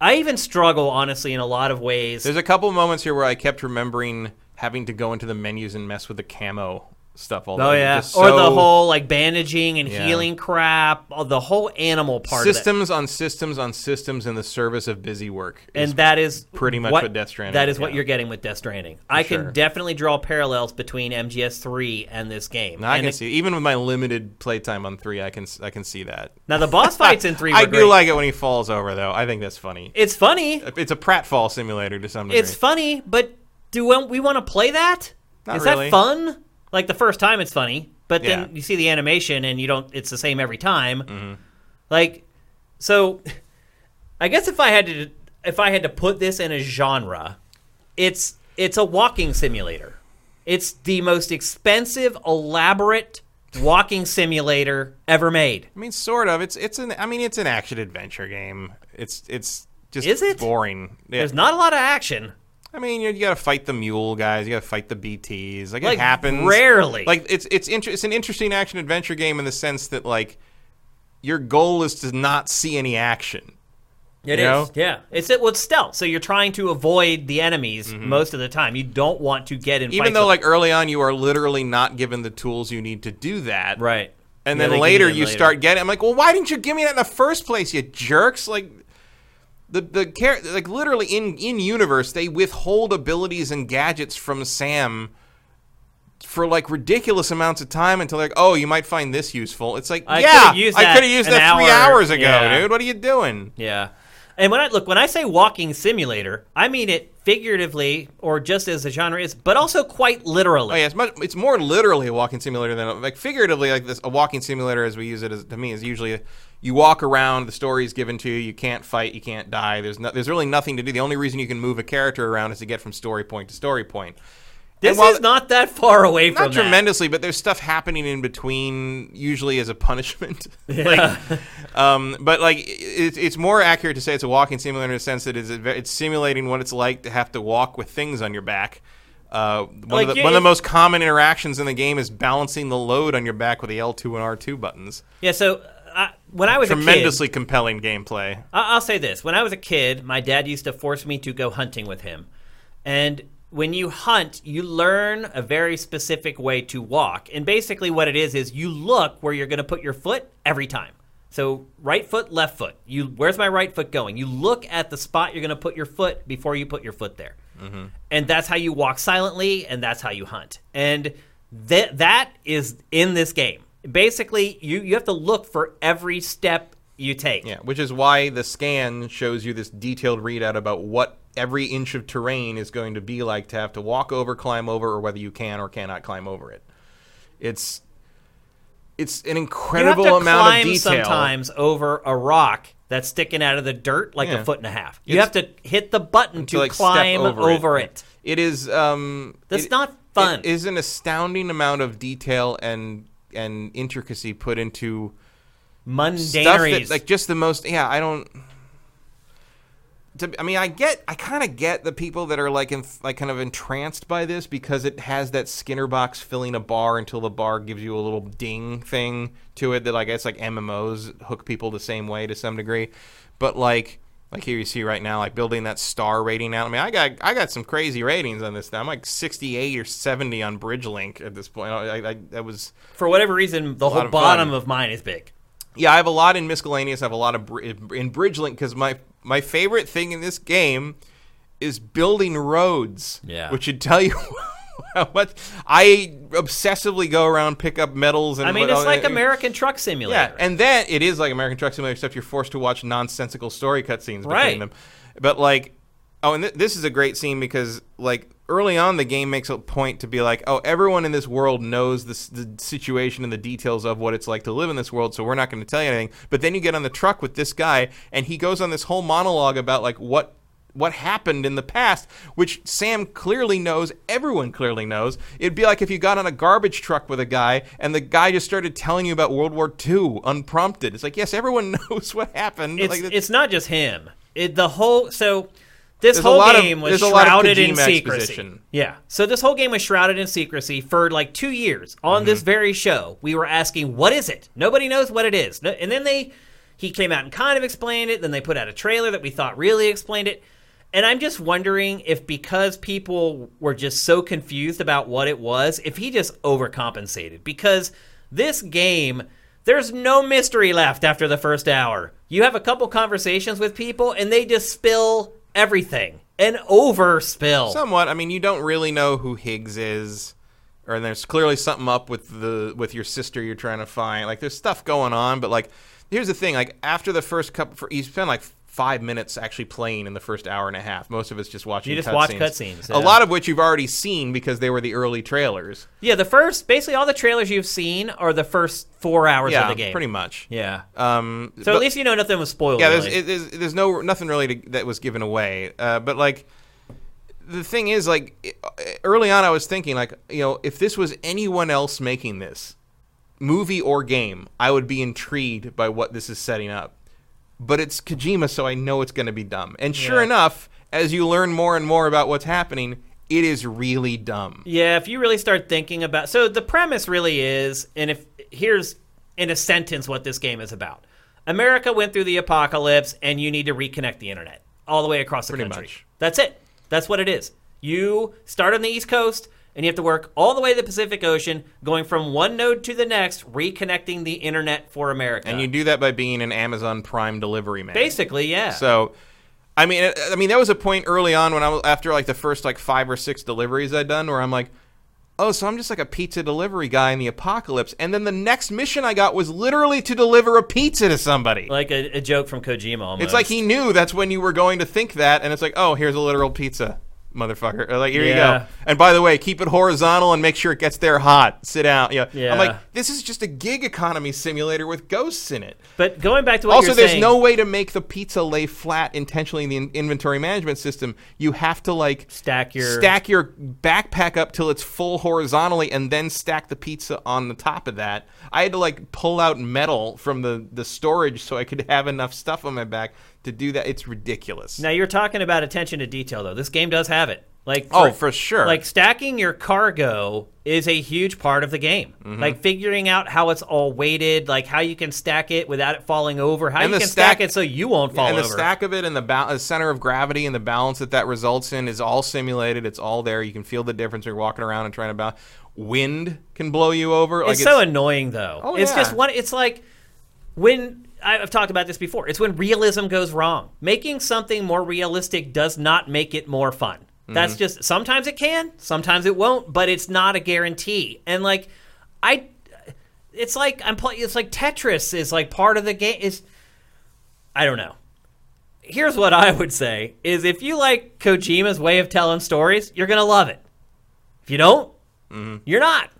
I even struggle, honestly, in a lot of ways.
There's a couple moments here where I kept remembering having to go into the menus and mess with the camo stuff all the
oh,
time.
yeah.
Just
or the
so-
whole like bandaging and
Yeah.
healing crap, all- the whole animal part of it.
systems on systems on systems in the service of busy work. is-
and that is
pretty much what Death Stranding-
That is what
yeah.
you're getting with Death Stranding. I
sure.
can definitely draw parallels between MGS three and this game.
now I
And
can
it-
see even with my limited playtime on three, I can s- I can see that.
Now the boss fights
[LAUGHS]
in three. Were
I
great.
do like it when he falls over though. I think that's funny.
It's funny.
It's a pratfall simulator to some degree.
It's funny, but do we, we want to play that?
Not
Is that
really.
fun? Like the first time, it's funny, but then
Yeah. Mm-hmm.
you see the animation and you don't. It's the same every time. Like, so, I guess if I had to, if I had to put this in a genre, it's it's a walking simulator. It's the most expensive, elaborate walking simulator ever made.
I mean, sort of. It's it's an I mean it's an action adventure game. It's it's just
Is it?
boring. Yeah.
There's not a lot of action.
I mean, you, you got to fight the mule guys. You got to fight the BTS. Like,
Like,
it happens
rarely.
Like it's it's inter- it's an interesting action adventure game in the sense that like your goal is to not see any action.
It is,
You know?
yeah. It's it was stealth, so you're trying to avoid the enemies most of the time. You don't want to get in.
Mm-hmm. Even
fights
though
with-
like early on you are literally not given the tools you need to do that.
right,
And
Yeah,
then
they give
later
them
you start getting. I'm like, well, why didn't you give me that in the first place, you jerks? Like. The, the char- like literally in in universe they withhold abilities and gadgets from Sam for like ridiculous amounts of time until they're like oh you might find this useful it's like
I
yeah
could've used
I
that
could have used
an
that three
hour.
hours ago
Yeah.
dude what are you doing
yeah. And when I look, when I say walking simulator, I mean it figuratively or just as the genre is, but also quite literally.
Oh yeah, it's much. It's more literally a walking simulator than a- like figuratively. Like this, a walking simulator, as we use it, as, to me, is usually you walk around. The story is given to you. You can't fight. You can't die. There's no, There's really nothing to do. The only reason you can move a character around is to get from story point to story point.
This
And while-
is not that far away
not
from that.
tremendously, but there's stuff happening in between, usually as
[LAUGHS]
a punishment.
Yeah.
like, um, but like, it, it's more accurate to say it's a walking simulator in the sense that it's, it's simulating what it's like to have to walk with things on your back. Uh, one,
Like,
of the,
you-
one of the most common interactions in the game is balancing the load on your back with the L2 and R2 buttons.
Yeah. So I, when I was
Tremendously compelling gameplay.
a kid, I, I'll say this: when I was a kid, my dad used to force me to go hunting with him, and when you hunt, you learn a very specific way to walk. And basically, what it is is you look where you're going to put your foot every time. So right foot, left foot. You where's my right foot going? You look at the spot you're going to put your foot before you put your foot there. and that's how you walk silently and that's how you hunt and that that is in this game basically you you have to look for every step you take
Yeah, which is why the scan shows you this detailed readout about what every inch of terrain is going to be like to have to walk over, climb over, or whether you can or cannot climb over it. It's it's an
you have
incredible
to
amount
climb
of detail.
sometimes over a rock that's sticking out of the dirt like
Yeah.
a foot and a half you
It's-
have to hit the button to,
like, step
climb over,
over it.
it.
It is um
That's
it-
not fun.
It is an astounding amount of detail and and intricacy put into stuff
mundaneries
that, like just the most yeah i don't to, i mean i get i kind of get the people that are like in, like kind of entranced by this because it has that skinner box filling a bar until the bar gives you a little ding thing to it that like it's like mmos hook people the same way to some degree but like like here you see right now like building that star rating out i mean i got i got some crazy ratings on this thing. i'm like 68 or 70 on bridge link at this point i, I, I that was
for whatever reason the whole
of
bottom
fun.
of mine is big
yeah, I have a lot in miscellaneous. I have a lot of br- in Bridgelink because my my favorite thing in this game is building roads.
Yeah.
which should tell [LAUGHS] you how much I obsessively go around pick up metals and.
i mean
what-
it's like
uh,
american truck simulator
Yeah, and then it is like American Truck Simulator, except you're forced to watch nonsensical story cutscenes between
Right.
them. But like, oh, and th- this is a great scene because like early on, the game makes a point to be like, oh, everyone in this world knows this, the situation and the details of what it's like to live in this world, so we're not going to tell you anything. But then you get on the truck with this guy, and he goes on this whole monologue about like what. What happened in the past, which Sam clearly knows, everyone clearly knows. It'd be like if you got on a garbage truck with a guy and the guy just started telling you about World War II unprompted. It's like, yes, everyone [LAUGHS] knows what happened.
it's,
like, that's-
it's not just him. It, the whole so this
There's a
whole
lot of-
game was
there's a lot of
shrouded in
Kojima
secrecy.
exposition.
Yeah. So this whole game was shrouded in secrecy for like two years. On this very show, we were asking, "What is it?" Nobody knows what it is. No- And then they, he came out and kind of explained it. Then they put out a trailer that we thought really explained it. And I'm just wondering if because people were just so confused about what it was, if he just overcompensated because this game there's no mystery left after the first hour. You have a couple conversations with people, and they just spill everything. An over spill.
Somewhat. I mean, you don't really know who Higgs is, or there's clearly something up with the with your sister you're trying to find. Like there's stuff going on, but like here's the thing: like after the first couple, for, you spend like five minutes actually playing in the first hour and a half. Most of it's just watching.
You just
cutscenes.
watch cutscenes, yeah.
A lot of which you've already seen because they were the early trailers.
yeah, the first, basically, all the trailers you've seen are the first four hours
yeah,
of the game.
pretty much.
Yeah.
Um,
so
but-
at least you know nothing was spoiled.
yeah, there's,
really.
it, there's, there's no nothing really to, that was given away. Uh, but like, the thing is, like, i- early on, I was thinking, like, you know, if this was anyone else making this movie or game, I would be intrigued by what this is setting up. But it's Kojima, so I know it's going to be dumb. And sure
Yeah.
enough, as you learn more and more about what's happening, it is really dumb.
Yeah, if you really start thinking about so the premise really is, and if here's in a sentence what this game is about. America went through the apocalypse and you need to reconnect the internet all the way across the
Pretty
country.
much.
That's it. That's what it is. You start on the East Coast and you have to work all the way to the Pacific Ocean, going from one node to the next, reconnecting the internet for America.
And you do that by being an Amazon Prime delivery man.
basically, yeah.
So, I mean, I- I mean, there was a point early on when I was after like the first like five or six deliveries I'd done where I'm like, oh, so I'm just like a pizza delivery guy in the apocalypse, and then the next mission I got was literally to deliver a pizza to somebody.
like a, a joke from Kojima almost.
it's like he knew that's when you were going to think that, and it's like, oh, here's a literal pizza. motherfucker. Or, Like here you
Yeah.
go. And by the way, keep it horizontal and make sure it gets there hot. Sit down. Yeah.
Yeah.
I'm like, this is just a gig economy simulator with ghosts in it.
But going back to what
also,
you're
there's
saying,
no way to make the pizza lay flat intentionally in the in- inventory management system. You have to like
stack your
stack your backpack up till it's full horizontally and then stack the pizza on the top of that. I had to like pull out metal from the, the storage so I could have enough stuff on my back to do that. It's ridiculous.
Now you're talking about attention to detail though. This game does have it. Like
Oh, for sure.
Like stacking your cargo is a huge part of the game.
Mm-hmm.
Like figuring out how it's all weighted, like how you can stack it without it falling over, how
And
you
the
can stack,
stack-
it so you won't fall
and the
over.
stack of it and the ba- uh, center of gravity and the balance that that results in is all simulated. It's all there. You can feel the difference. when You're walking around and trying to balance. Wind can blow you over. Like
it's so annoying though.
Oh,
it's
yeah.
just one. It's like when I- I've talked about this before. It's when realism goes wrong. Making something more realistic does not make it more fun.
Mm-hmm.
That's just sometimes it can, sometimes it won't, but it's not a guarantee. And like I, it's like I'm playing. It's like Tetris is like part of the game. Is I don't know. Here's what I would say is if you like Kojima's way of telling stories, you're gonna love it. If you don't,
Mm-hmm.
you're not.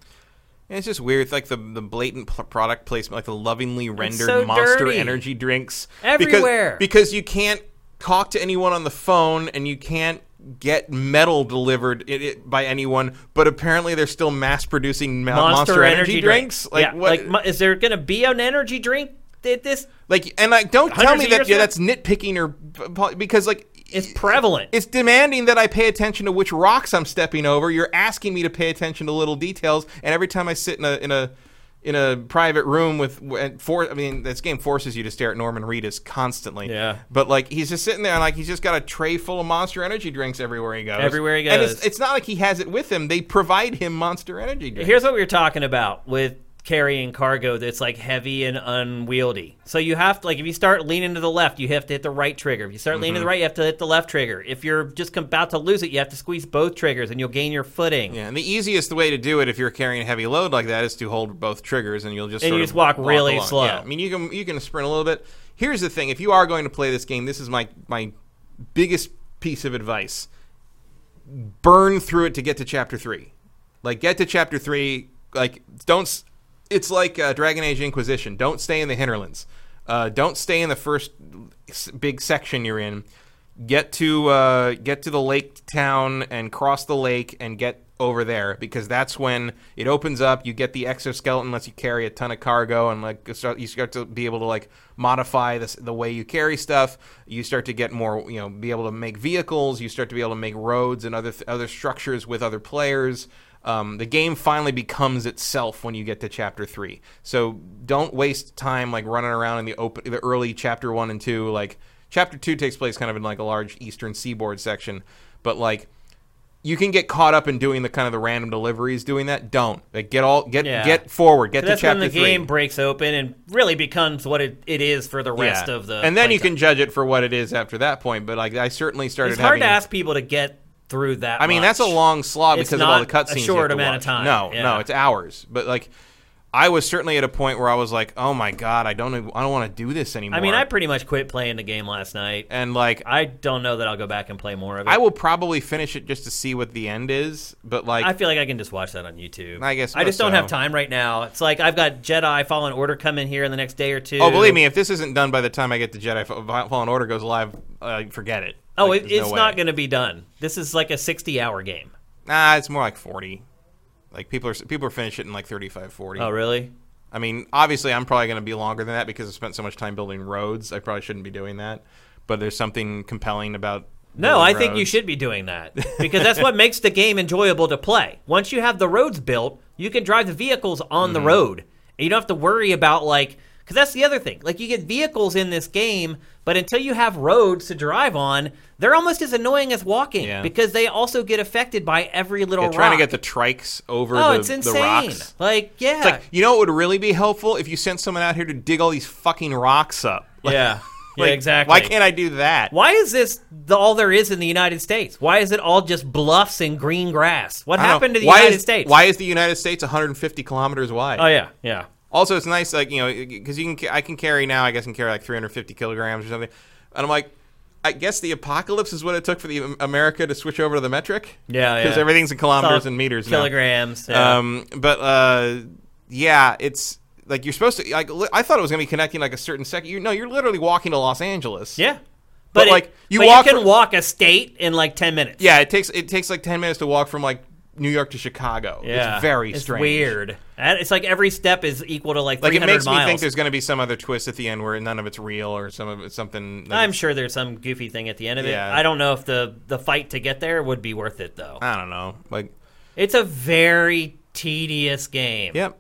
And it's just weird. It's like the, the blatant pl- product placement, like the lovingly rendered
so
monster
dirty.
energy drinks
Everywhere.
Because, because you can't talk to anyone on the phone and you can't get metal delivered i it, by anyone. But apparently, they're still mass producing ma- monster, energy, drinks.
Like,
Like
yeah,
what?
like mo- is there going to be an energy drink that this
Like, and like, don't tell
Hundreds
me
of
that
years
yeah,
ago?
that's nitpicking or p- po- because like
is prevalent?
it's demanding that I pay attention to which rocks I'm stepping over. You're asking me to pay attention to little details, and every time I sit in a in a in a private room with and for I mean this game forces you to stare at Norman Reedus constantly.
Yeah.
But like he's just sitting there and like he's just got a tray full of Monster Energy drinks everywhere he goes.
Everywhere he
And
goes.
it's, it's not like he has it with him. They provide him Monster Energy drinks.
Here's what we were talking about with carrying cargo that's like heavy and unwieldy. So you have to like if you start leaning to the left, you have to hit the right trigger. If you start
Mm-hmm.
leaning to the right, you have to hit the left trigger. If you're just com- about to lose it, you have to squeeze both triggers and you'll gain your footing.
yeah, and the easiest way to do it if you're carrying a heavy load like that is to hold both triggers, and you'll just
And
sort
you
of
just walk really
along.
slow.
Yeah, I mean, you can you can sprint a little bit. Here's the thing: if you are going to play this game, this is my my biggest piece of advice. Burn through it to get to chapter three. Like, get to chapter three. Like, don't. s- It's like uh, Dragon Age Inquisition. Don't stay in the hinterlands. Uh, don't stay in the first s- big section you're in. Get to uh, get to the lake town and cross the lake and get over there because that's when it opens up. You get the exoskeleton lets you carry a ton of cargo and like you start, you start to be able to like modify this, the way you carry stuff. You start to get more, you know, be able to make vehicles. You start to be able to make roads and other th- other structures with other players. Um, the game finally becomes itself when you get to chapter three. So don't waste time like running around in the open, the early chapter one and two. Like chapter two takes place kind of in like a large eastern seaboard section, but like you can get caught up in doing the kind of the random deliveries doing that. Don't like get all get
Yeah.
get forward, get
So
to
that's when the
chapter three.
game breaks open and really becomes what it, it is for the rest
Yeah.
of the
and then you
playtime.
can judge it for what it is after that point. But like I certainly started.
It's hard
having,
to ask people to get through that.
I mean, that's a
much.
long slog
It's
because of all the
not
cutscenes.
a
you
short
have to
amount
watch.
of time.
No,
Yeah.
no, it's hours. But like, I was certainly at a point where I was like, "Oh my god, I don't, I don't want to do this anymore."
I mean, I pretty much quit playing the game last night.
and like,
I don't know that I'll go back and play more of it.
I will probably finish it just to see what the end is. But like,
I feel like I can just watch that on YouTube.
I guess
I just
so.
don't have time right now. It's like I've got Jedi Fallen Order coming here in the next day or two.
oh, believe me, if this isn't done by the time I get to Jedi Fa- Fallen Order goes live, uh, forget it.
Oh,
Like,
it,
there's
it's
no
not
way.
going to be done. This is like a sixty-hour game.
Nah, it's more like forty. Like people are people are finishing it in like 35, 40.
Oh, really?
I mean, obviously, I'm probably going to be longer than that because I spent so much time building roads. I probably shouldn't be doing that. But there's something compelling about.
No,
building
I think you
roads.
should be doing
[LAUGHS]
that because that's what makes the game enjoyable to play. Once you have the roads built, you can drive the vehicles on
Mm-hmm.
the road. And you don't have to worry about like cuz that's the other thing. Like you get vehicles in this game, but until you have roads to drive on, they're almost as annoying as walking
Yeah.
because they also get affected by every little
They're trying to
rock.
get the trikes over
Oh,
the,
it's
the
insane.
rocks.
like yeah.
It's like, you know what would really be helpful if you sent someone out here to dig all these fucking rocks up. Like, [LAUGHS]
yeah. Yeah,
like,
exactly.
Why can't I do that?
Why is this the, all there is in the United States? Why is it all just bluffs and green grass? What
I don't know.
happened to the
Why
United
is-
States?
Why is the United States 150 kilometers wide?
Oh yeah, yeah.
Also, it's nice, like you know, because you can. I can carry now. I guess I can carry like 350 kilograms or something. And I'm like, I guess the apocalypse is what it took for the America to switch over to the metric.
Yeah,
Because
yeah.
everything's in kilometers
Solid
and meters now.
kilograms. yeah.
Um, but uh, yeah, it's like you're supposed to. Like li- I thought it was gonna be connecting like a certain second. You no, you're literally walking to Los Angeles.
yeah,
but,
it-
like, you
but
walk
you can
from-
walk a state in like ten minutes.
yeah. It takes it takes like ten minutes to walk from like New York to Chicago.
Yeah.
it's very
It's
strange.
Weird. And It's like every step is equal to like
Like
three
it
hundred
makes
miles.
me think there's going to be some other twist at the end where none of it's real or some of it's something. Like
I'm sure there's some goofy thing at the end of it.
Yeah.
I don't know if the the fight to get there would be worth it though.
I don't know. Like
It's a very tedious game.
yep,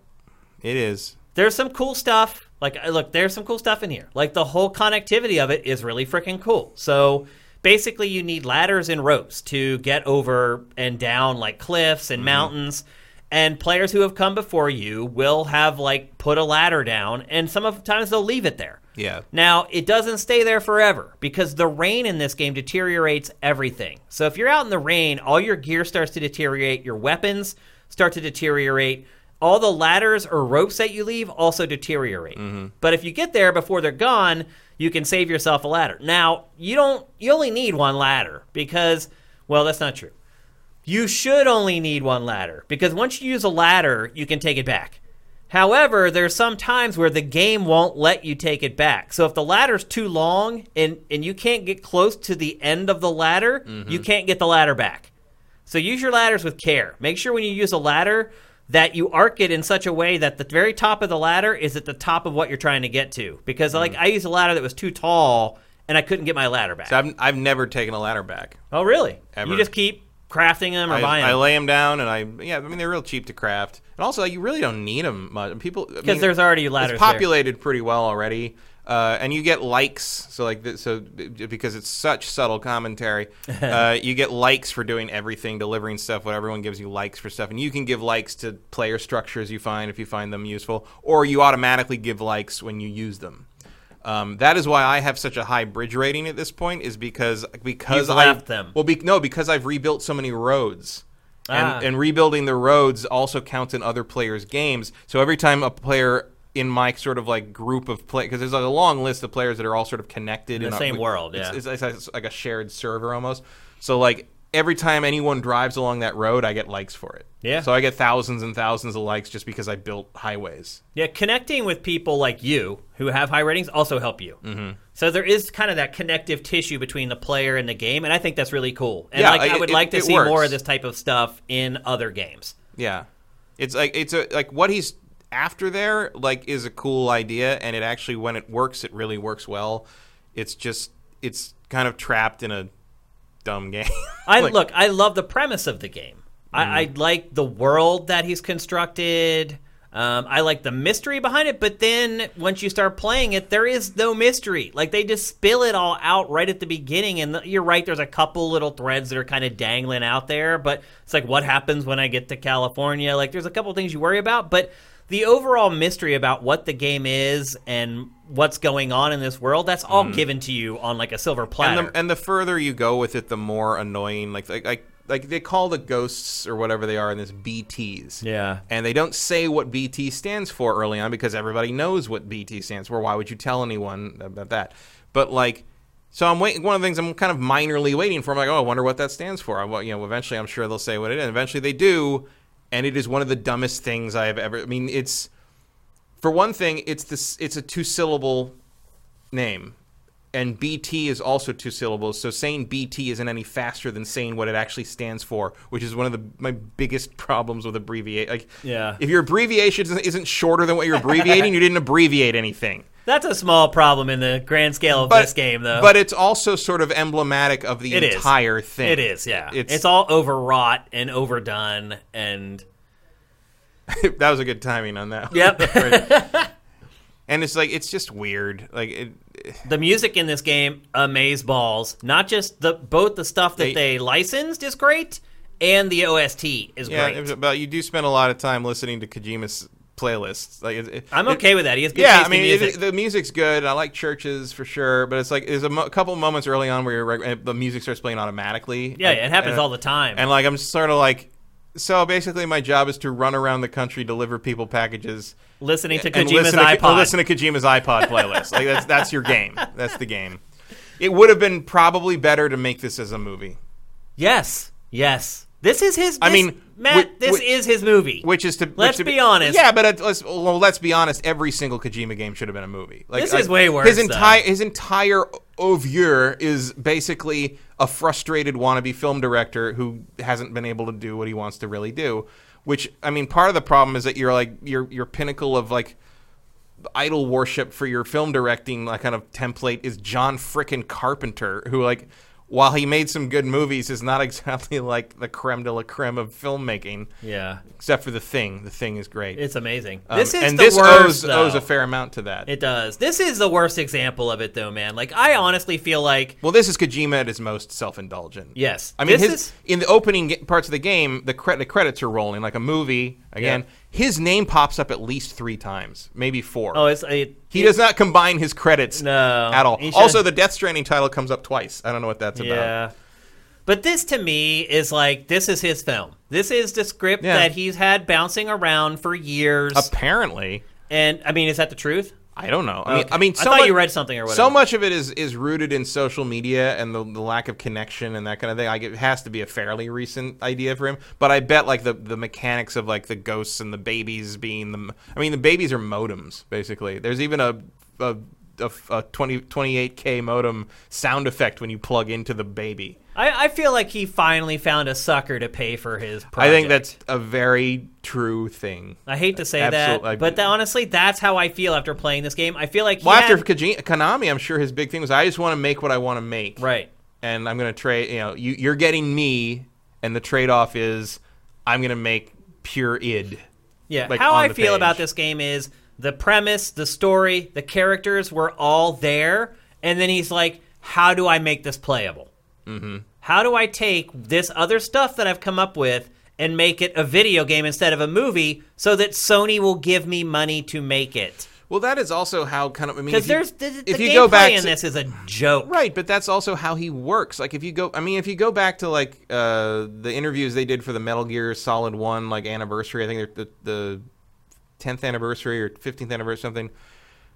it is.
There's some cool stuff. Like I- look, there's some cool stuff in here. Like the whole connectivity of it is really freaking cool. So basically you need ladders and ropes to get over and down like cliffs and mountains. And players who have come before you will have like put a ladder down and some of times they'll leave it there.
Yeah.
Now, it doesn't stay there forever because the rain in this game deteriorates everything. So if you're out in the rain, all your gear starts to deteriorate, your weapons start to deteriorate, all the ladders or ropes that you leave also deteriorate. But if you get there before they're gone, you can save yourself a ladder. Now, you don't you only need one ladder because well, that's not true. You should only need one ladder because once you use a ladder, you can take it back. However, there's some times where the game won't let you take it back. So if the ladder's too long and and you can't get close to the end of the ladder,
Mm-hmm.
you can't get the ladder back. So use your ladders with care. Make sure when you use a ladder that you arc it in such a way that the very top of the ladder is at the top of what you're trying to get to. Because
Mm-hmm.
like I used a ladder that was too tall and I couldn't get my ladder back.
So I've I've never taken a ladder back.
oh really?
Ever.
You just keep crafting them or
I,
buying them.
I lay them down and I yeah. I mean they're real cheap to craft, and also you really don't need them much. People because
because there's already ladders
it's populated pretty well already. Uh, and you get likes, so like th- so b- because it's such
[LAUGHS]
subtle commentary, uh, you get likes for doing everything, delivering stuff. What everyone gives you likes for stuff, and you can give likes to player structures you find if you find them useful, or you automatically give likes when you use them. Um, that is why I have such a high bridge rating at this point, is because because
You've
I
left them.
well be, no because I've rebuilt so many roads. And,
Ah.
and rebuilding the roads also counts in other players' games. So every time a player in my sort of like group of play, because there's like a long list of players that are all sort of connected in
the
a-
same world,
it's-
yeah.
it's, it's, it's like a shared server almost. So like every time anyone drives along that road, I get likes for it.
Yeah.
So I get thousands and thousands of likes just because I built highways.
Yeah, connecting with people like you who have high ratings also help you. Mm-hmm. So there is kind of that connective tissue between the player and the game, and I think that's really cool. And
Yeah,
like, I,
I-
would
it-
like to
it
see more
works.
of this type of stuff in other games.
Yeah. It's like it's a like what he's after there like is a cool idea and it actually when it works it really works well. It's just it's kind of trapped in a dumb [LAUGHS] game.
I
Like-
look, I love the premise of the game.
Mm-hmm.
I, I like the world that he's constructed. Um, I like the mystery behind it, but then once you start playing it, there is no mystery. Like they just spill it all out right at the beginning, and th- you're right. There's a couple little threads that are kind of dangling out there, but it's like what happens when I get to California? Like there's a couple things you worry about, but the overall mystery about what the game is and what's going on in this world that's all given to you on like a silver platter.
Mm-hmm. And the, and the further you go with it, the more annoying. Like like like, like they call the ghosts or whatever they are in this BTS.
Yeah.
And they don't say what BT stands for early on because everybody knows what BT stands for. Why would you tell anyone about that? But like. So I'm waiting. One of the things I'm kind of minorly waiting for. I'm like, oh, I wonder what that stands for. I, wa- you know, eventually I'm sure they'll say what it is. Eventually they do, and it is one of the dumbest things I have ever. I mean, it's for one thing, it's this. It's a two syllable name. And BT is also two syllables, so saying BT isn't any faster than saying what it actually stands for, which is one of the my biggest problems with abbreviate. Like,
Yeah.
if your abbreviation isn't- isn't shorter than what you're abbreviating, you didn't abbreviate
[LAUGHS]
anything.
That's a small problem in the grand scale of
But
this game, though.
but it's also sort of emblematic of the
It is.
entire thing.
it is, yeah. It's,
[LAUGHS] It's,
all overwrought and overdone,
[LAUGHS]
and
that was a good timing on that.
yep. [LAUGHS]
and it's like it's just weird. Like, it,
the music in this game amaze balls. Not just the both the stuff that
They-
they, licensed is great, and the OST is
yeah,
great.
it was about you do spend a lot of time listening to Kojima's playlists. Like, it, it-
I'm
it-
okay with that. He has good
yeah,
taste
I mean,
in music.
It, the music's good. I like churches for sure, but it's like there's a mo- couple moments early on where you're, like, the music starts playing automatically.
yeah,
Like,
it happens
and-
all the time.
And like I'm sort of like, so basically, my job is to run around the country, deliver people packages,
listening to
and
Kojima's
listen to,
iPod.
listen to Kojima's iPod playlist. like that's that's your game. That's the game. it would have been probably better to make this as a movie,
Yes, yes. This is his.
I
this-
mean,
Matt,
whi-
this
whi-
is his movie.
which is to which
Let's
to
be honest.
Yeah, but it, let's well, let's be honest. Every single Kojima game should have been a movie. Like,
This
like,
is way worse,
His
though.
entire his entire oeuvre is basically a frustrated wannabe film director who hasn't been able to do what he wants to really do. Which I mean, part of the problem is that you're like your your pinnacle of like idol worship for your film directing like kind of template is John frickin' Carpenter, who like while he made some good movies is not [LAUGHS] exactly like the creme de la creme of filmmaking.
yeah,
Except for the thing. The thing is great.
it's amazing.
Um,
this is
and
the
this
worst.
owes,
though.
owes a fair amount to that.
it does. This is the worst example of it, though, man. Like, I honestly feel like
well, this is Kojima at his most self-indulgent.
yes.
I mean,
this
his,
is
in the opening ge- parts of the game, the, cre- the credits are rolling like a movie. Again, his name pops up at least three times, maybe four.
oh, it's it,
he does not combine his credits
No.
at all.
He should-
Also, the Death Stranding title comes up twice. I don't know what that's about.
Yeah. But this to me is like this is his film. This is the script
Yeah.
that he's had bouncing around for years.
Apparently,
and I mean, is that the truth?
I don't know. I mean,
Okay.
I mean,
I
so
thought
much-
you read something or whatever.
So much of it is is rooted in social media and the, the lack of connection and that kind of thing. Like it has to be a fairly recent idea for him. But I bet like the the mechanics of like the ghosts and the babies being the. I mean, the babies are modems basically. There's even a. a a, a 20, 28k modem sound effect when you plug into the baby.
I, I feel like he finally found a sucker to pay for his. Project.
I think that's a very true thing.
I hate to say
Absolute-
that,
I-
but tha- honestly, that's how I feel after playing this game. I feel like he
Well,
had-
after Koji- Konami, I'm sure his big thing was I just want to make what I want to make.
right.
and I'm gonna trade. You know, you, you're getting me, and the trade off is I'm gonna make pure id.
Yeah,
like,
how
on
I
the
feel
page.
about this game is the premise, the story, the characters were all there, and then he's like, "How do I make this playable? Mm-hmm. How do I take this other stuff that I've come up with and make it a video game instead of a movie, so that Sony will give me money to make it?"
Well, that is also how kind of I mean,
Because
if you-
there's the, the
if
gameplay
you go back
in
to-
this is a joke.
Right, but that's also how he works. Like if you go, I mean, if you go back to like uh, the interviews they did for the Metal Gear Solid One like anniversary, I think they're the the tenth anniversary or fifteenth anniversary something.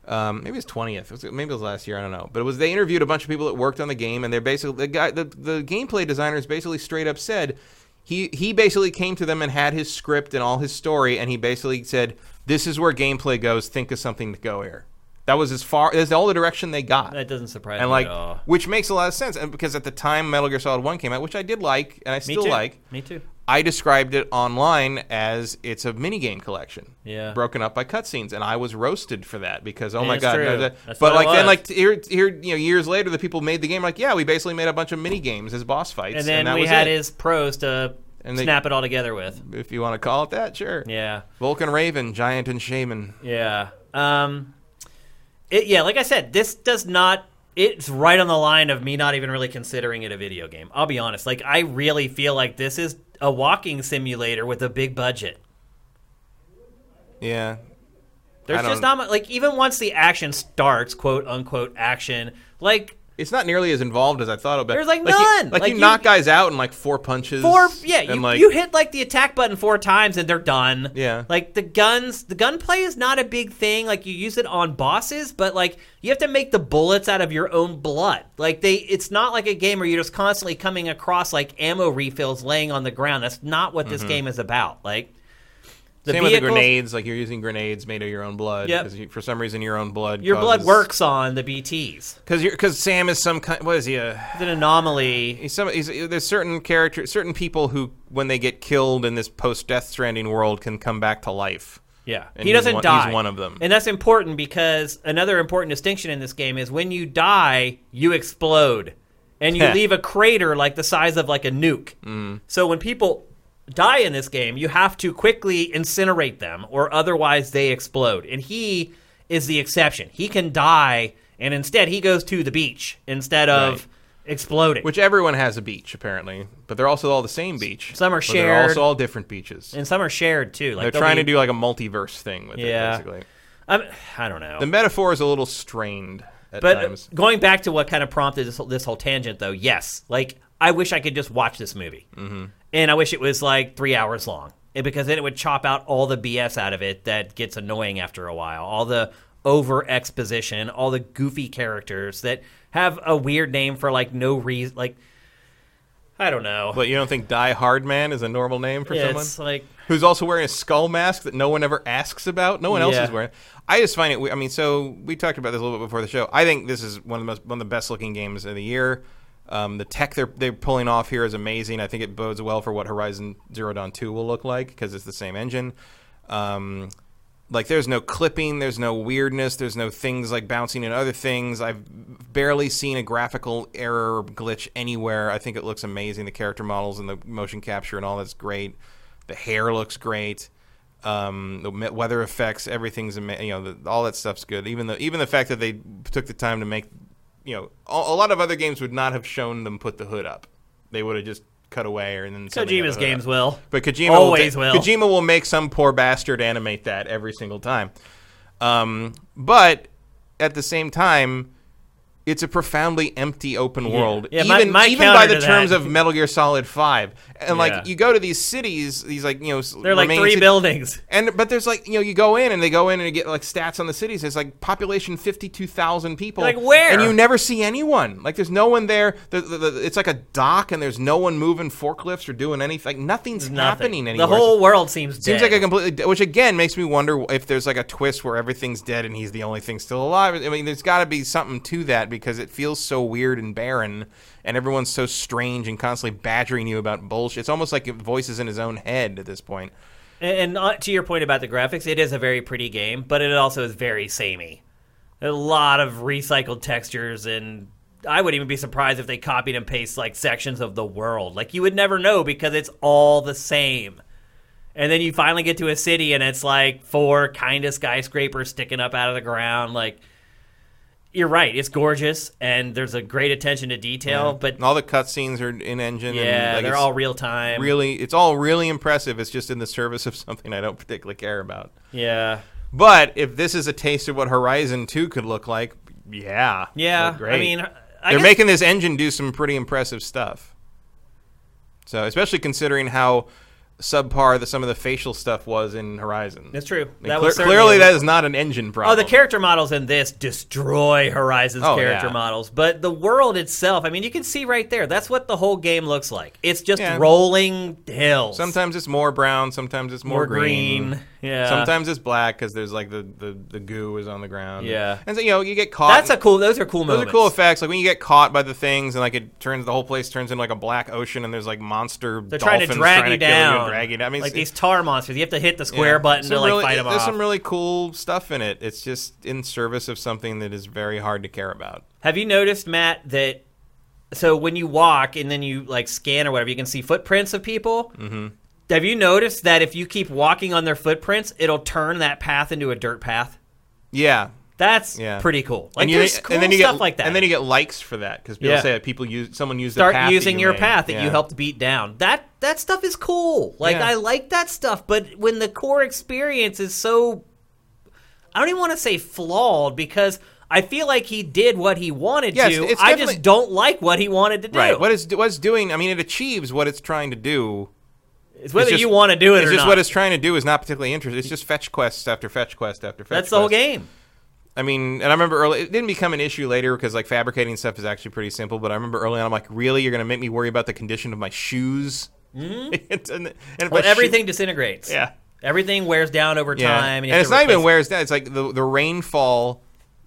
Um, maybe it's twentieth. Maybe it was last year. I don't know. But it was they interviewed a bunch of people that worked on the game, and they're basically the guy. The, the gameplay designers basically straight up said he he basically came to them and had his script and all his story, and he basically said, "This is where gameplay goes. Think of something to go here." That was as far. That's all the direction they got
That doesn't surprise
and
me
like
at all.
which makes a lot of sense and because at the time metal gear solid 1 came out which i did like and i
Me
still
too.
like
Me too.
i described it online as it's a minigame collection
Yeah.
broken up by cutscenes and i was roasted for that because oh my
It's
god no,
true.
that-
That's
but
what it
like
was.
then like here, here you know years later the people made the game like yeah we basically made a bunch of minigames as boss fights
And then
that
we
was
had
it.
his pros to
And they-
snap it all together with.
if you want to call it that sure
Yeah.
vulcan raven giant and shaman
Yeah. Um, it, yeah, like I said, this does not. It's right on the line of me not even really considering it a video game. I'll be honest. Like, I really feel like this is a walking simulator with a big budget.
yeah I
There's
don't-
just not much. Like, even once the action starts, quote unquote action, like,
it's not nearly as involved as I thought about.
There's, like,
you-
none!
like,
Like,
you,
you-
knock guys out in like four punches.
four. Yeah, you,
and, like,
you hit, like, the attack button four times and they're done.
Yeah.
Like, the guns, the gunplay is not a big thing. Like, you use it on bosses, but, like, you have to make the bullets out of your own blood. Like, they, it's not like a game where you're just constantly coming across, like, ammo refills laying on the ground. That's not what this game is about. Like, the
Mm-hmm. Same with the
vehicles-
grenades. Like you're using grenades made of your own blood.
Yep.
Because you, for some reason, your own blood.
Your blood works on the BTs.
Because because Sam is some kind. What is he? A,
It's an anomaly.
he's some. He's, there's certain characters, certain people who, when they get killed in this post-death stranding world, can come back to life.
Yeah,
And
he
he's
doesn't
one- he's
die.
one of them.
and that's important because another important distinction in this game is when you die, you explode, and
[LAUGHS]
you leave a crater like the size of like a nuke.
Mm.
So when people die in this game, you have to quickly incinerate them, or otherwise they explode. And he is the exception. He can die, and instead he goes to the beach instead of exploding.
Which everyone has a beach apparently, but they're also all the same beach.
Some are
but They're
shared.
also all different beaches.
and some are shared too. Like
they're
they'll
trying
be-
to do like a multiverse thing with
Yeah.
it. Basically,
I'm, I don't know.
the metaphor is a little strained at
But
times.
going back to what kind of prompted this whole, this whole tangent, though, yes, like I wish I could just watch this movie, mm-hmm. and I wish it was like three hours long, and because then it would chop out all the BS out of it that gets annoying after a while, all the over exposition, all the goofy characters that have a weird name for like no reason. Like, I don't know.
But you don't think Die Hard Man is a normal name for
Yeah,
someone
it's like
who's also wearing a skull mask that no one ever asks about? No one else
Yeah.
is wearing. it. I just find it. we- I mean, so we talked about this a little bit before the show. I think this is one of the most one of the best looking games of the year. Um, the tech they're they're pulling off here is amazing. I think it bodes well for what Horizon Zero Dawn Two will look like because it's the same engine. Um, like there's no clipping, there's no weirdness, there's no things like bouncing and other things. I've barely seen a graphical error or glitch anywhere. I think it looks amazing. The character models and the motion capture and all that's great. The hair looks great. Um, the me- weather effects, everything's ama- you know the, all that stuff's good. Even the even the fact that they took the time to make you know a, a lot of other games would not have shown them put the hood up. They would have just cut away or and then suddenly got
Kojima's
the hood up.
games will.
But Kojima
Always
will,
will.
Kojima will make some poor bastard animate that every single time. Um, but at the same time, it's a profoundly empty open world.
Yeah, my-
even
my
even by
counter
the
to
terms
that-
of Metal Gear Solid Five, and
Yeah.
like you go to these cities, these like you know s-
They're like
remaining
three
cities-
buildings.
and but there's like you know you go in and they go in and you get like stats on the cities. It's like population fifty two thousand people.
Like, where?
And you never see anyone. Like there's no one there. The, the, the- it's like a dock and there's no one moving forklifts or doing anything. Like nothing's
Nothing.
happening anywhere.
The whole world seems
Seems
dead.
like a completely, which again makes me wonder if there's like a twist where everything's dead and he's the only thing still alive. I mean, there's got to be something to that because it feels so weird and barren, and everyone's so strange and constantly badgering you about bullshit. It's almost like voices in his own head at this point.
And, and uh, to your point about the graphics, it is a very pretty game, but it also is very samey. A lot of recycled textures, and I would even be surprised if they copied and pasted like sections of the world. Like you would never know because it's all the same. And then you finally get to a city, and it's like four kind of skyscrapers sticking up out of the ground. Like you're right, it's gorgeous, and there's a great attention to detail. But
And all the cutscenes are in engine.
yeah,
and, like,
they're
it's
all real time.
really. It's all really impressive. It's just in the service of [LAUGHS] something I don't particularly care about.
yeah.
But if this is a taste of what Horizon Two could look like, yeah,
Yeah,
look great.
I mean, I
they're
guess-
making this engine do some pretty impressive stuff. So, especially considering how subpar the, some of the facial stuff was in Horizon.
That's true.
I mean,
That
cle-
was certainly
clearly
a-
that is not an engine problem.
Oh, the character models in this destroy Horizon's
Oh,
character
yeah.
models, but the world itself, I mean, you can see right there. That's what the whole game looks like. It's just
Yeah.
rolling hills.
Sometimes it's more brown. Sometimes it's
more
more,
green. Yeah.
Sometimes it's black because there's like the, the, the goo is on the ground.
Yeah.
and so you know you get caught.
that's a cool. Those are cool
Those
moments.
are cool effects. Like when you get caught by the things, and like it turns the whole place turns into like a black ocean, and there's like monster.
They're trying to
dolphins
drag
trying
you
to kill and
down.
drag you down. I mean,
like
it's-
these tar monsters. You have to hit the square
yeah.
button to
Some
like
really-
fight them
There's
off.
some really cool stuff in it. It's just in service of something that is very hard to care about.
Have you noticed, Matt, that so when you walk and then you like scan or whatever, you can see footprints of people? Mm-hmm. Have you noticed that if you keep walking on their footprints, it'll turn that path into a dirt path?
Yeah.
That's
Yeah.
pretty cool. Like
and you,
there's cool
and then you
stuff
get,
like that.
And then you get likes for that because people
Yeah.
say that people use someone used
start
the path that
using
you
your
made.
path that you
Yeah.
helped beat down. That that stuff is cool. Like
Yeah.
I like that stuff, but when the core experience is so I don't even want to say flawed because I feel like he did what he wanted
Yeah,
to.
it's- it's
I
definitely-
just don't like what he wanted to do.
Right. What is what's doing? I mean, it achieves what it's trying to do.
It's whether
It's just-
you want to do it
It's
or
just
not.
what it's trying to do is not particularly interesting. It's just fetch quests after fetch quest after fetch.
That's the whole
quest.
game.
I mean, and I remember early. It didn't become an issue later because like fabricating stuff is actually pretty simple. But I remember early on, I'm like, really, you're gonna make me worry about the condition of my shoes? Mm-hmm. [LAUGHS] and, and if my
But
shoe-
everything disintegrates.
Yeah.
Everything wears down over
Yeah.
time, and, you
and
have
it's
to
not even
replace-
where it's down. It's like the the rainfall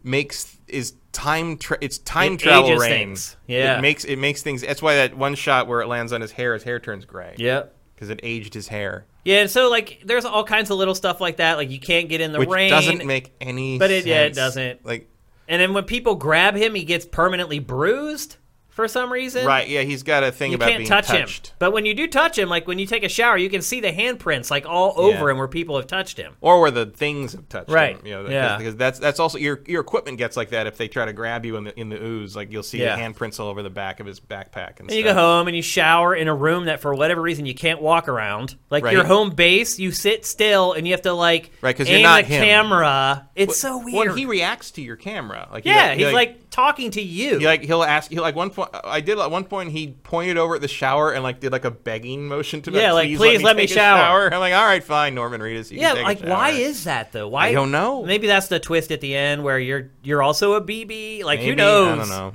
makes is time tra- it's time
It
travel
ages
rain.
things. Yeah.
it makes it makes things. That's why that one shot where it lands on his hair, his hair turns gray.
Yep.
because it aged his hair,
Yeah, and so like there's all kinds of little stuff like that. Like you can't get in the
which
rain.
doesn't make any.
But it- yeah, it
sense.
doesn't.
Like
And then when people grab him, he gets permanently bruised for some reason.
right, yeah, he's got a thing
You
about
can't
being
touch
touched.
him. But when you do touch him, like when you take a shower, you can see the handprints like all over
Yeah.
him where people have touched him.
or where the things have touched
Right.
them, you know,
Yeah.
because that's that's also your your equipment gets like that if they try to grab you in the in the ooze, like you'll see
Yeah.
the handprints all over the back of his backpack and,
And you go
stuff.
home and you shower in a room that for whatever reason you can't walk around. Like
Right.
your home base, you sit still and you have to like
Right, 'cause
aim
you're not
the
him.
camera. It's so
Well,
Oh, weird.
he reacts to your camera, like he
yeah,
like- he
he's like, talking to you.
he like he'll ask he like one point I did at one point. He pointed over at the shower and like did like a begging motion to me.
Yeah, like, "Please let me
take a
shower."
I'm like, all right, fine, Norman Reedus. You
Yeah,
can take a
like why
shower."
is that though? Why
I don't know.
Maybe that's the twist at the end where you're you're also a BB. Like who
Maybe,
knows?
I don't know.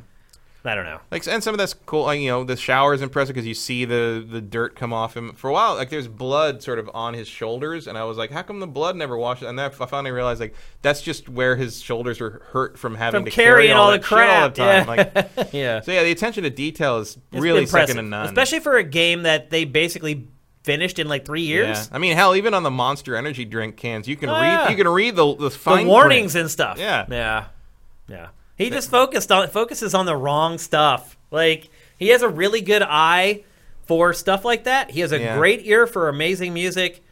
I don't know.
Like, and some of that's cool. Like, you know, the shower is impressive because you see the the dirt come off him. For a while, like there's blood sort of on his shoulders, and I was like, how come the blood never washes? And then I finally realized like that's just where his shoulders were hurt from having
From
to carry
carrying all
that
the
shit all
crap,
the time.
yeah. [LAUGHS]
Like,
Yeah,
so [LAUGHS] yeah, the attention to detail is
It's
really
impressive,
second to none.
especially for a game that they basically finished in like three years.
I mean, hell, even on the Monster Energy drink cans, you can
Oh,
read
yeah.
you can read the the, fine
The
print.
warnings and stuff.
Yeah.
yeah, yeah. He just focused on focuses on the wrong stuff. Like he has a really good eye for stuff like that. He has a
Yeah.
great ear for amazing music.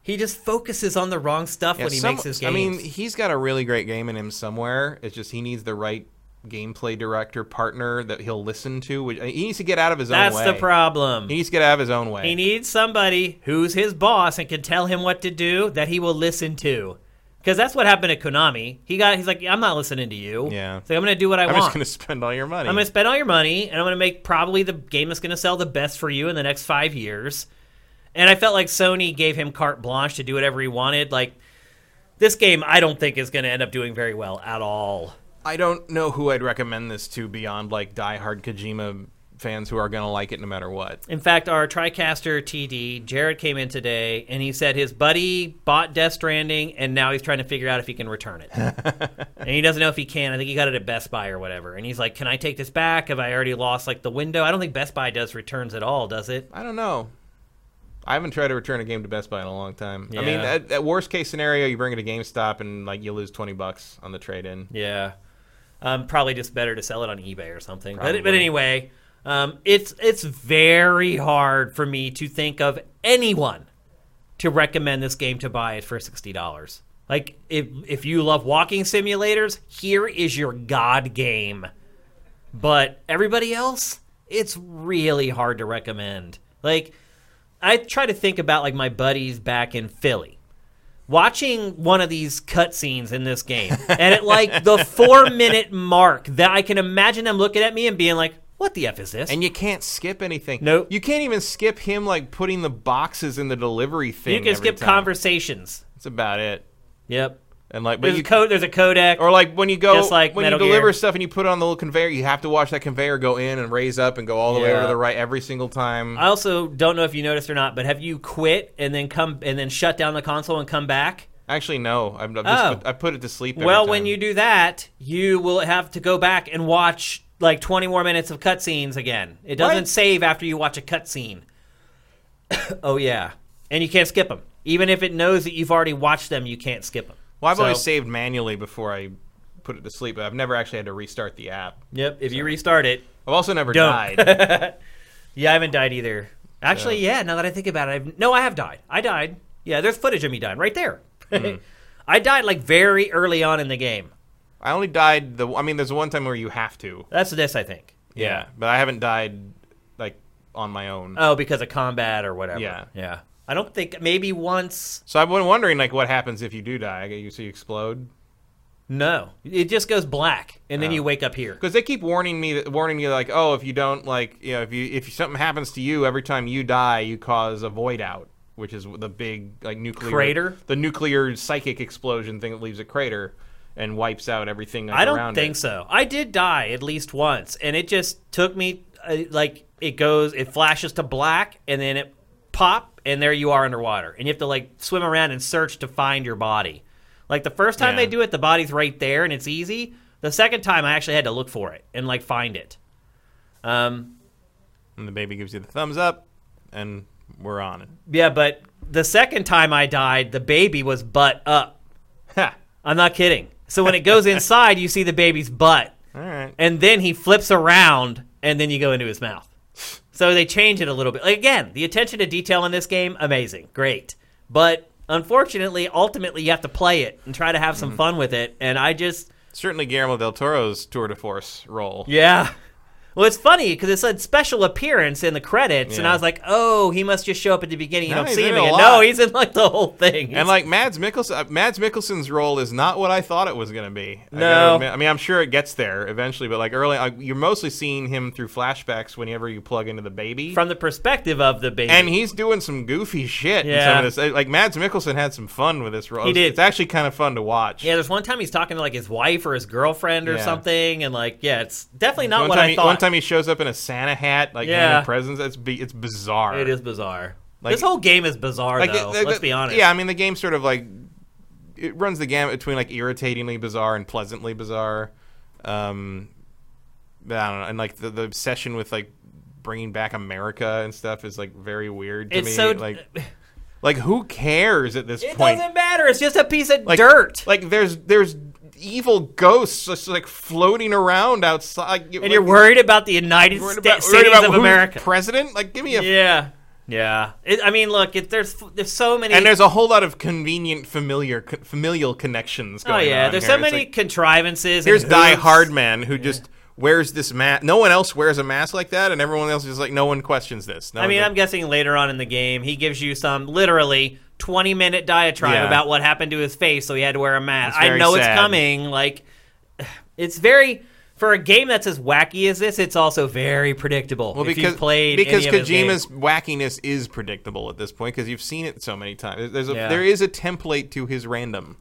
He just focuses on the wrong stuff
Yeah,
when he
some-
makes his
I
games.
mean, he's got a really great game in him somewhere. It's just he needs the right gameplay director partner that he'll listen to. Which I mean, he needs to get out of his
that's
own way.
the problem.
He needs to get out of his own way.
He needs somebody who's his boss and can tell him what to do that he will listen to. Because that's what happened at Konami. He got he's like, I'm not listening to you.
Yeah.
So I'm gonna do what I
I'm
want.
just going to [LAUGHS] spend all your money.
I'm gonna spend all your money and I'm gonna make probably the game that's gonna sell the best for you in the next five years. And I felt like Sony gave him carte blanche to do whatever he wanted. Like this game I don't think is gonna end up doing very well at all.
I don't know who I'd recommend this to beyond like diehard Kojima fans who are going to like it no matter what.
In fact, our TriCaster TD, Jared, came in today and he said his buddy bought Death Stranding and now he's trying to figure out if he can return it. and he doesn't know if he can. I think he got it at Best Buy or whatever. And he's like, Can I take this back? Have I already lost like the window? I don't think Best Buy does returns at all, does it?
I don't know. I haven't tried to return a game to Best Buy in a long time. I mean,
Yeah.
at, at worst case scenario, you bring it to GameStop and like you lose twenty bucks on the trade in.
Yeah. Um, probably just better to sell it on eBay or something. But, but
Probably.
anyway, um, it's it's very hard for me to think of anyone to recommend this game to buy it for sixty dollars. Like if if you love walking simulators, here is your god game. But everybody else, it's really hard to recommend. Like I try to think about like my buddies back in Philly watching one of these cutscenes in this game, and at like
[LAUGHS]
the four minute mark, that I can imagine them looking at me and being like, "What the f is this?"
And you can't skip anything.
Nope.
You can't even skip him like putting the boxes in the delivery thing.
you can
every
skip
time.
conversations.
That's about it.
Yep.
And like, but
There's
you
a code. There's a codec.
or like when you go
Just like
when
Metal
you deliver
Gear.
stuff and you put it on the little conveyor, you have to watch that conveyor go in and raise up and go all the way over
Yeah. Uh,
to the right every single time.
I also don't know if you noticed or not, but have you quit and then come and then shut down the console and come back?
Actually, no. I'm, I'm just
Oh.
put, I put it to sleep. every
Well, when
time.
you do that, you will have to go back and watch like 20 more minutes of cutscenes again. It doesn't
What?
save after you watch a cutscene. [COUGHS] oh yeah, and you can't skip them. Even if it knows that you've already watched them, you can't skip them.
Well, I've
So-
always saved manually before I put it to sleep, but I've never actually had to restart the app.
Yep. If you restart it,
I've also never
Don't. [LAUGHS]
died.
yeah, I haven't died either. Actually, yeah. Now that I think about it, I've, no, I have died. I died. Yeah, there's footage of me dying right there.
Mm-hmm.
[LAUGHS] I died like very early on in the game.
I only died the. I mean, there's one time where you have to.
That's this, I think.
Yeah, but I haven't died like on my own.
Oh, because of combat or whatever.
Yeah.
Yeah. I don't think maybe once.
so I've been wondering like what happens if you do die. I guess you so you explode
No, it just goes black, and then
Oh.
you wake up here.
because they keep warning me that warning you like oh if you don't like you know if you if something happens to you every time you die you cause a void out which is the big like nuclear
Crater?
the nuclear psychic explosion thing that leaves a crater and wipes out everything. Like,
I don't
around
think
it.
so. I did die at least once, and it just took me uh, like it goes, it flashes to black, and then it pop, and there you are underwater, and you have to like swim around and search to find your body. Like the first time
Yeah.
they do it, the body's right there, and it's easy. The second time, I actually had to look for it and like find it. Um,
And the baby gives you the thumbs up, and we're on it.
Yeah, but the second time I died, the baby was butt up.
Ha!
I'm not kidding. So when it
[LAUGHS]
goes inside, you see the baby's butt,
All right.
and then he flips around, and then you go into his mouth. So they change it a little bit. Like, again, the attention to detail in this game, amazing, great. But unfortunately, ultimately, you have to play it and try to have some
Hmm.
fun with it. And I just,
Certainly Guillermo del Toro's tour de force role.
yeah, Well, it's funny because it said special appearance in the credits, and I
Yeah.
was like, "Oh, he must just show up at the beginning. You
No,
don't
he's
see him
in it a
again."
lot.
No, he's in like the whole thing. He's-
And like Mads Mikkelsen, uh, Mads Mikkelsen's role is not what I thought it was going to be. I
No.
gotta admit- I mean I'm sure it gets there eventually, but like early, like, you're mostly seeing him through flashbacks whenever you plug into the baby.
from the perspective of the baby,
and he's doing some goofy shit. In some
Yeah.
of this, Uh, like Mads Mikkelsen had some fun with this role.
He
It's-
did.
It's actually kind of fun to watch.
yeah, there's one time he's talking to like his wife or his girlfriend or
Yeah.
something, and like, yeah, it's definitely not
one
what
time,
I
he,
thought.
one time he shows up in a Santa hat, like
Yeah.
handing presents. It's be, it's bizarre.
it is bizarre.
Like-
this whole game is bizarre,
Like,
though.
the- the-
let's be honest.
Yeah, I mean the game sort of like it runs the gamut between like irritatingly bizarre and pleasantly bizarre. Um, but I don't know, and like the, the obsession with like bringing back America and stuff is like very weird to
It's
me.
so-
like, like who cares at this
it
point?
doesn't matter. It's just a piece of
like
dirt.
Like there's there's evil ghosts just like floating around outside, like,
and you're worried about the United
worried
Sta-
about, worried
Cities
about
of
who's [LAUGHS]
America.
president. Like, give me a.
yeah, yeah. It, I mean, look, it, there's there's so many.
And there's a whole lot of convenient familiar familial connections.
oh
Going
yeah,
on
there's
here.
so
It's
many
like,
contrivances.
here's
and
Die
hoops.
Hard Man who just wears this mask. No one else wears a mask like that, and everyone else is like, no one questions this. No
I
one's
mean,
like-
I'm guessing later on in the game, he gives you some literally 20 minute diatribe
Yeah.
about what happened to his face, so he had to wear a mask.
It's
I
very
know
sad.
it's coming. Like, it's very. For a game that's as wacky as this, it's also very predictable.
Well,
if
because
you've played
because
any of his
Kojima's
games.
wackiness is predictable at this point because you've seen it so many times. There's a,
Yeah.
there is a template to his random.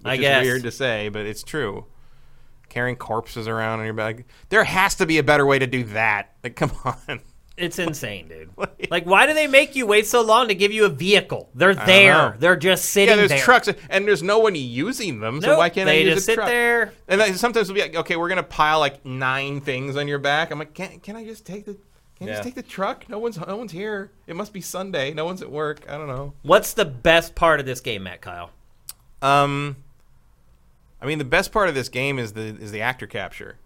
Which
I
is
guess.
weird to say, but it's true. Carrying corpses around in your bag. There has to be a better way to do that. Like, come [LAUGHS] on.
it's insane, dude.
[LAUGHS] Like-
like, why do they make you wait so long to give you a vehicle? They're
know.
there. They're just sitting
Yeah, there's
there.
trucks, and there's no one using them. So
Nope,
why can't
they
I use
just
a
sit
truck?
there.
And then sometimes we'll be like, okay, we're gonna pile like nine things on your back. I'm like, can can I just take the can I
Yeah.
just take the truck? No one's no one's here. It must be Sunday. No one's at work. I don't know.
What's the best part of this game, Matt Kyle?
Um, I mean, the best part of this game is the is the actor capture.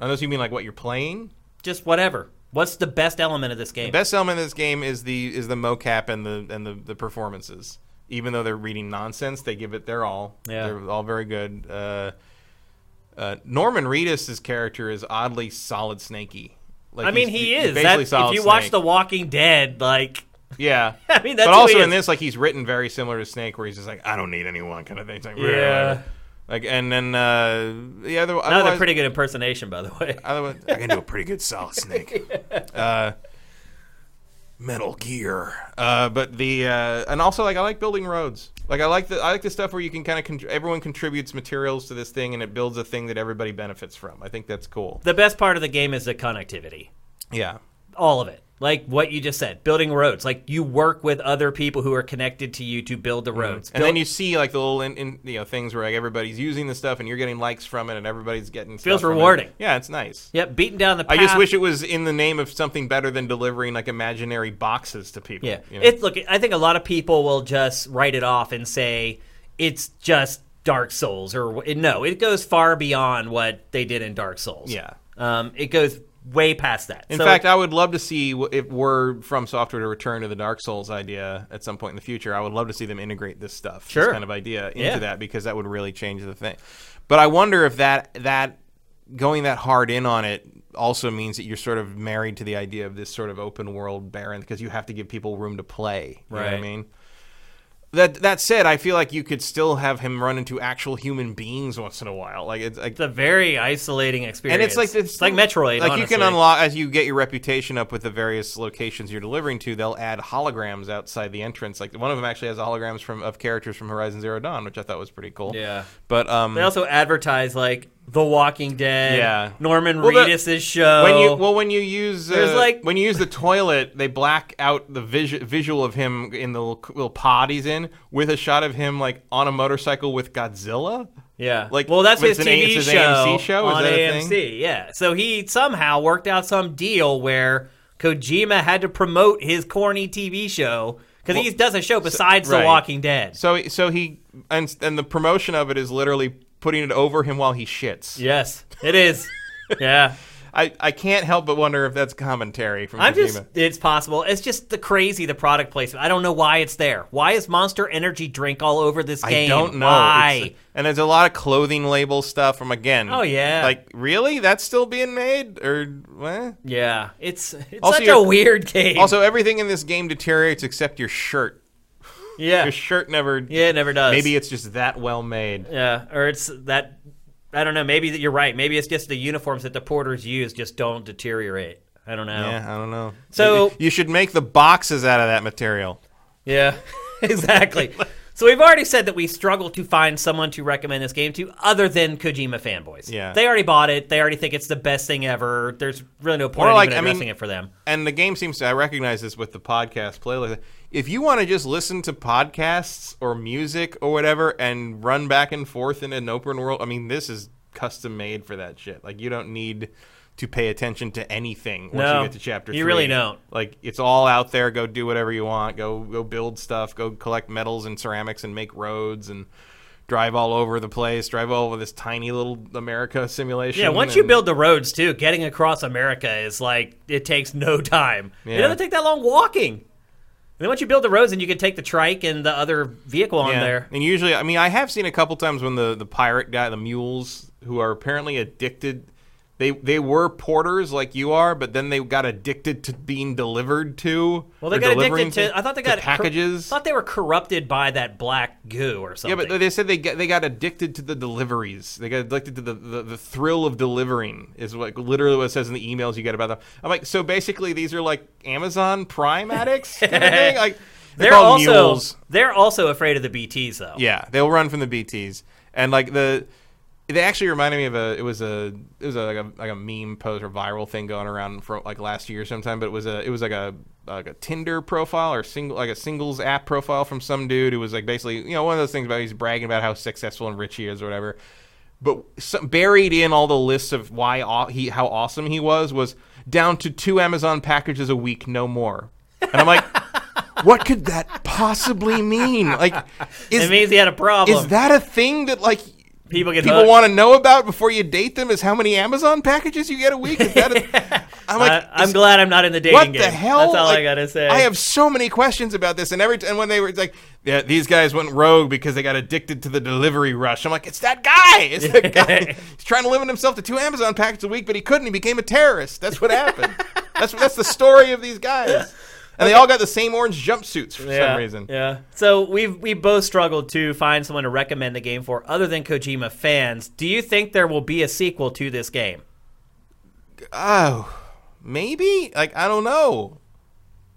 Unless you mean like what you're playing.
Just whatever. What's the best element of this game?
The best element of this game is the is the mocap and the and the, the performances. Even though they're reading nonsense, they give it their all.
Yeah.
They're all very good. Uh, uh, Norman Reedus' character is oddly solid snaky. Like
I mean,
he's-
he
he's
is.
basically
That, if
Solid
you watch
Snake.
The Walking Dead, like
yeah.
[LAUGHS] I mean, that's
but
who
also
he
in
is.
this, like he's written very similar to Snake, where he's just like, I don't need anyone kind of thing. It's like,
Yeah.
Like and then uh, the other
another
otherwise-
pretty good impersonation, by the way.
Otherwise, I can do a pretty good
[LAUGHS]
solid snake. Uh, Metal Gear. Uh, but the uh, and also like I like building roads. Like I like the I like the stuff where you can kind of con- everyone contributes materials to this thing and it builds a thing that everybody benefits from. I think that's cool.
The best part of the game is the connectivity,
Yeah.
all of it. Like what you just said, building roads. Like you work with other people who are connected to you to build the roads.
Mm. And
Build-
then you see like the little in, in, you know things where like everybody's using the stuff and you're getting likes from it and everybody's getting stuff
Feels
from it.
rewarding. Uh,
Yeah, it's nice.
yep, beating down the.
I
Path.
just wish it was in the name of something better than delivering like imaginary boxes to people.
Yeah,
you know?
it. Look, I think a lot of people will just write it off and say it's just Dark Souls, or no, it goes far beyond what they did in Dark Souls.
Yeah.
um, it goes way past that.
In
So-
fact, I would love to see w- if we're from software to return to the Dark Souls idea at some point in the future. I would love to see them integrate this stuff, this
Sure.
kind of idea, into
Yeah.
that because that would really change the thing. But I wonder if that that going that hard in on it also means that you're sort of married to the idea of this sort of open world barren because you have to give people room to play. You know what I
Right.
mean? That that said, I feel like you could still have him run into actual human beings once in a while. Like it's like
It's a very isolating experience.
and it's like
it's like Metroid.
Like you can
honestly.
unlock as you get your reputation up with the various locations you're delivering to. They'll add holograms outside the entrance. Like one of them actually has holograms from of characters from Horizon Zero Dawn, which I thought was pretty cool.
Yeah.
but um,
They also advertise like The Walking Dead.
Yeah.
Norman
Well, the-
Reedus's show.
when you well when you use uh,
There's, like-
when you use the toilet, they black out the visu- visual of him in the little, little pod he's in with a shot of him like on a motorcycle with Godzilla.
yeah.
like,
well, that's
when
his
it's an A-
TV
it's his
show,
AMC show? Is
on
that a
AMC. Yeah. So he somehow worked out some deal where Kojima had to promote his corny TV show because he does a show besides
right.
The Walking Dead.
So so he and and the promotion of it is literally putting it over him while he shits.
yes, it is. yeah.
I, I can't help but wonder if that's commentary from
I'm
Kojima.
just, it's possible. It's just the crazy, the product placement. I don't know why it's there. Why is Monster Energy Drink all over this
I
game?
don't know.
Why?
It's- and there's a lot of clothing label stuff from again.
Oh, yeah.
Like really, that's still being made or what?
yeah, it's it's
Also,
such a
you're-
weird game.
Also, everything in this game deteriorates except your shirt.
[LAUGHS] yeah,
Your shirt never.
yeah, it never does.
Maybe it's just that well made.
yeah, or it's that. I don't know. Maybe that you're right. Maybe it's just the uniforms that the porters use just don't deteriorate. I don't know.
Yeah, I don't know.
So-
Maybe- you should make the boxes out of that material.
Yeah, [LAUGHS] exactly. so we've already said that we struggle to find someone to recommend this game to other than Kojima fanboys.
Yeah.
they already bought it. They already think it's the best thing ever. There's really no point
Or
in
like,
even
I mean-
addressing it for them.
And the game seems to. I recognize this with the podcast playlist. If you want to just listen to podcasts or music or whatever and run back and forth in an open world, I mean, this is custom made for that shit. Like, you don't need to pay attention to anything once
No,
you get to chapter.
you
three.
really don't.
Like, it's all out there. Go do whatever you want. Go go build stuff. Go collect metals and ceramics and make roads and. Drive all over the place. Drive all over this tiny little America simulation.
Yeah, once you
and-
build the roads too, getting across America is like it takes no time. It
Yeah.
doesn't take that long walking. And then once you build the roads, then you can take the trike and the other vehicle on
Yeah.
there.
And usually, I mean, I have seen a couple times when the, the pirate guy, the mules, who are apparently addicted, they they were porters like you are, but then they got addicted to being delivered to.
Well, they
or
got
delivering
addicted
thi-
to. I thought they got cor-
packages.
thought they were corrupted by that black goo or
yeah,
something.
but they said they got, they got addicted to the deliveries. They got addicted to the, the, the thrill of delivering is what literally what it says in the emails you get about them. I'm like, so basically these are like Amazon Prime addicts,
[LAUGHS]
kind of thing? like
they're
they're, called
also
mules.
they're also afraid of the BTS though.
Yeah, they'll run from the BTS, and like the they actually reminded me of a it was a it was a, like a like a meme post or viral thing going around for like last year sometime, but it was a it was like a like a Tinder profile or single like a singles app profile from some dude who was like basically you know one of those things about he's bragging about how successful and rich he is or whatever. But some, buried in all the lists of why aw- he how awesome he was was down to two Amazon packages a week, no more. And I'm like, [LAUGHS] what could that possibly mean? Like, is
It means he had a problem.
is that a thing that like
People get
people
hooked.
want to know about before you date them? Is how many Amazon packages you get a week? Is that
[LAUGHS]
a, I'm like,
I, I'm
is-
glad I'm not in the dating
what
game.
the hell?
That's all I
Like,
gotta say.
I have so many questions about this, and every t- and when they were it's like, yeah, these guys went rogue because they got addicted to the delivery rush. I'm like, it's that guy. It's
[LAUGHS]
that guy. He's trying to limit himself to two Amazon packages a week, but he couldn't. He became a terrorist. That's
[LAUGHS]
what happened. that's that's the story of these guys. And they all got the same orange jumpsuits for
yeah,
some reason.
Yeah. So we've we both struggled to find someone to recommend the game for other than Kojima fans. Do you think there will be a sequel to this game?
Oh, maybe. Like I don't know.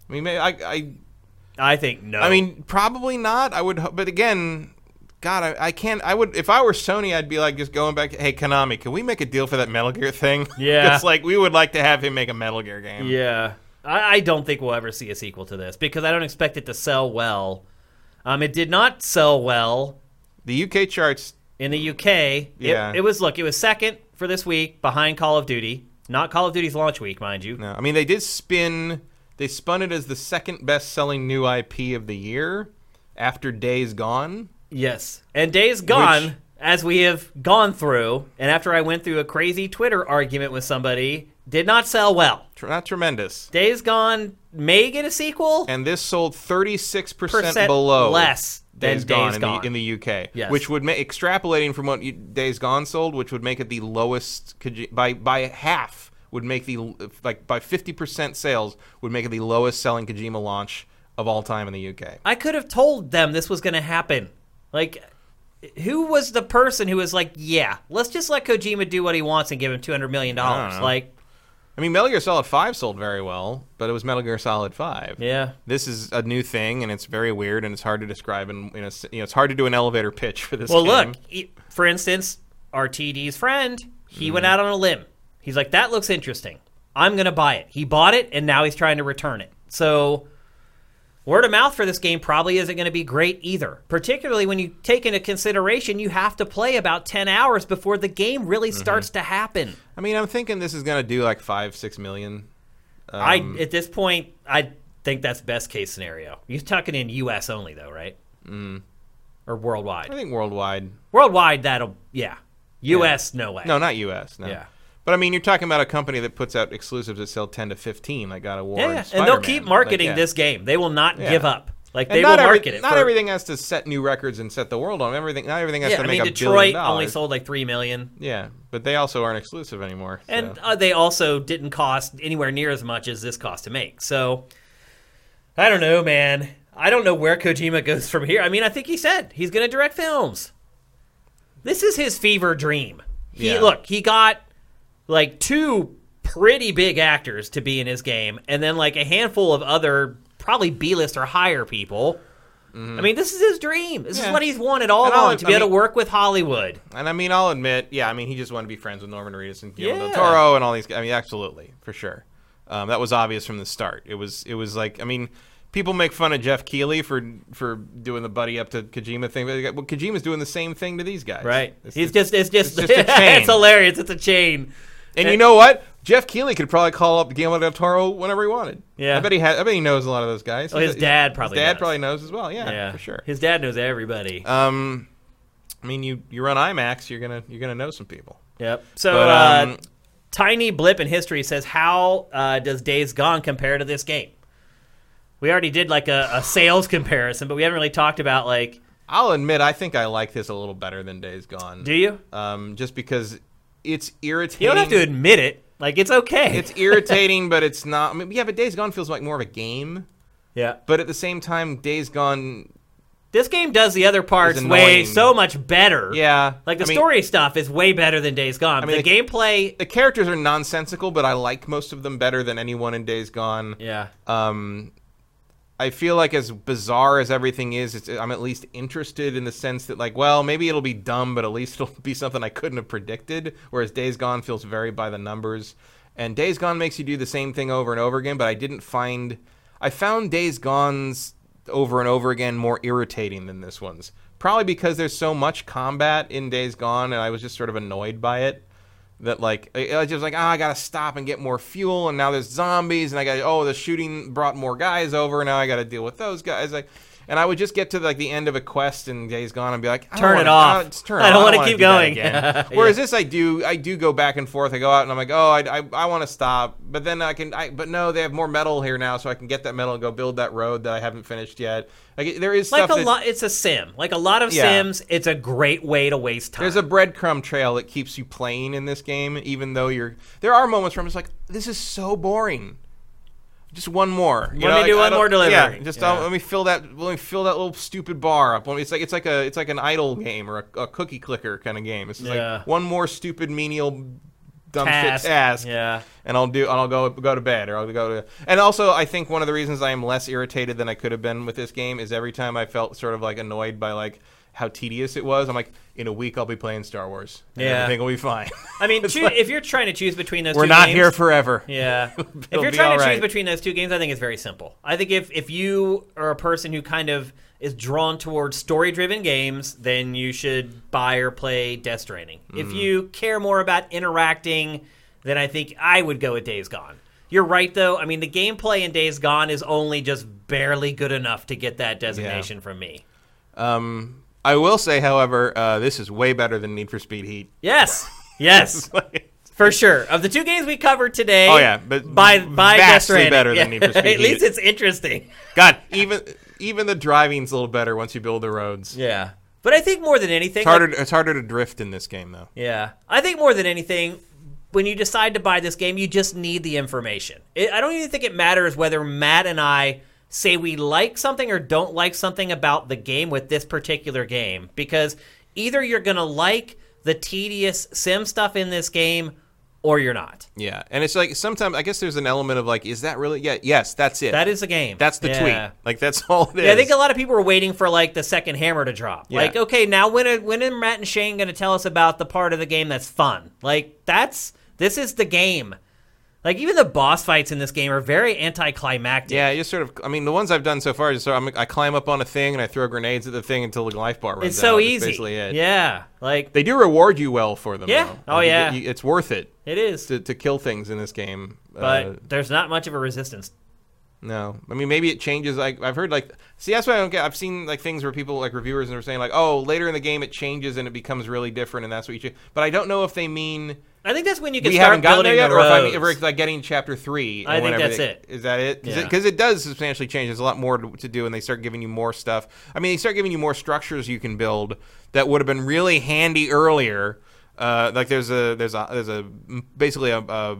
I mean, may- I, I,
I think no.
I mean, probably not. I would, ho- but again, God, I, I can't. I would if I were Sony, I'd be like just going back. Hey, Konami, can we make a deal for that Metal Gear thing? [LAUGHS]
Yeah.
it's like we would like to have him make a Metal Gear game.
Yeah. I, I don't think we'll ever see a sequel to this because I don't expect it to sell well. Um, it did not sell well
The UK charts.
in the UK. It,
Yeah.
it was look, it was second for this week behind Call of Duty. Not Call of Duty's launch week, mind you.
No, I mean they did spin. They spun it as the second best-selling new IP of the year after Days Gone.
Yes. And Days Gone,
Which-
as we have gone through, and after I went through a crazy Twitter argument with somebody, did not sell well.
Tr- not tremendous.
Days Gone may get a sequel.
and this sold 36
Percent
percent below
less than
Days,
Days
Gone, in the-
Gone.
In, the, UK,
Yes.
which would make extrapolating from what you- Days Gone sold, which would make it the lowest Koji- by by half, would make the like by 50 percent sales would make it the lowest selling Kojima launch of all time in the UK.
I could have told them this was going to happen. Like, who was the person who was like, yeah, let's just let Kojima do what he wants and give him $200 million?
I don't know.
Like,
I mean, Metal Gear Solid 5 sold very well, but it was Metal Gear Solid 5.
yeah.
This is a new thing, and it's very weird, and it's hard to describe, and you know, s- you know, it's hard to do an elevator pitch for this.
Well,
game.
look, e- for instance, RTD's friend, he went out on a limb. He's like, that looks interesting. I'm going to buy it. He bought it, and now he's trying to return it. So, word of mouth for this game probably isn't going to be great either, particularly when you take into consideration you have to play about 10 hours before the game really starts to happen.
I mean, I'm thinking this is gonna do like five, six million.
I At this point, I think that's best case scenario. You're talking in U.S. only, though, right? Mm. Or worldwide.
I think worldwide.
Worldwide, that'll, yeah. U.S., no way.
No, not U.S. No.
Yeah.
But I mean, you're talking about a company that puts out exclusives that sell 10 to 15, like God of War.
Yeah,
and,
and they'll
Spider-Man.
keep marketing
Like, yeah.
this game. They will not
Yeah.
give up. Like
And
they will
not every-
market it.
Not
for-
everything has to set new records and set the world on everything. Not everything has
Yeah,
to
I
make
mean
a billion
Detroit
dollars.
only sold like three million,
yeah, but they also aren't exclusive anymore. so.
and uh, they also didn't cost anywhere near as much as this cost to make. So I don't know, man. I don't know where Kojima goes from here. I mean, I think he said he's going to direct films. This is his fever dream. He
Yeah.
look, he got like two pretty big actors to be in his game, and then like a handful of other probably B list or higher people. I mean, this is his dream. This
Mm-hmm. Yeah.
is what he's wanted all
And I'll-
along to be
I
able to
mean-
work with Hollywood.
And I mean, I'll admit, yeah, I mean, he just wanted to be friends with Norman Reedus and Guillermo
Yeah.
del Toro and all these. guys. I mean, absolutely, for sure. Um, that was obvious from the start. It was, it was like, I mean, people make fun of Jeff Keighley for for doing the buddy up to Kojima thing. But well, Kojima's doing the same thing to these guys,
Right.
It's-
He's
it's-
just it's just
it's just a
[LAUGHS]
chain.
it's hilarious. It's a chain.
and you know what? Jeff Keighley could probably call up Guillermo del Toro whenever he wanted.
Yeah.
I bet he had. I bet he knows a lot of those guys.
Oh, his
He's-
dad probably
His dad
knows.
probably knows as well. Yeah,
Yeah,
for sure.
His dad knows everybody.
Um, I mean, you you run IMAX, you're gonna you're gonna know some people.
yep. So
but,
uh,
um,
tiny blip in history says, "How uh, does Days Gone compare to this game?" We already did like a, a sales comparison, but we haven't really talked about like.
I'll admit, I think I like this a little better than Days Gone.
Do you?
Um, just because it's irritating.
You don't have to admit it. Like it's okay.
It's e- irritating, but it's not. I mean, yeah, but Days Gone feels like more of a game.
yeah.
But at the same time, Days Gone,
This game does the other parts
It's
way
annoying.
so much better.
yeah,
Like the
I mean,
story stuff is way better than Days Gone.
mean,
the,
the-
gameplay.
The characters are nonsensical, but I like most of them better than anyone in Days Gone.
yeah.
Um, I feel like as bizarre as everything is, it's, I'm at least interested in the sense that like, well, maybe it'll be dumb, but at least [LAUGHS] it'll be something I couldn't have predicted. Whereas Days Gone feels very by the numbers, and Days Gone makes you do the same thing over and over again. But I didn't find, I found Days Gone's over and over again more irritating than this one's. Probably because there's so much combat in Days Gone, and I was just sort of annoyed by it that like I I was just like ah, I gotta stop and get more fuel, and now there's zombies, and I got oh the shooting brought more guys over, and now I gotta deal with those guys. Like, and I would just get to like the end of a quest and days gone and be like, I don't
Turn it
wanna-
off.
I just turn it
I don't
off.
wanna
wanna
keep
do that
going. [LAUGHS]
again. Whereas this, I do I do go back and forth. I go out and I'm like oh I, I, I want to stop, but then I can I but no they have more metal here now, so I can get that metal and go build that road that I haven't finished yet. Like there is
Like
stuff
a
that-
lot. It's a sim. Like a lot of
Yeah.
sims. It's a great way to waste time.
There's a breadcrumb trail that keeps you playing in this game, even though you're. There are moments where I'm just like, this is so boring. Just one more. You
Let me
like,
do
I
one
don't-
more delivery.
Yeah, just
Yeah.
uh, let me fill that. Let me fill that little stupid bar up. Let me- It's like it's like a it's like an idle game or a, a cookie clicker kind of game. It's just
Yeah.
like one more stupid menial dumb
task.
shit task
Yeah.
and I'll do and I'll go go to bed or I'll go to and also I think one of the reasons I am less irritated than I could have been with this game is every time I felt sort of like annoyed by like how tedious it was. I'm like, in a week I'll be playing Star Wars. And
Yeah.
everything will be [LAUGHS] fine.
I mean, choo- if you're trying to choose between those,
We're
two
not
games,
here forever.
[LAUGHS]
[LAUGHS]
Yeah. if
It'll
you're
be
trying to
all
choose
right.
between those two games, I think it's very simple. I think if if you are a person who kind of is drawn towards story-driven games, then you should buy or play Death Stranding. If
Mm-hmm.
you care more about interacting, then I think I would go with Days Gone. You're right though. I mean, the gameplay in Days Gone is only just barely good enough to get that designation from me.
Um, I will say, however, uh, this is way better than Need for Speed Heat.
Yes.
[LAUGHS]
Yes. For sure. Of the two games we covered today,
Oh, yeah, but
by by
vastly
Death Stranding.
better than
Yeah.
Need for
[LAUGHS]
Speed
At least
Heat.
it's interesting.
God, e- even even the driving's a little better once you build the roads.
Yeah. But I think more than anything,
It's harder.
like-
It's harder to drift in this game, though.
yeah, I think more than anything, when you decide to buy this game, you just need the information. It, I don't even think it matters whether Matt and I say we like something or don't like something about the game with this particular game, because either you're gonna like the tedious sim stuff in this game, or you're not.
Yeah, and it's like sometimes I guess there's an element of like, is that really? Yeah, yes, that's it.
That is the game.
That's the
Yeah.
tweet. Like that's [LAUGHS] all it is.
Yeah, I think a lot of people were waiting for like the second hammer to drop.
Yeah.
Like, okay, now when are, when are Matt and Shane going to tell us about the part of the game that's fun? Like, that's this is the game. Like, even the boss fights in this game are very anticlimactic.
Yeah, you just sort of. I mean, the ones I've done so far is so I'm, I climb up on a thing and I throw grenades at the thing until the life bar runs
it's so
out.
easy.
basically it.
Yeah, like
They do reward you well for them.
Yeah.
though.
Oh,
Like, you
yeah.
get- you- it's worth it
it is,
to, to kill things in this game.
but
Uh,
there's not much of a resistance.
No, I mean maybe it changes. Like I've heard, like see, that's why I don't get. I've seen like things where people, like reviewers, and they're saying like, oh, later in the game it changes and it becomes really different, and that's what you. Change. But I don't know if they mean
I think that's when you can
we
start
haven't gotten
building
there yet,
the
or if I'm
roads.
if we're like getting chapter three.
I
or
think
whenever
that's
they-
it.
Is that it? Because
Yeah.
it, 'cause it does substantially change. There's a lot more to, to do, and they start giving you more stuff. I mean, they start giving you more structures you can build that would have been really handy earlier. Uh, like there's a there's a there's a basically a. a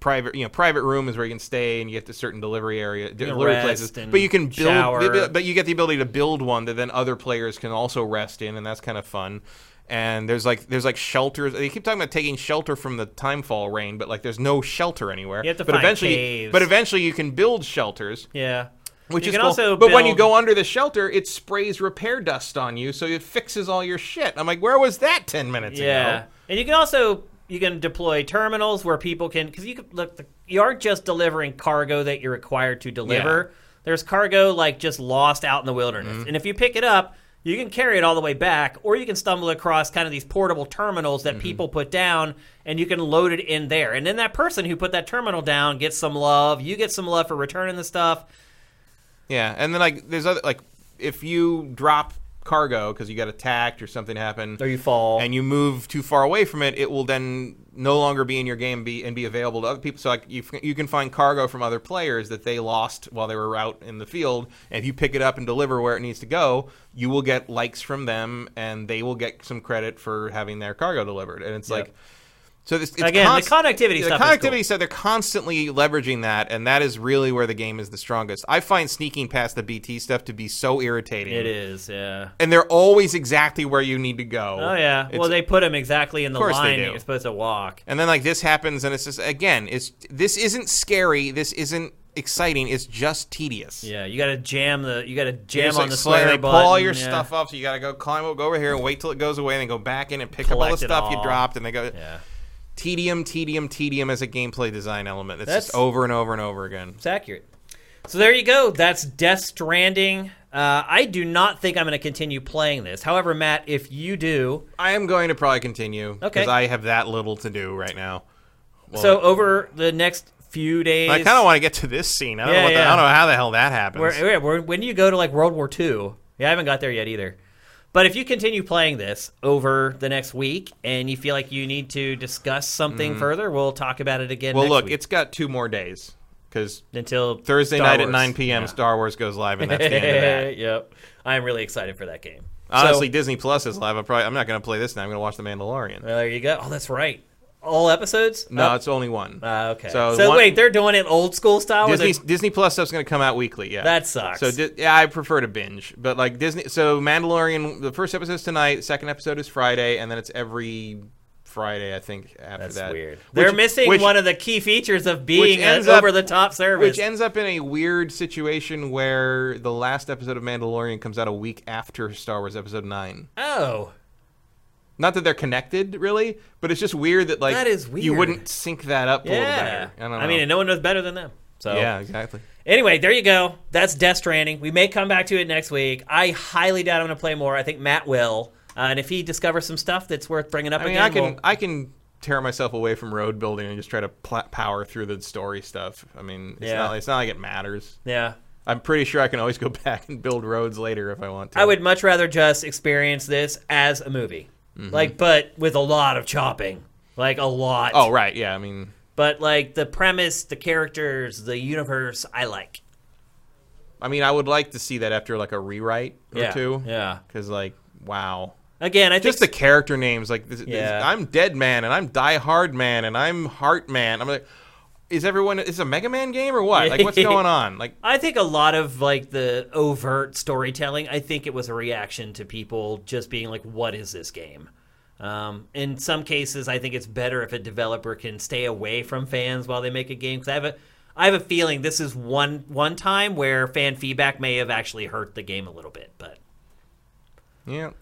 Private, you know, private room is where you can stay, and you get to certain delivery area, delivery
rest
places.
and
But you can build,
shower.
but you get the ability to build one that then other players can also rest in, and that's kind of fun. And there's like there's like shelters. They keep talking about taking shelter from the timefall rain, but like there's no shelter anywhere.
You have to
but
find
eventually,
caves.
but eventually you can build shelters,
yeah.
which
You
is
can
cool.
also
but when you
build-
go under the shelter, it sprays repair dust on you, so it fixes all your shit. I'm like, where was that ten minutes
Yeah,
ago?
and you can also you can deploy terminals where people can because you can, look the, you aren't just delivering cargo that you're required to deliver. There's cargo like just lost out in the wilderness,
Mm-hmm.
and if you pick it up, you can carry it all the way back, or you can stumble across kind of these portable terminals
Mm-hmm.
that people put down, and you can load it in there. And then that person who put that terminal down gets some love. You get some love for returning the stuff.
Yeah, and then like there's other like if you drop cargo because you got attacked or something happened,
Or you fall.
and you move too far away from it, it will then no longer be in your game be, and be available to other people. So like you, f- you can find cargo from other players that they lost while they were out in the field. And if you pick it up and deliver where it needs to go, you will get likes from them, and they will get some credit for having their cargo delivered. And it's like. So this, it's
Again, the connectivity
the
stuff is
connectivity
cool.
stuff. They're constantly leveraging that, and that is really where the game is the strongest. I find sneaking past the BT stuff to be so irritating.
It is, yeah.
and they're always exactly where you need to go.
Oh yeah.
It's-
well, they put them exactly in the
course they
line
do.
that you're supposed to walk.
and then like this happens, and it's just again, it's this isn't scary. This isn't exciting. It's just tedious.
Yeah, you gotta jam the you gotta
You're
jam
just,
on
like,
the
slowly-
square
they pull
button.
all your
yeah.
stuff up, so you gotta go climb up, go over here and wait till it goes away, and then go back in and pick up all the
Collect it
stuff you
all.
dropped, and they go
Yeah.
tedium, tedium, tedium as a gameplay design element. It's just
That's-
over and over and over again.
It's accurate. So there you go. That's Death Stranding. Uh, I do not think I'm going to continue playing this. However, Matt, if you do,
I am going to probably continue because
Okay.
I have that little to do right now. Well,
so over the next few days,
I kind of want to get to this scene. I don't, know
Yeah,
what the,
yeah.
I don't know how the hell that happens.
Where, where- where- when do you go to like World War II? Yeah, I haven't got there yet either. But if you continue playing this over the next week and you feel like you need to discuss something further, we'll talk about it again.
Mm. well,
next
look,
week.
it's got two more days because
until
Thursday
Star
night
Wars.
at 9 p.m. Star Wars goes live, and that's the end of that.
yep, I'm really excited for that game.
Honestly,
[LAUGHS] So-
Disney Plus is live. I'm probably I'm not going to play this now. I'm going to watch The Mandalorian.
Well, there you go. Oh, that's right. All episodes?
no,
Oh,
it's only one.
uh, okay.
so
So,
one-
wait, they're doing it old school style. where
Disney
they're-
Disney Plus stuff's going to come out weekly. Yeah,
That sucks.
So di- yeah, I prefer to binge, but like Disney. So Mandalorian, the first episode's tonight. Second episode is Friday, and then it's every Friday, I think. After
that's
that,
weird.
Which-
they're missing
which-
one of the key features of being an
ends up-
over the top service.
Which ends up in a weird situation where the last episode of Mandalorian comes out a week after Star Wars Episode Nine.
oh,
Not that they're connected, really, but it's just weird that like
That is
you
weird.
wouldn't sync that up a little
yeah.
better. I don't know.
mean, and no one knows better than them. So
yeah, exactly.
Anyway, there you go. That's Death Stranding. We may come back to it next week. I highly doubt I'm going to play more. I think Matt will, uh, and if he discovers some stuff that's worth bringing up
I mean,
again,
I can
we'll-
I can tear myself away from road building and just try to pl- power through the story stuff. I mean, it's
Yeah.
not it's not like it matters.
yeah.
I'm pretty sure I can always go [LAUGHS] back and build roads later if I want to.
I would much rather just experience this as a movie,
Mm-hmm.
like, but with a lot of chopping, like a lot.
Oh right, yeah. I mean,
But like the premise, the characters, the universe, I like.
I mean, I would like to see that after like a rewrite or
yeah.
two.
Yeah.
Because like, wow.
Again, I
Just the
think
character names, like this, this-
Yeah.
I'm Dead Man and I'm Die Hard Man and I'm Heart Man. I'm like, is everyone? Is this a Mega Man game or what?
[LAUGHS]
Like, what's going on? Like,
I think a lot of like the overt storytelling. I think it was a reaction to people just being like, "What is this game?" Um, in some cases, I think it's better if a developer can stay away from fans while they make a game. Because I have a, I have a feeling this is one one time where fan feedback may have actually hurt the game a little bit, but
yeah.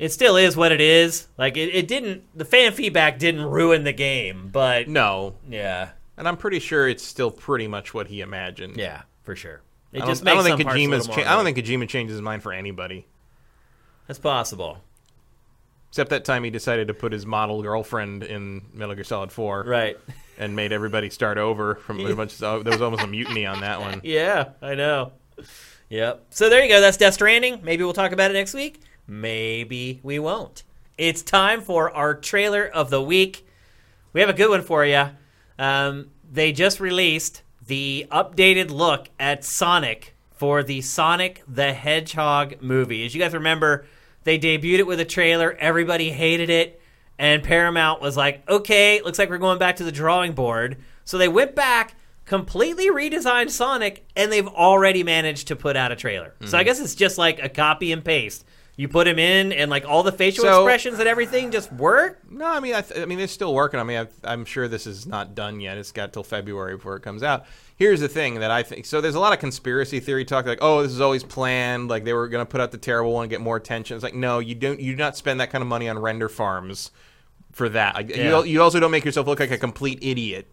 it still is what it is. Like it, it didn't. The fan feedback didn't ruin the game, but
No,
yeah,
and I'm pretty sure it's still pretty much what he imagined.
yeah, for sure. It
I
just makes
don't, I don't think
some parts a
Kojima's.
little
Cha-
more
I don't think Kojima changes his mind for anybody,
that's possible.
except that time he decided to put his model girlfriend in Metal Gear Solid Four,
Right.
and made everybody start over
[LAUGHS]
from a bunch. Of, oh, there was almost a mutiny on that one.
Yeah, I know. Yep. So there you go. That's Death Stranding. Maybe we'll talk about it next week. Maybe we won't. It's time for our trailer of the week. We have a good one for you. Um, they just released the updated look at Sonic for the Sonic the Hedgehog movie. As you guys remember, they debuted it with a trailer. Everybody hated it. And Paramount was like, okay, looks like we're going back to the drawing board. So they went back, completely redesigned Sonic, and they've already managed to put out a trailer.
Mm-hmm.
So I guess it's just like a copy and paste. You put him in, and like all the facial
So-
expressions and everything just work.
No, I mean, I, th- I mean, it's still working. I mean, I've, I'm sure this is not done yet. It's got till February before it comes out. Here's the thing that I think. So there's a lot of conspiracy theory talk, like, oh, this is always planned. Like they were going to put out the terrible one, and get more attention. It's like, no, you don't. You do not spend that kind of money on render farms for that. Like, you,
Yeah.
al- you also don't make yourself look like a complete idiot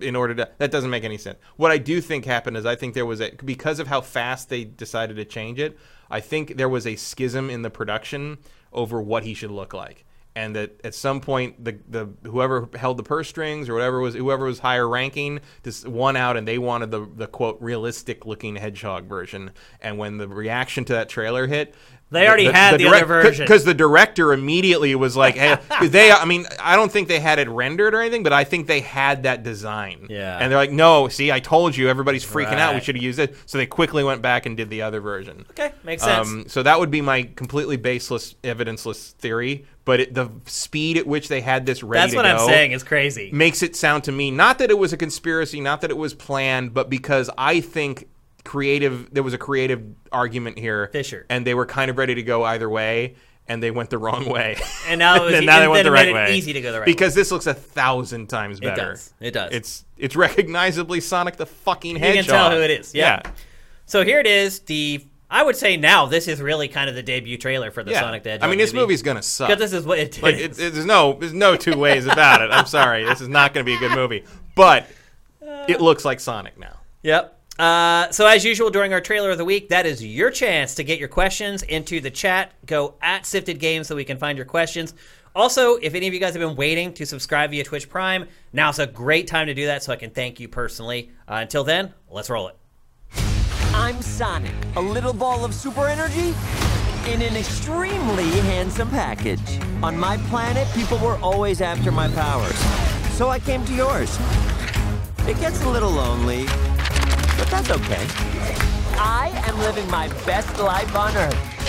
in order to. That doesn't make any sense. What I do think happened is I think there was a because of how fast they decided to change it. I think there was a schism in the production over what he should look like and that at some point the, the whoever held the purse strings or whatever was whoever was higher ranking just won out and they wanted the the quote realistic looking hedgehog version and when the reaction to that trailer hit
They already had the other version.
because the director immediately was
[LAUGHS]
like hey 'cause they I mean I don't think they had it rendered or anything but I think they had that design
Yeah.
and they're like no see I told you everybody's freaking out we
Right.
should have used it so they quickly went back and did the other version
Okay, makes sense.
um, so that would be my completely baseless, evidenceless theory. But it, the speed at which they had this ready
That's
to
what I'm
go
saying. It's crazy.
[LAUGHS] makes it sound to me not that it was a conspiracy, not that it was planned, but because I think creative there was a creative argument here,
Fisher.
and they were kind of ready to go either way, and they went the
[LAUGHS]
wrong way.
And now Oh, it was-
[LAUGHS] and now they
and
went
then
the
it
right
made it
way.
easy to go the right
because this looks a thousand times better.
does. It does.
It's it's recognizably Sonic the fucking
can
Hedgehog.
tell who it is. Yeah. So here it is. The I would say now this is really kind of the debut trailer for the
Yeah.
Sonic the Hedgehog.
I mean, this
movie.
movie's gonna suck.
because this is what it did.
Like it, it, there's no there's no two ways about it. I'm sorry, this is not going to be a good movie, but it looks like Sonic now.
[LAUGHS] Yep. Uh, so as usual during our trailer of the week, that is your chance to get your questions into the chat. Go at Sifted Games so we can find your questions. Also, if any of you guys have been waiting to subscribe via Twitch Prime, now's a great time to do that. So I can thank you personally. Uh, until then, let's roll it.
I'm Sonic, a little ball of super energy in an extremely handsome package. On my planet, people were always after my powers, so I came to yours. It gets a little lonely, but that's okay. I am living my best life on Earth.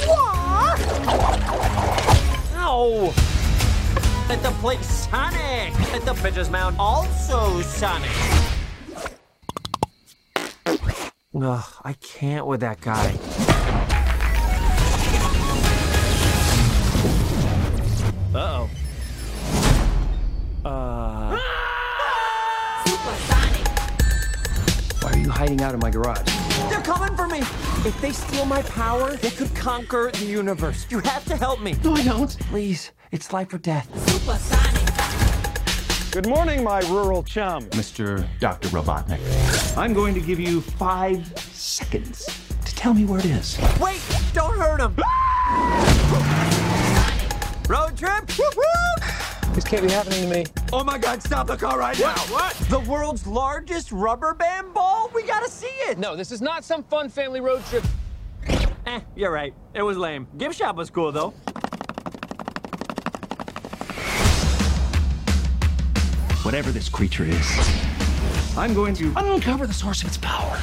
Ow! At the place Sonic! At the pitcher's mound, also Sonic! Ugh, I can't with that guy. Uh-oh.
Why are you hiding out in my garage?
They're coming for me! If they steal my power, they could conquer the universe. You have to help me.
No, I don't. Please, it's life or death.
Good morning, my rural chum.
Mr. Dr. Robotnik. I'm going to give you five seconds to tell me where it is.
Wait, don't hurt
[GASPS]
him! Road trip?
This can't be happening to me.
Oh my god, stop the car right now! What? The world's largest rubber band ball? We gotta see it!
No, this is not some fun family road trip.
Eh, you're right. It was lame. Gift shop was cool though.
Whatever this creature is, I'm going to uncover the source of its power.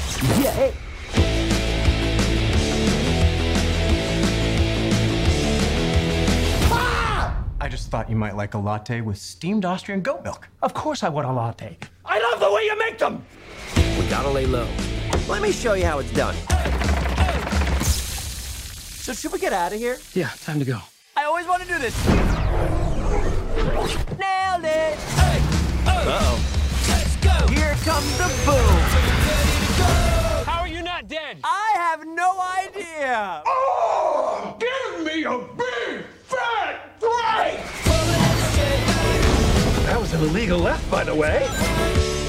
I just thought you might like a latte with steamed Austrian goat milk.
Of course, I want a latte.
I love the way you make them!
We gotta lay low. Let me show you how it's done. So should we get out of here?
Yeah, time to go.
I always want to do this. Nailed it! Uh-oh. Here comes the boom.
How are you not dead?
I have no idea.
That was an illegal left, by the way.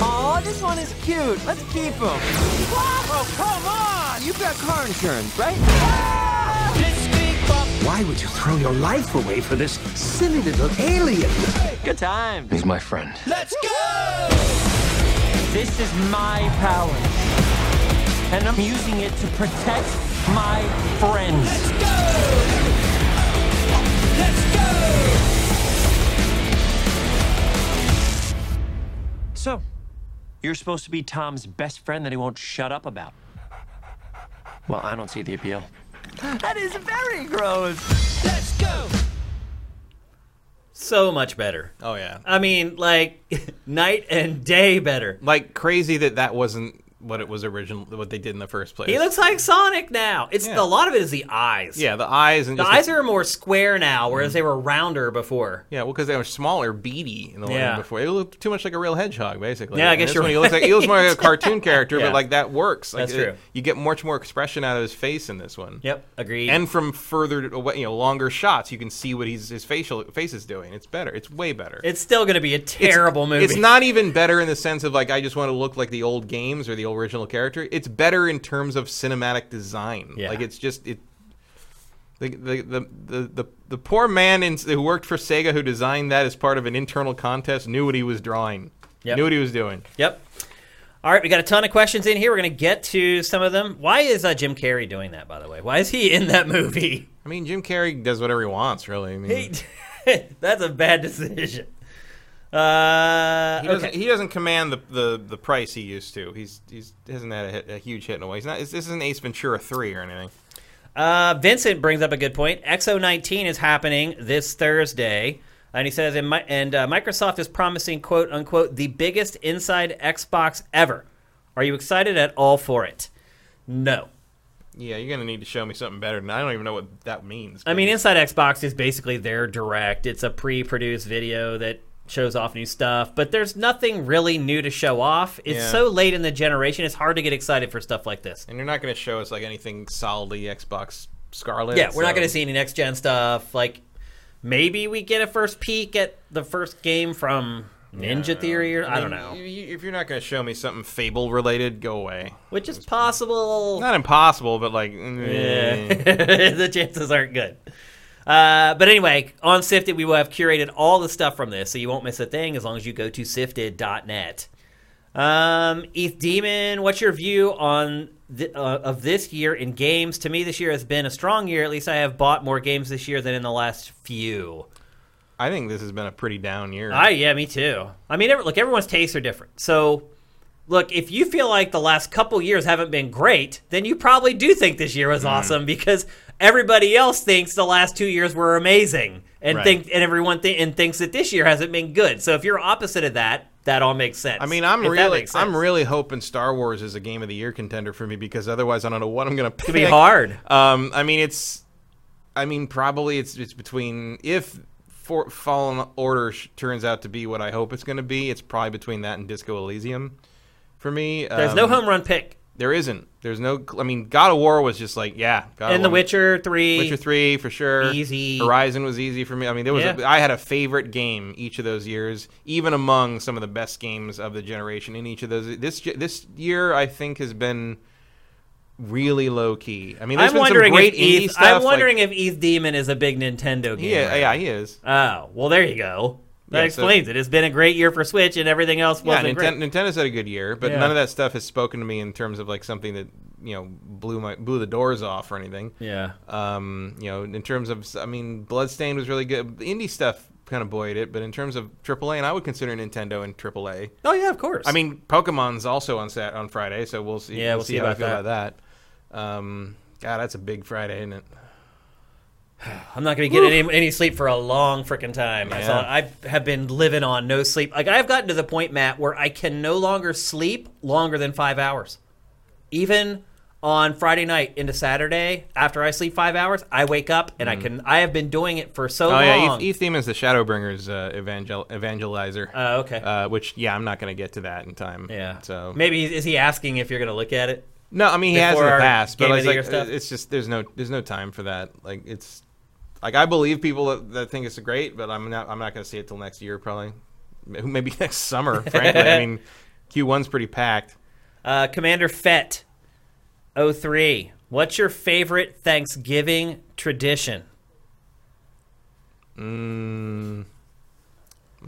Aw, this one is cute. Let's keep him. Oh, come on! You've got car insurance, right?
Why would you throw your life away for this silly little alien?
Good time.
He's my friend.
Let's go! This is my power. And I'm using it to protect my friends. Let's go! Let's go! So, you're supposed to be Tom's best friend that he won't shut up about. Well, I don't see the appeal. That is very gross.
Let's go.
So much better.
Oh yeah.
I mean, like [LAUGHS] night and day better.
Like crazy that that wasn't what it was original what they did in the first place.
He looks like Sonic now. It's a lot of it is the eyes.
yeah, Mm-hmm. the eyes and
The
just
eyes are more square now, whereas they were rounder before.
Yeah, well, because they were smaller, beady in the one
Yeah.
before. It looked too much like a real hedgehog, basically.
Yeah, I
And
guess
this
you're
one, He looks like he looks more
[LAUGHS]
like a cartoon character,
Yeah.
but like that works. Like,
That's
it-
true.
you get much more expression out of his face in this one.
Yep, agreed.
And from further away, you know, longer shots, you can see what he's his facial face is doing. It's better. It's way better.
it's still going to be a terrible movie.
It's not even better in the sense of like I just want to look like the old games or the original character. It's better in terms of cinematic design.
Yeah.
Like it's just it. The, the, the, the, the, the poor man in, who worked for Sega who designed that as part of an internal contest knew what he was drawing.
Yep.
Knew what he was doing.
Yep. All right, we got a ton of questions in here. We're going to get to some of them. Why is uh, Jim Carrey doing that, by the way? Why is he in that movie? [LAUGHS]
I mean, Jim Carrey does whatever he wants, really. I mean,
He- That's a bad decision. Uh,
he, doesn't,
okay.
he doesn't command the, the, the price he used to. He's, he's he hasn't had a, hit, a huge hit in a way. He's not, this isn't Ace Ventura 3 or anything.
Uh, Vincent brings up a good point. XO19 is happening this Thursday. And he says, and, Mi- and uh, Microsoft is promising, quote unquote, the biggest inside Xbox ever. Are you excited at all for it? No.
Yeah, you're going to need to show me something better. than I don't even know what that means.
I mean, Inside Xbox is basically their direct. It's a pre-produced video that shows off new stuff, but there's nothing really new to show off. It's
Yeah.
so late in the generation; it's hard to get excited for stuff like this.
And you're not going to show us like anything solidly Xbox Scarlet.
Yeah, we're not
so-
going to see any next gen stuff. Like maybe we get a first peek at the first game from Ninja Theory, or I, don't
mean,
know,
you- you- If you're not going to show me something Fable related, go away.
which is possible. [LAUGHS]
Not impossible, but like, eh.
the chances aren't good. Uh, but anyway, on Sifted, we will have curated all the stuff from this, so you won't miss a thing as long as you go to sifted.net. Um, ETH Demon, what's your view on the, uh, of this year in games? To me, this year has been a strong year. At least I have bought more games this year than in the last few.
[LAUGHS] I think this has been a pretty down year.
I yeah, me too. I mean, every, look, everyone's tastes are different. So, look, if you feel like the last couple years haven't been great, then you probably do think this year
Mm-hmm.
was awesome because everybody else thinks the last two years were amazing, and
Right.
think and everyone thi- and thinks that this year hasn't been good. So, if you're opposite of that, that all makes sense.
I mean, I'm
If that
really,
makes sense.
I'm really hoping Star Wars is a game of the year contender for me because otherwise, I don't know what I'm going to pick.
It'd be hard.
Um, I mean, it's, I mean, probably it's it's between if For- Fallen Order sh- turns out to be what I hope it's going to be, it's probably between that and Disco Elysium, for me.
There's
um,
no home run pick.
There isn't. There's no. I mean, God of War was just like, yeah. God of
And The
War-
Witcher Three.
Witcher Three for sure.
Easy.
Horizon was easy for me. I mean, there was.
Yeah.
A, I had a favorite game each of those years, even among some of the best games of the generation in each of those. This ge- this year, I think, has been really low key. I mean, there's
I'm
been
wondering
some great
if
indie
ETH,
stuff.
I'm wondering
Like,
if ETH Demon is a big Nintendo game.
yeah, yeah, he is.
Oh, well, there you go. That
Yeah, so-
explains it. It's been a great year for Switch, and everything else
Yeah,
wasn't great.
Ninten- Nintendo's had a good year, but
Yeah.
none of that stuff has spoken to me in terms of like something that you know blew my blew the doors off or anything.
Yeah.
Um, you know, in terms of, I mean, Bloodstained was really good. Indie stuff kind of buoyed it, but in terms of AAA, and I would consider Nintendo in AAA.
Oh yeah, of course.
I mean, Pokemon's also on Sat on Friday, so we'll see.
Yeah, we'll see
how I
about
feel about that. Um, God, that's a big Friday, isn't it?
I'm not gonna get any, any sleep for a long freaking time. I,
Yeah.
saw, I have been living on no sleep. Like I've gotten to the point, Matt, where I can no longer sleep longer than five hours. Even on Friday night into Saturday, after I sleep five hours, I wake up and I can. I have been doing it for so
Mm. Oh yeah,
long.
Eve, Eve Demon's the Shadowbringers uh, evangel- evangelizer.
Oh, okay.
Uh, which yeah, I'm not going to get to that in time.
yeah.
So
maybe is he asking if you're gonna look at it?
No, I mean he has in
before
the
our
past, but
Game of
like,
the Year
like,
stuff?
it's just there's no there's no time for that. Like it's like I believe people that, that think it's great, but I'm not I'm not gonna see it till next year probably, M- maybe [LAUGHS] next summer. Frankly, I mean Q1's pretty packed.
Uh, Commander Fett, 03. What's your favorite Thanksgiving tradition?
I don't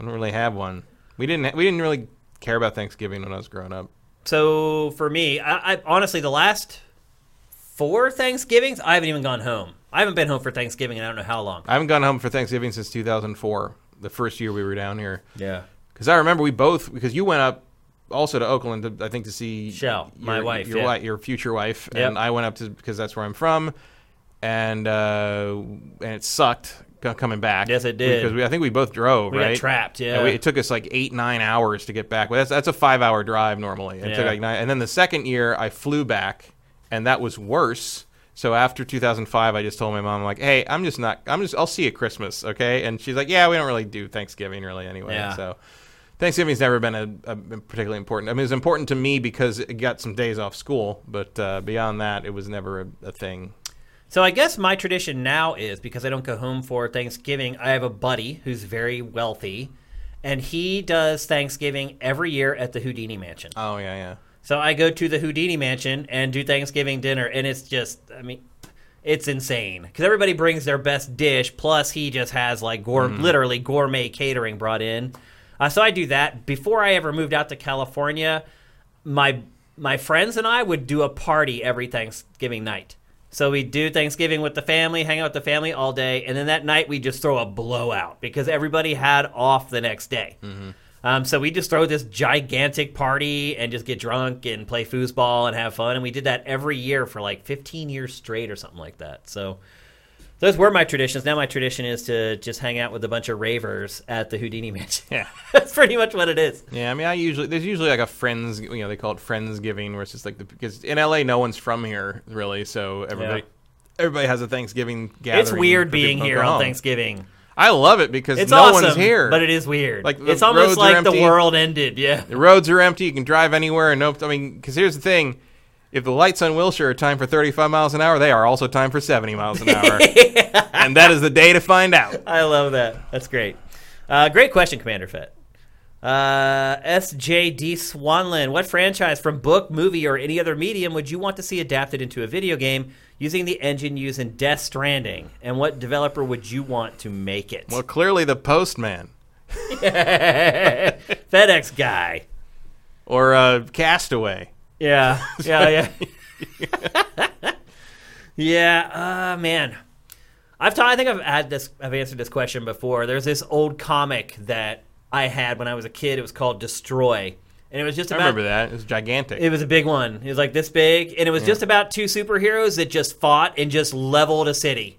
really have one. We didn't ha- we didn't really care about Thanksgiving when I was growing up.
So for me, I, I honestly the last four Thanksgivings I haven't even gone home. I haven't been home for Thanksgiving in I don't know how long.
I haven't gone home for Thanksgiving since 2004, the first year we were down here.
Yeah.
Because I remember we both because you went up also to Oakland, to, I think, to see
Shell,
your-
my wife,
your
yeah.
wi- your future wife,
Yep.
and I went up to because that's where I'm from, and uh, and it sucked co- coming back.
Yes, it did.
because we, I think we both drove.
We got
right,
trapped, yeah.
And we- it took us like eight nine hours to get back. Well, that's that's a five hour drive normally. It
Yeah.
took like nine, and then the second year I flew back, and that was worse. So after 2005, I just told my mom like, "Hey, I'm just not. I'm just. I'll see you at Christmas, okay?" And she's like, "Yeah, we don't really do Thanksgiving really anyway."
Yeah.
So Thanksgiving's never been a, a particularly important. I mean, it's important to me because it got some days off school, but uh, beyond that, it was never a, a thing.
So I guess my tradition now is because I don't go home for Thanksgiving, I have a buddy who's very wealthy and he does Thanksgiving every year at the Houdini Mansion.
Oh yeah, yeah.
So I go to the Houdini Mansion and do Thanksgiving dinner and it's just I mean it's insane cuz everybody brings their best dish plus he just has like gour- literally gourmet catering brought in. Uh, so I do that before I ever moved out to California my my friends and I would do a party every Thanksgiving night. So we do Thanksgiving with the family, hang out with the family all day, and then that night we just throw a blowout because everybody had off the next day. Um, so we just throw this gigantic party and just get drunk and play foosball and have fun. And we did that every year for like 15 years straight or something like that. So those were my traditions. Now my tradition is to just hang out with a bunch of ravers at the Houdini [LAUGHS] Mansion. Yeah, that's pretty much what it is.
Yeah, I mean, I usually there's usually like a friends, you know, they call it friendsgiving, where it's just like the because in LA no one's from here really, so everybody everybody has a Thanksgiving gathering.
it's weird
for
being
people to
here
go
on
home.
Thanksgiving.
I love it because
It's
no
awesome,
one's here,
but it is weird.
Like,
Like
the
it's almost
roads are
like the
empty.
world ended. Yeah,
The roads are empty. You can drive anywhere, and no. I mean, because here's the thing: if the lights on Wilshire are timed for 35 miles an hour, they are also timed for 70 miles
[LAUGHS]
an hour, and that is the day to find out.
I love that. That's great. Uh, great question, Commander Fett. Uh, SJD Swanlin, what franchise from book, movie, or any other medium would you want to see adapted into a video game using the engine used in Death Stranding? And what developer would you want to make it?
Well, clearly the postman
FedEx guy.
or uh, Castaway. [LAUGHS]
Yeah, yeah, yeah. yeah, uh, man. I've ta- I think I've had this. I've answered this question before. There's this old comic that I had when I was a kid. It was called Destroy, and it was just
I
about.
remember that. It was gigantic.
It was a big one. It was like this big, and it was just about two superheroes that just fought and just leveled a city.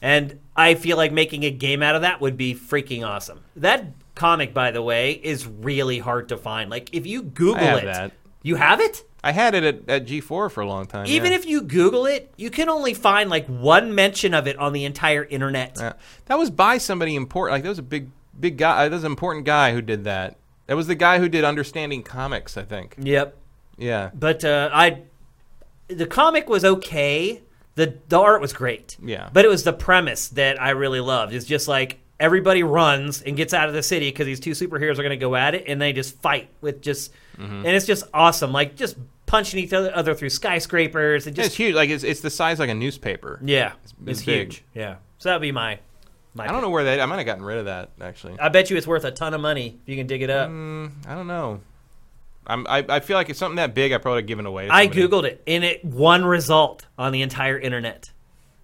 And I feel like making a game out of that would be freaking awesome. That comic, by the way, is really hard to find. Like if you Google
have
it,
that.
you have it.
I had it at, at G4 for a long time.
Even
yeah.
if you Google it, you can only find like one mention of it on the entire internet.
Yeah. That was by somebody important. Like that was a big, big guy. uh, That was an important guy who did that. That was the guy who did Understanding Comics, I think.
Yep.
Yeah,
But uh, I, the comic was okay. the The art was great.
Yeah.
But it was the premise that I really loved. It's just like everybody runs and gets out of the city because these two superheroes are going to go at it, and they just fight with just,
Mm-hmm.
and it's just awesome. Like just punching each other, other through skyscrapers and
it's
just
huge. Like it's, it's the size like a newspaper.
yeah, it's,
it's big.
huge. Yeah. So that'd be my. my
I don't know where that. I might have gotten rid of that actually.
I bet you it's worth a ton of money if you can dig it
Mm.
up.
I don't know. I'm, I I feel like it's something that big. I probably given away. To
I
somebody.
googled it, and it one result on the entire internet.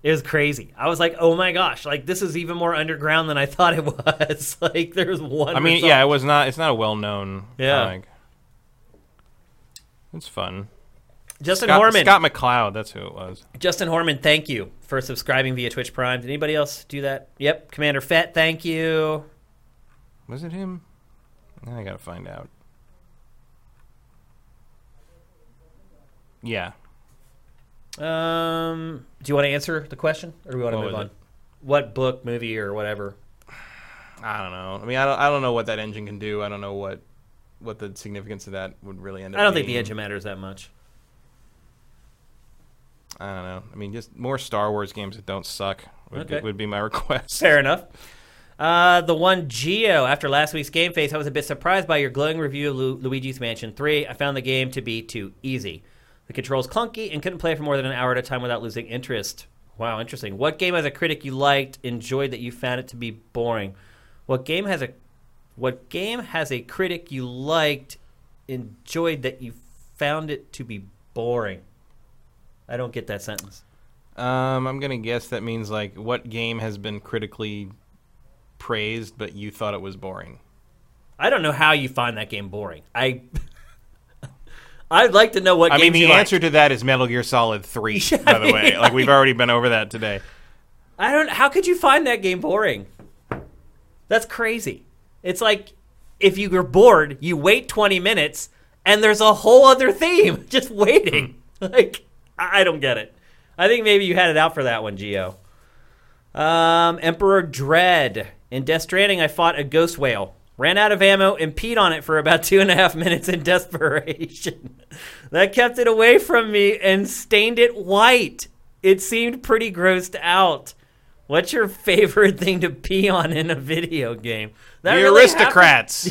It was crazy. I was like, "Oh my gosh! Like this is even more underground than I thought it [LAUGHS] was." like there's one.
I mean,
result.
yeah, it was not. It's not a well known.
Yeah.
comic. It's fun.
Justin
Scott,
Horman.
Scott McCloud. That's who it was.
Justin Horman, thank you for subscribing via Twitch Prime. Did anybody else do that? Yep, Commander Fett, thank you.
Was it him? I gotta find out. Yeah.
Um, do you want to answer the question, or do we want to
What
move
was
on?
it?
What book, movie, or whatever?
I don't know. I mean, I don't, I don't know what that engine can do. I don't know what what the significance of that would really end up
I don't think the
being.
engine matters that much.
I don't know. I mean, just more Star Wars games that don't suck would,
Okay.
would be my [LAUGHS] request.
Fair enough. Uh, the one Geo after last week's game face, I was a bit surprised by your glowing review of Lu- Luigi's Mansion 3. I found the game to be too easy. The controls clunky and couldn't play for more than an hour at a time without losing interest. Wow, interesting. What game as a critic you liked, enjoyed that you found it to be boring? What game has a what game has a critic you liked, enjoyed that you found it to be boring? I don't get that sentence.
Um, I'm gonna guess that means like what game has been critically praised, but you thought it was boring.
I [LAUGHS] don't know how you find that game boring. I I'd like to know what
I mean,
games
the
you like.
answer to that is Metal Gear
[LAUGHS]
Solid 3, by the way. Like, we've already been over that today.
I don't. How could you find that game boring? That's crazy. It's like if you were bored, you wait 20 minutes, and there's a whole other theme [LAUGHS] just waiting.
Hmm.
Like I I don't get it. I think maybe you had it out for that one, Geo. Um, Emperor Dread in Death Stranding. I fought a ghost whale, ran out of ammo, and peed on it for about [LAUGHS] two and a half minutes in desperation. [LAUGHS] that kept it away from me and stained it white. It seemed pretty grossed out. What's your favorite thing to pee on in a video game? That
The
really happened? [LAUGHS]
aristocrats.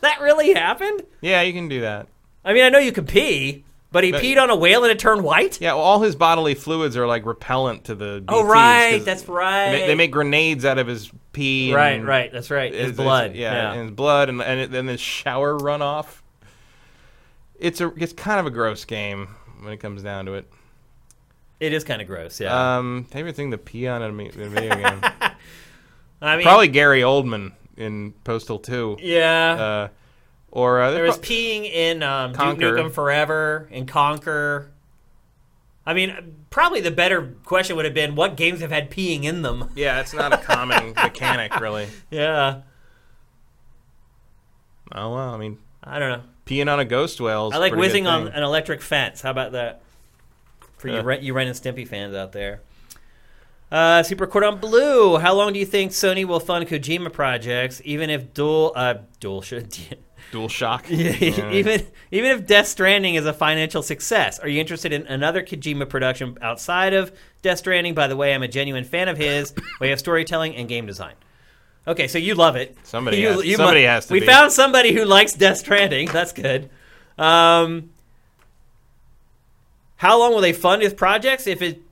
that really happened?
yeah, you can do that.
I mean, I know you could pee, but he peed on a whale and it turned white?
Yeah, well, all his bodily fluids are like repellent to the.
oh,
BTs,
right.
'cause
That's right.
They, they make grenades out of his pee. and-
Right, right. That's right. His blood.
yeah, and his blood, and and it- then the shower runoff. It's a it's kind of a gross game when it comes down to it.
It is kind of gross, yeah.
Um, favorite thing to pee on in a me- in a video
[LAUGHS]
game?
I mean,
Probably Gary Oldman in Postal Two.
Yeah.
Uh, or uh,
There was peeing in um, Duke
Conquer.
Nukem Forever and Conquer. I mean, probably the better question would have been what games have had peeing in them. [LAUGHS]
yeah, it's not a common mechanic really.
Yeah,
Oh well, I mean,
I don't know.
peeing on a ghost whale. Is
I like
a pretty good
whizzing on
thing.
an electric fence. How about that for you,
Yeah.
Ren, you Ren and Stimpy fans out there? Uh, Super Cordon Blue. How long do you think Sony will fund Kojima projects, even if dual uh, dual should? [LAUGHS]
Dual shock.
even even if Death Stranding is a financial success, are you interested in another Kojima production outside of Death Stranding? By the way, I'm a genuine fan of
[LAUGHS]
his way of storytelling and game design. Okay, so you love it.
Somebody
You-
has-
you
somebody
mu-
has to
We
be.
found somebody who likes Death Stranding. [LAUGHS] That's good. Um, how long will they fund his projects if it?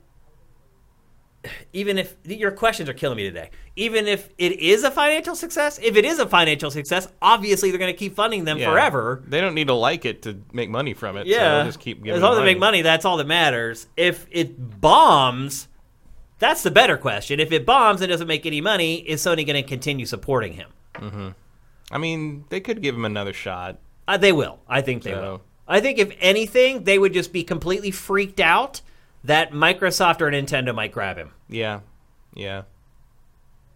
Even if your questions are killing me today, even if it is a financial success, if it is a financial success, obviously they're going to keep funding them
Yeah.
forever.
They don't need to like it to make money from it. so
Yeah,
they'll just keep giving.
as long as
money.
they make money, that's all that matters. If it bombs, that's the better question. If it bombs and doesn't make any money, is Sony going to continue supporting him?
I mean, they could give him another shot.
Uh, they will. I think they
So-
will. I think if anything, they would just be completely freaked out that Microsoft or Nintendo might grab him.
Yeah, yeah.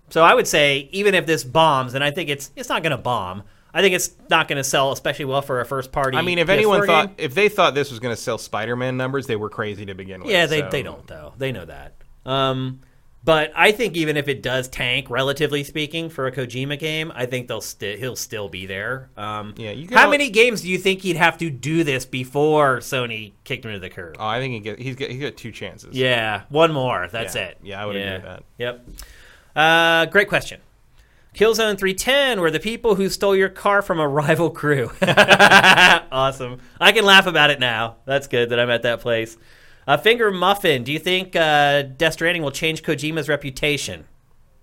So I would say even if this bombs, and I think it's it's not going to bomb. I think it's not going to sell especially well for a first party.
I mean, if
PS4
anyone
game.
thought if they thought this was going to sell Spider-Man numbers, they were crazy to begin with.
Yeah, they,
so-
they don't though. They know that. Um, but I think even if it does tank, relatively speaking, for a Kojima game, I think they'll sti- he'll still be there. Um,
Yeah, you can
how
al-
many games do you think he'd have to do this before Sony kicked him to the curb?
Oh, I think he get he's got, he's got two chances.
Yeah, one more. That's
Yeah.
it.
Yeah, I would agree with that.
Yep. Uh, great question. Killzone 310 were the people who stole your car from a rival crew. [LAUGHS] awesome. I can laugh about it now. That's good that I'm at that place. Uh, Finger Muffin, do you think uh, Death Stranding will change Kojima's reputation?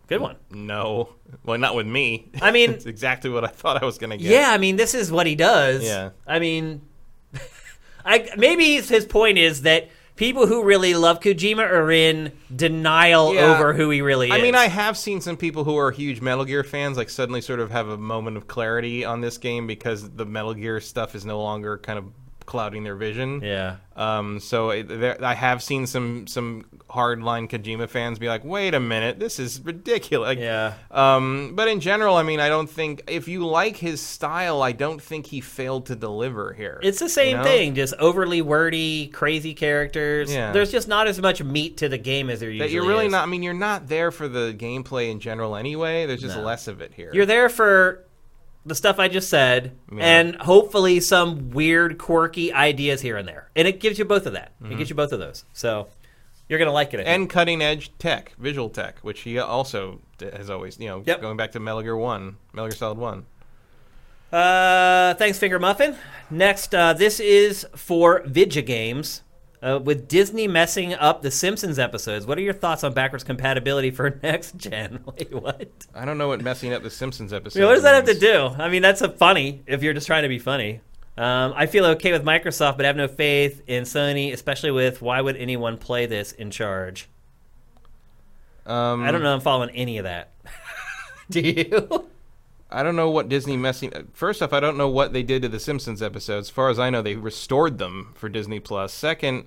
Good one.
No, well, not with me.
I mean-
[LAUGHS] it's exactly what I thought I was going to get.
Yeah, I mean, this is what he does.
Yeah.
I mean, [LAUGHS] I maybe his, his point is that people who really love Kojima are in denial
Yeah.
over who he really is.
I mean, I have seen some people who are huge Metal Gear fans like suddenly sort of have a moment of clarity on this game because the Metal Gear stuff is no longer kind of clouding their vision.
Yeah.
Um, so it, there, I have seen some some hardline Kojima fans be like, "Wait a minute, this is ridiculous." Like,
Yeah.
Um, but in general, I mean, I don't think if you like his style, I don't think he failed to deliver here.
It's the same
you know?
thing, just overly wordy, crazy characters.
Yeah.
There's just not as much meat to the game as there usually
that you're really
is.
not. I mean, you're not there for the gameplay in general anyway. There's just less of it here.
You're there for the stuff I just said, and hopefully some weird, quirky ideas here and there. And it gives you both of that.
Mm-hmm.
It gives you both of those. So you're gonna like it. I think.
and cutting edge tech, visual tech, which he also d- has always, you know,
Yep.
going back to Metal Gear One, Metal Gear Solid One.
Uh, thanks, Finger Muffin. Next, uh, this is for Vidya Games. Uh, with Disney messing up the Simpsons episodes, what are your thoughts on backwards compatibility for [LAUGHS] next gen? Wait, what?
I don't know what messing up the Simpsons episode.
Yeah, what does that have to
means.
do? I mean, that's a funny if you're just trying to be funny. Um, I feel okay with Microsoft, but I have no faith in Sony, especially with why would anyone play this in charge? [LAUGHS]
Um,
I don't know. I'm following any of that. do you?
I don't know what Disney messing. First off, I don't know what they did to the Simpsons episodes. As far as I know, they restored them for Disney Plus. Second,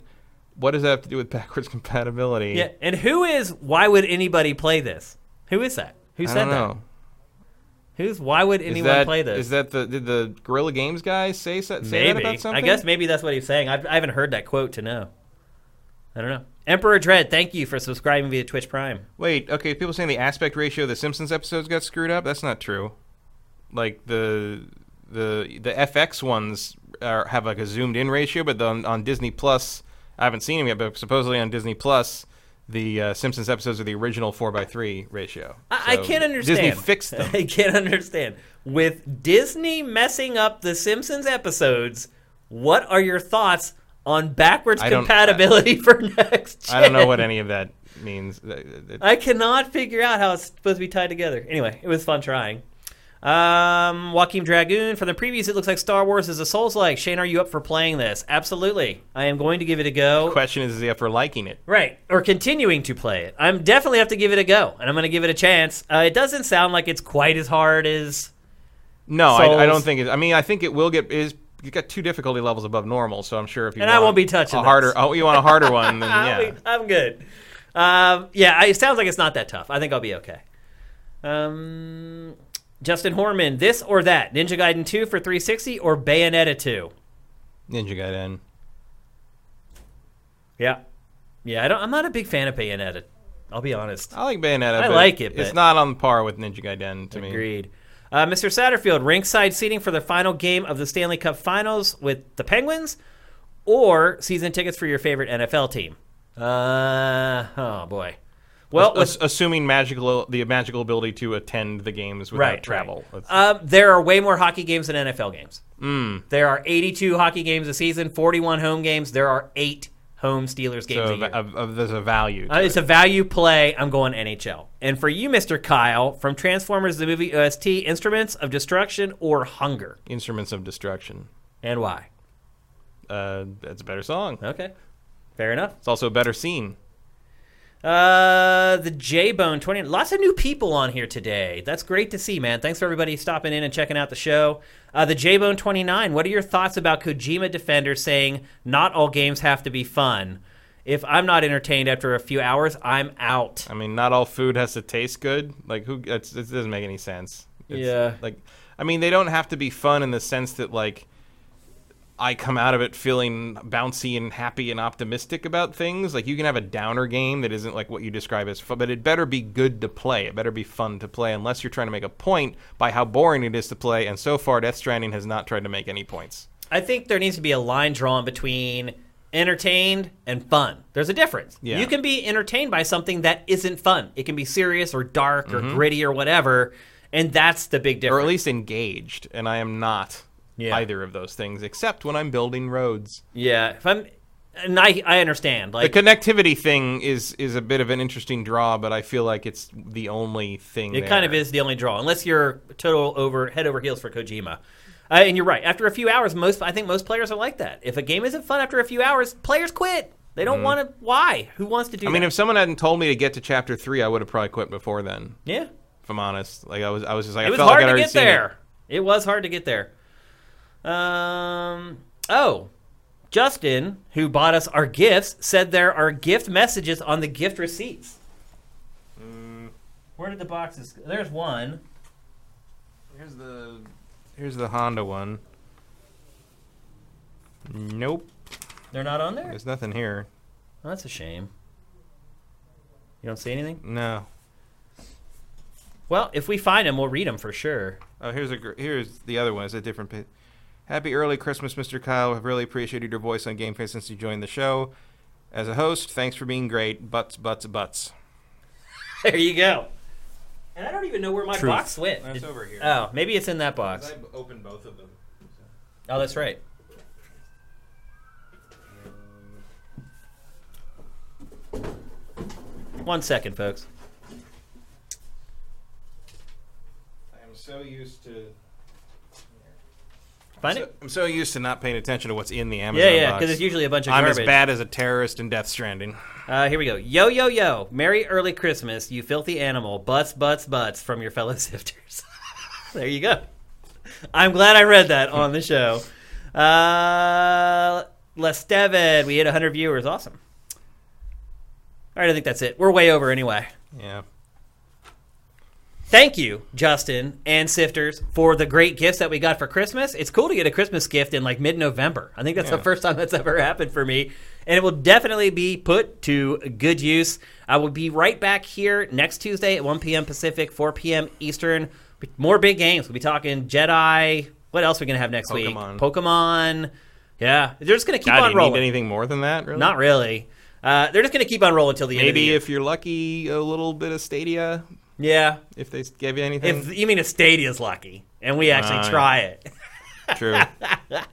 what does that have to do with [LAUGHS] backwards compatibility?
Yeah, and who is? Why would anybody play this? Who is that? Who
I
said
don't know.
that? Who's? Why would
Is
anyone
that,
play this?
is that the did the Gorilla Games guy say, so- say that
maybe?
about
I
something?
guess maybe that's what he's saying. I've, I haven't heard that quote to know. I don't know. Emperor Dread, thank you for subscribing via Twitch Prime. [LAUGHS]
Wait, okay, people saying the aspect ratio of the Simpsons episodes got screwed up? That's not true. Like the the the FX ones are, have like a zoomed in ratio, but on, on Disney Plus, I haven't seen them yet, but supposedly on Disney Plus, the uh, Simpsons episodes are the original four by three ratio.
I, I
So
can't understand.
Disney fixed them.
[LAUGHS] I can't understand. With Disney messing up the Simpsons episodes, what are your thoughts on backwards
I don't-
compatibility [LAUGHS] for next gen?
I don't know what any of that means. Uh, it-
I cannot figure out how it's supposed to be tied together. Anyway, it was fun trying. Um, Joaquin Dragoon, from the previews, it looks like Star Wars is a Souls like. Shane, are you up for playing this? Absolutely. I am going to give it a go.
question is, is he up for liking it?
Right, or continuing to play it. I'm definitely have to give it a go, and I'm going to give it a chance. Uh, it doesn't sound like it's quite as hard as
No, I, I don't
Souls.
think. It, I mean, I think it will get is. You got two difficulty levels above normal, so I'm sure if you
And I
want
won't be touching
a
those.
harder. Oh, you want a harder
[LAUGHS]
one? Then
I'll
yeah,
be- I'm good. Um, yeah, I- it sounds like it's not that tough. I think I'll be okay. Um, Justin Horman, this or that? Ninja Gaiden 2 for 360 or Bayonetta 2?
Ninja Gaiden.
Yeah. Yeah, I don't, I'm not a big fan of Bayonetta. I'll be honest.
I like Bayonetta.
I
but
like it,
It's
but-
not on par with Ninja Gaiden to me.
Agreed. Uh, Mr. Satterfield, ringside seating for the final game of the Stanley Cup Finals with the Penguins or season tickets for your favorite NFL team? Uh, oh, boy. Well,
Well,
with-
assuming magical the magical ability to attend the games without travel.
Right.
That's-
Um, there are way more hockey games than NFL games.
Hmm.
There are 82 hockey games a season, 41 home games. There are eight home Steelers games
so
a year.
of- of- there's a value. to
Uh,
it.
it's a value play. I'm going NHL. And for you, Mr. Kyle, from Transformers the movie OST, Instruments of Destruction or Hunger,
Instruments of Destruction.
and why?
Uh, that's a better song.
Okay, fair enough.
It's also a better scene.
Uh, the J Bone twenty. Lots of new people on here today. That's great to see, man. Thanks for everybody stopping in and checking out the show. Uh, the J Bone twenty nine. What are your thoughts about Kojima Defender saying not all games have to be fun? If I'm not entertained after a few hours, I'm out.
I mean, not all food has to taste good. Like, who? That's, it doesn't make any sense. It's,
Yeah.
Like, I mean, they don't have to be fun in the sense that like I come out of it feeling bouncy and happy and optimistic about things. Like, you can have a downer game that isn't like what you describe as fun, but it better be good to play. It better be fun to play, unless you're trying to make a point by how boring it is to play. And so far, Death Stranding has not tried to make any points.
I think there needs to be a line drawn between entertained and fun. There's a difference.
Yeah.
You can be entertained by something that isn't fun. It can be serious or dark or
Mm-hmm.
gritty or whatever, and that's the big
or
difference.
at least engaged, and I am not
Yeah.
either of those things, except when I'm building roads.
Yeah, if I'm, and I I understand.
The
Like
connectivity thing is is a bit of an interesting draw, but I feel like it's the only thing.
it
there.
kind of is the only draw, unless you're total over head over heels for Kojima. Uh, and you're right. After a few hours, most I think most players are like that. If a game isn't fun after a few hours, players quit. They don't want to. Why? Who wants to do?
Mm-hmm. I mean,
that?
if someone hadn't told me to get to chapter three, I would have probably quit before then.
yeah,
If I'm honest, like I was, I was just like
it
I
was
felt
hard
like I'd
to
already
get
seen
there. It. was hard to get there. Um. Oh, Justin, who bought us our gifts, said there are gift messages on the gift receipts. Mm. Where did the boxes? go? There's one.
It. Here's the here's the Honda one. Nope,
They're not on there?
there's nothing here.
Oh, that's a shame. You don't see anything?
No.
Well, if we find them, we'll read them for sure.
Oh, here's a gr- here's the other one. It's a different page. Happy early Christmas, Mr. Kyle. I've really appreciated your voice on Game Face since you joined the show. As a host, thanks for being great. Butts, butts, butts.
There you go. And I don't even know where my
Truth.
box went.
That's
Did-
over here.
Oh, maybe it's in that box.
opened both of them.
Oh, that's right. One second, folks.
I am so used to.
Find it?
I'm so used to not paying attention to what's in the Amazon
Yeah, yeah,
box.
because it's usually a bunch of
I'm
garbage.
as bad as a terrorist in Death Stranding.
Uh, here we go. Yo, yo, yo. Merry early Christmas, you filthy animal. Butts, butts, butts from your fellow [LAUGHS] sifters. There you go. I'm glad I read that on the show. Uh, Les Devin, we hit 100 viewers. Awesome. All right, I think that's it. We're way over anyway.
Yeah.
Thank you, Justin and Sifters, for the great gifts that we got for Christmas. It's cool to get a Christmas gift in like mid November. I think that's the first time that's ever happened for me. And it will definitely be put to good use. I will be right back here next Tuesday at 1 p.m. Pacific, 4 p.m. Eastern. More big games. We'll be talking Jedi. What else are we going to have next
Pokemon.
week? Pokemon. Yeah. They're just going to keep
God,
on
do you
rolling.
need anything more than that? Really?
Not really. Uh, they're just going to keep on rolling till the end of the
Maybe
year.
if you're lucky, a little bit of Stadia.
Yeah.
If they gave you anything,
If you mean if Stadia's lucky and we actually
Ah,
try it.
true.
[LAUGHS]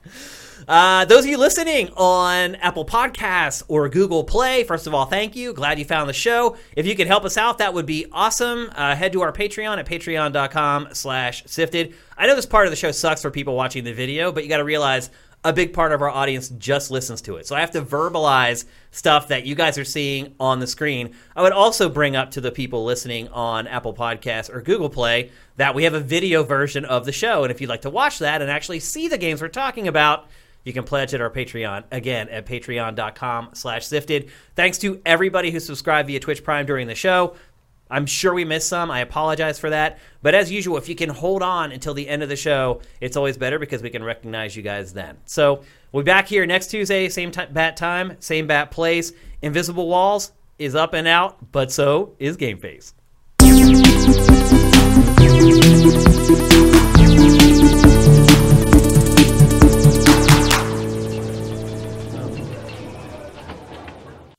Uh, those of you listening on Apple Podcasts or Google Play, first of all, thank you. Glad you found the show. If you could help us out, that would be awesome. Uh, head to our Patreon at patreon.com slash sifted. I know this part of the show sucks for people watching the video, but you got to realize a big part of our audience just listens to it. So I have to verbalize stuff that you guys are seeing on the screen. I would also bring up to the people listening on Apple Podcasts or Google Play that we have a video version of the show. And if you'd like to watch that and actually see the games we're talking about, you can pledge at our Patreon again at patreon.com slash sifted. Thanks to everybody who subscribed via Twitch Prime during the show. I'm sure we missed some. I apologize for that. But as usual, if you can hold on until the end of the show, it's always better because we can recognize you guys then. So we'll be back here next Tuesday, same ti- bat time, same bat place. Invisible Walls is up and out, but so is Game Face.
Thank you.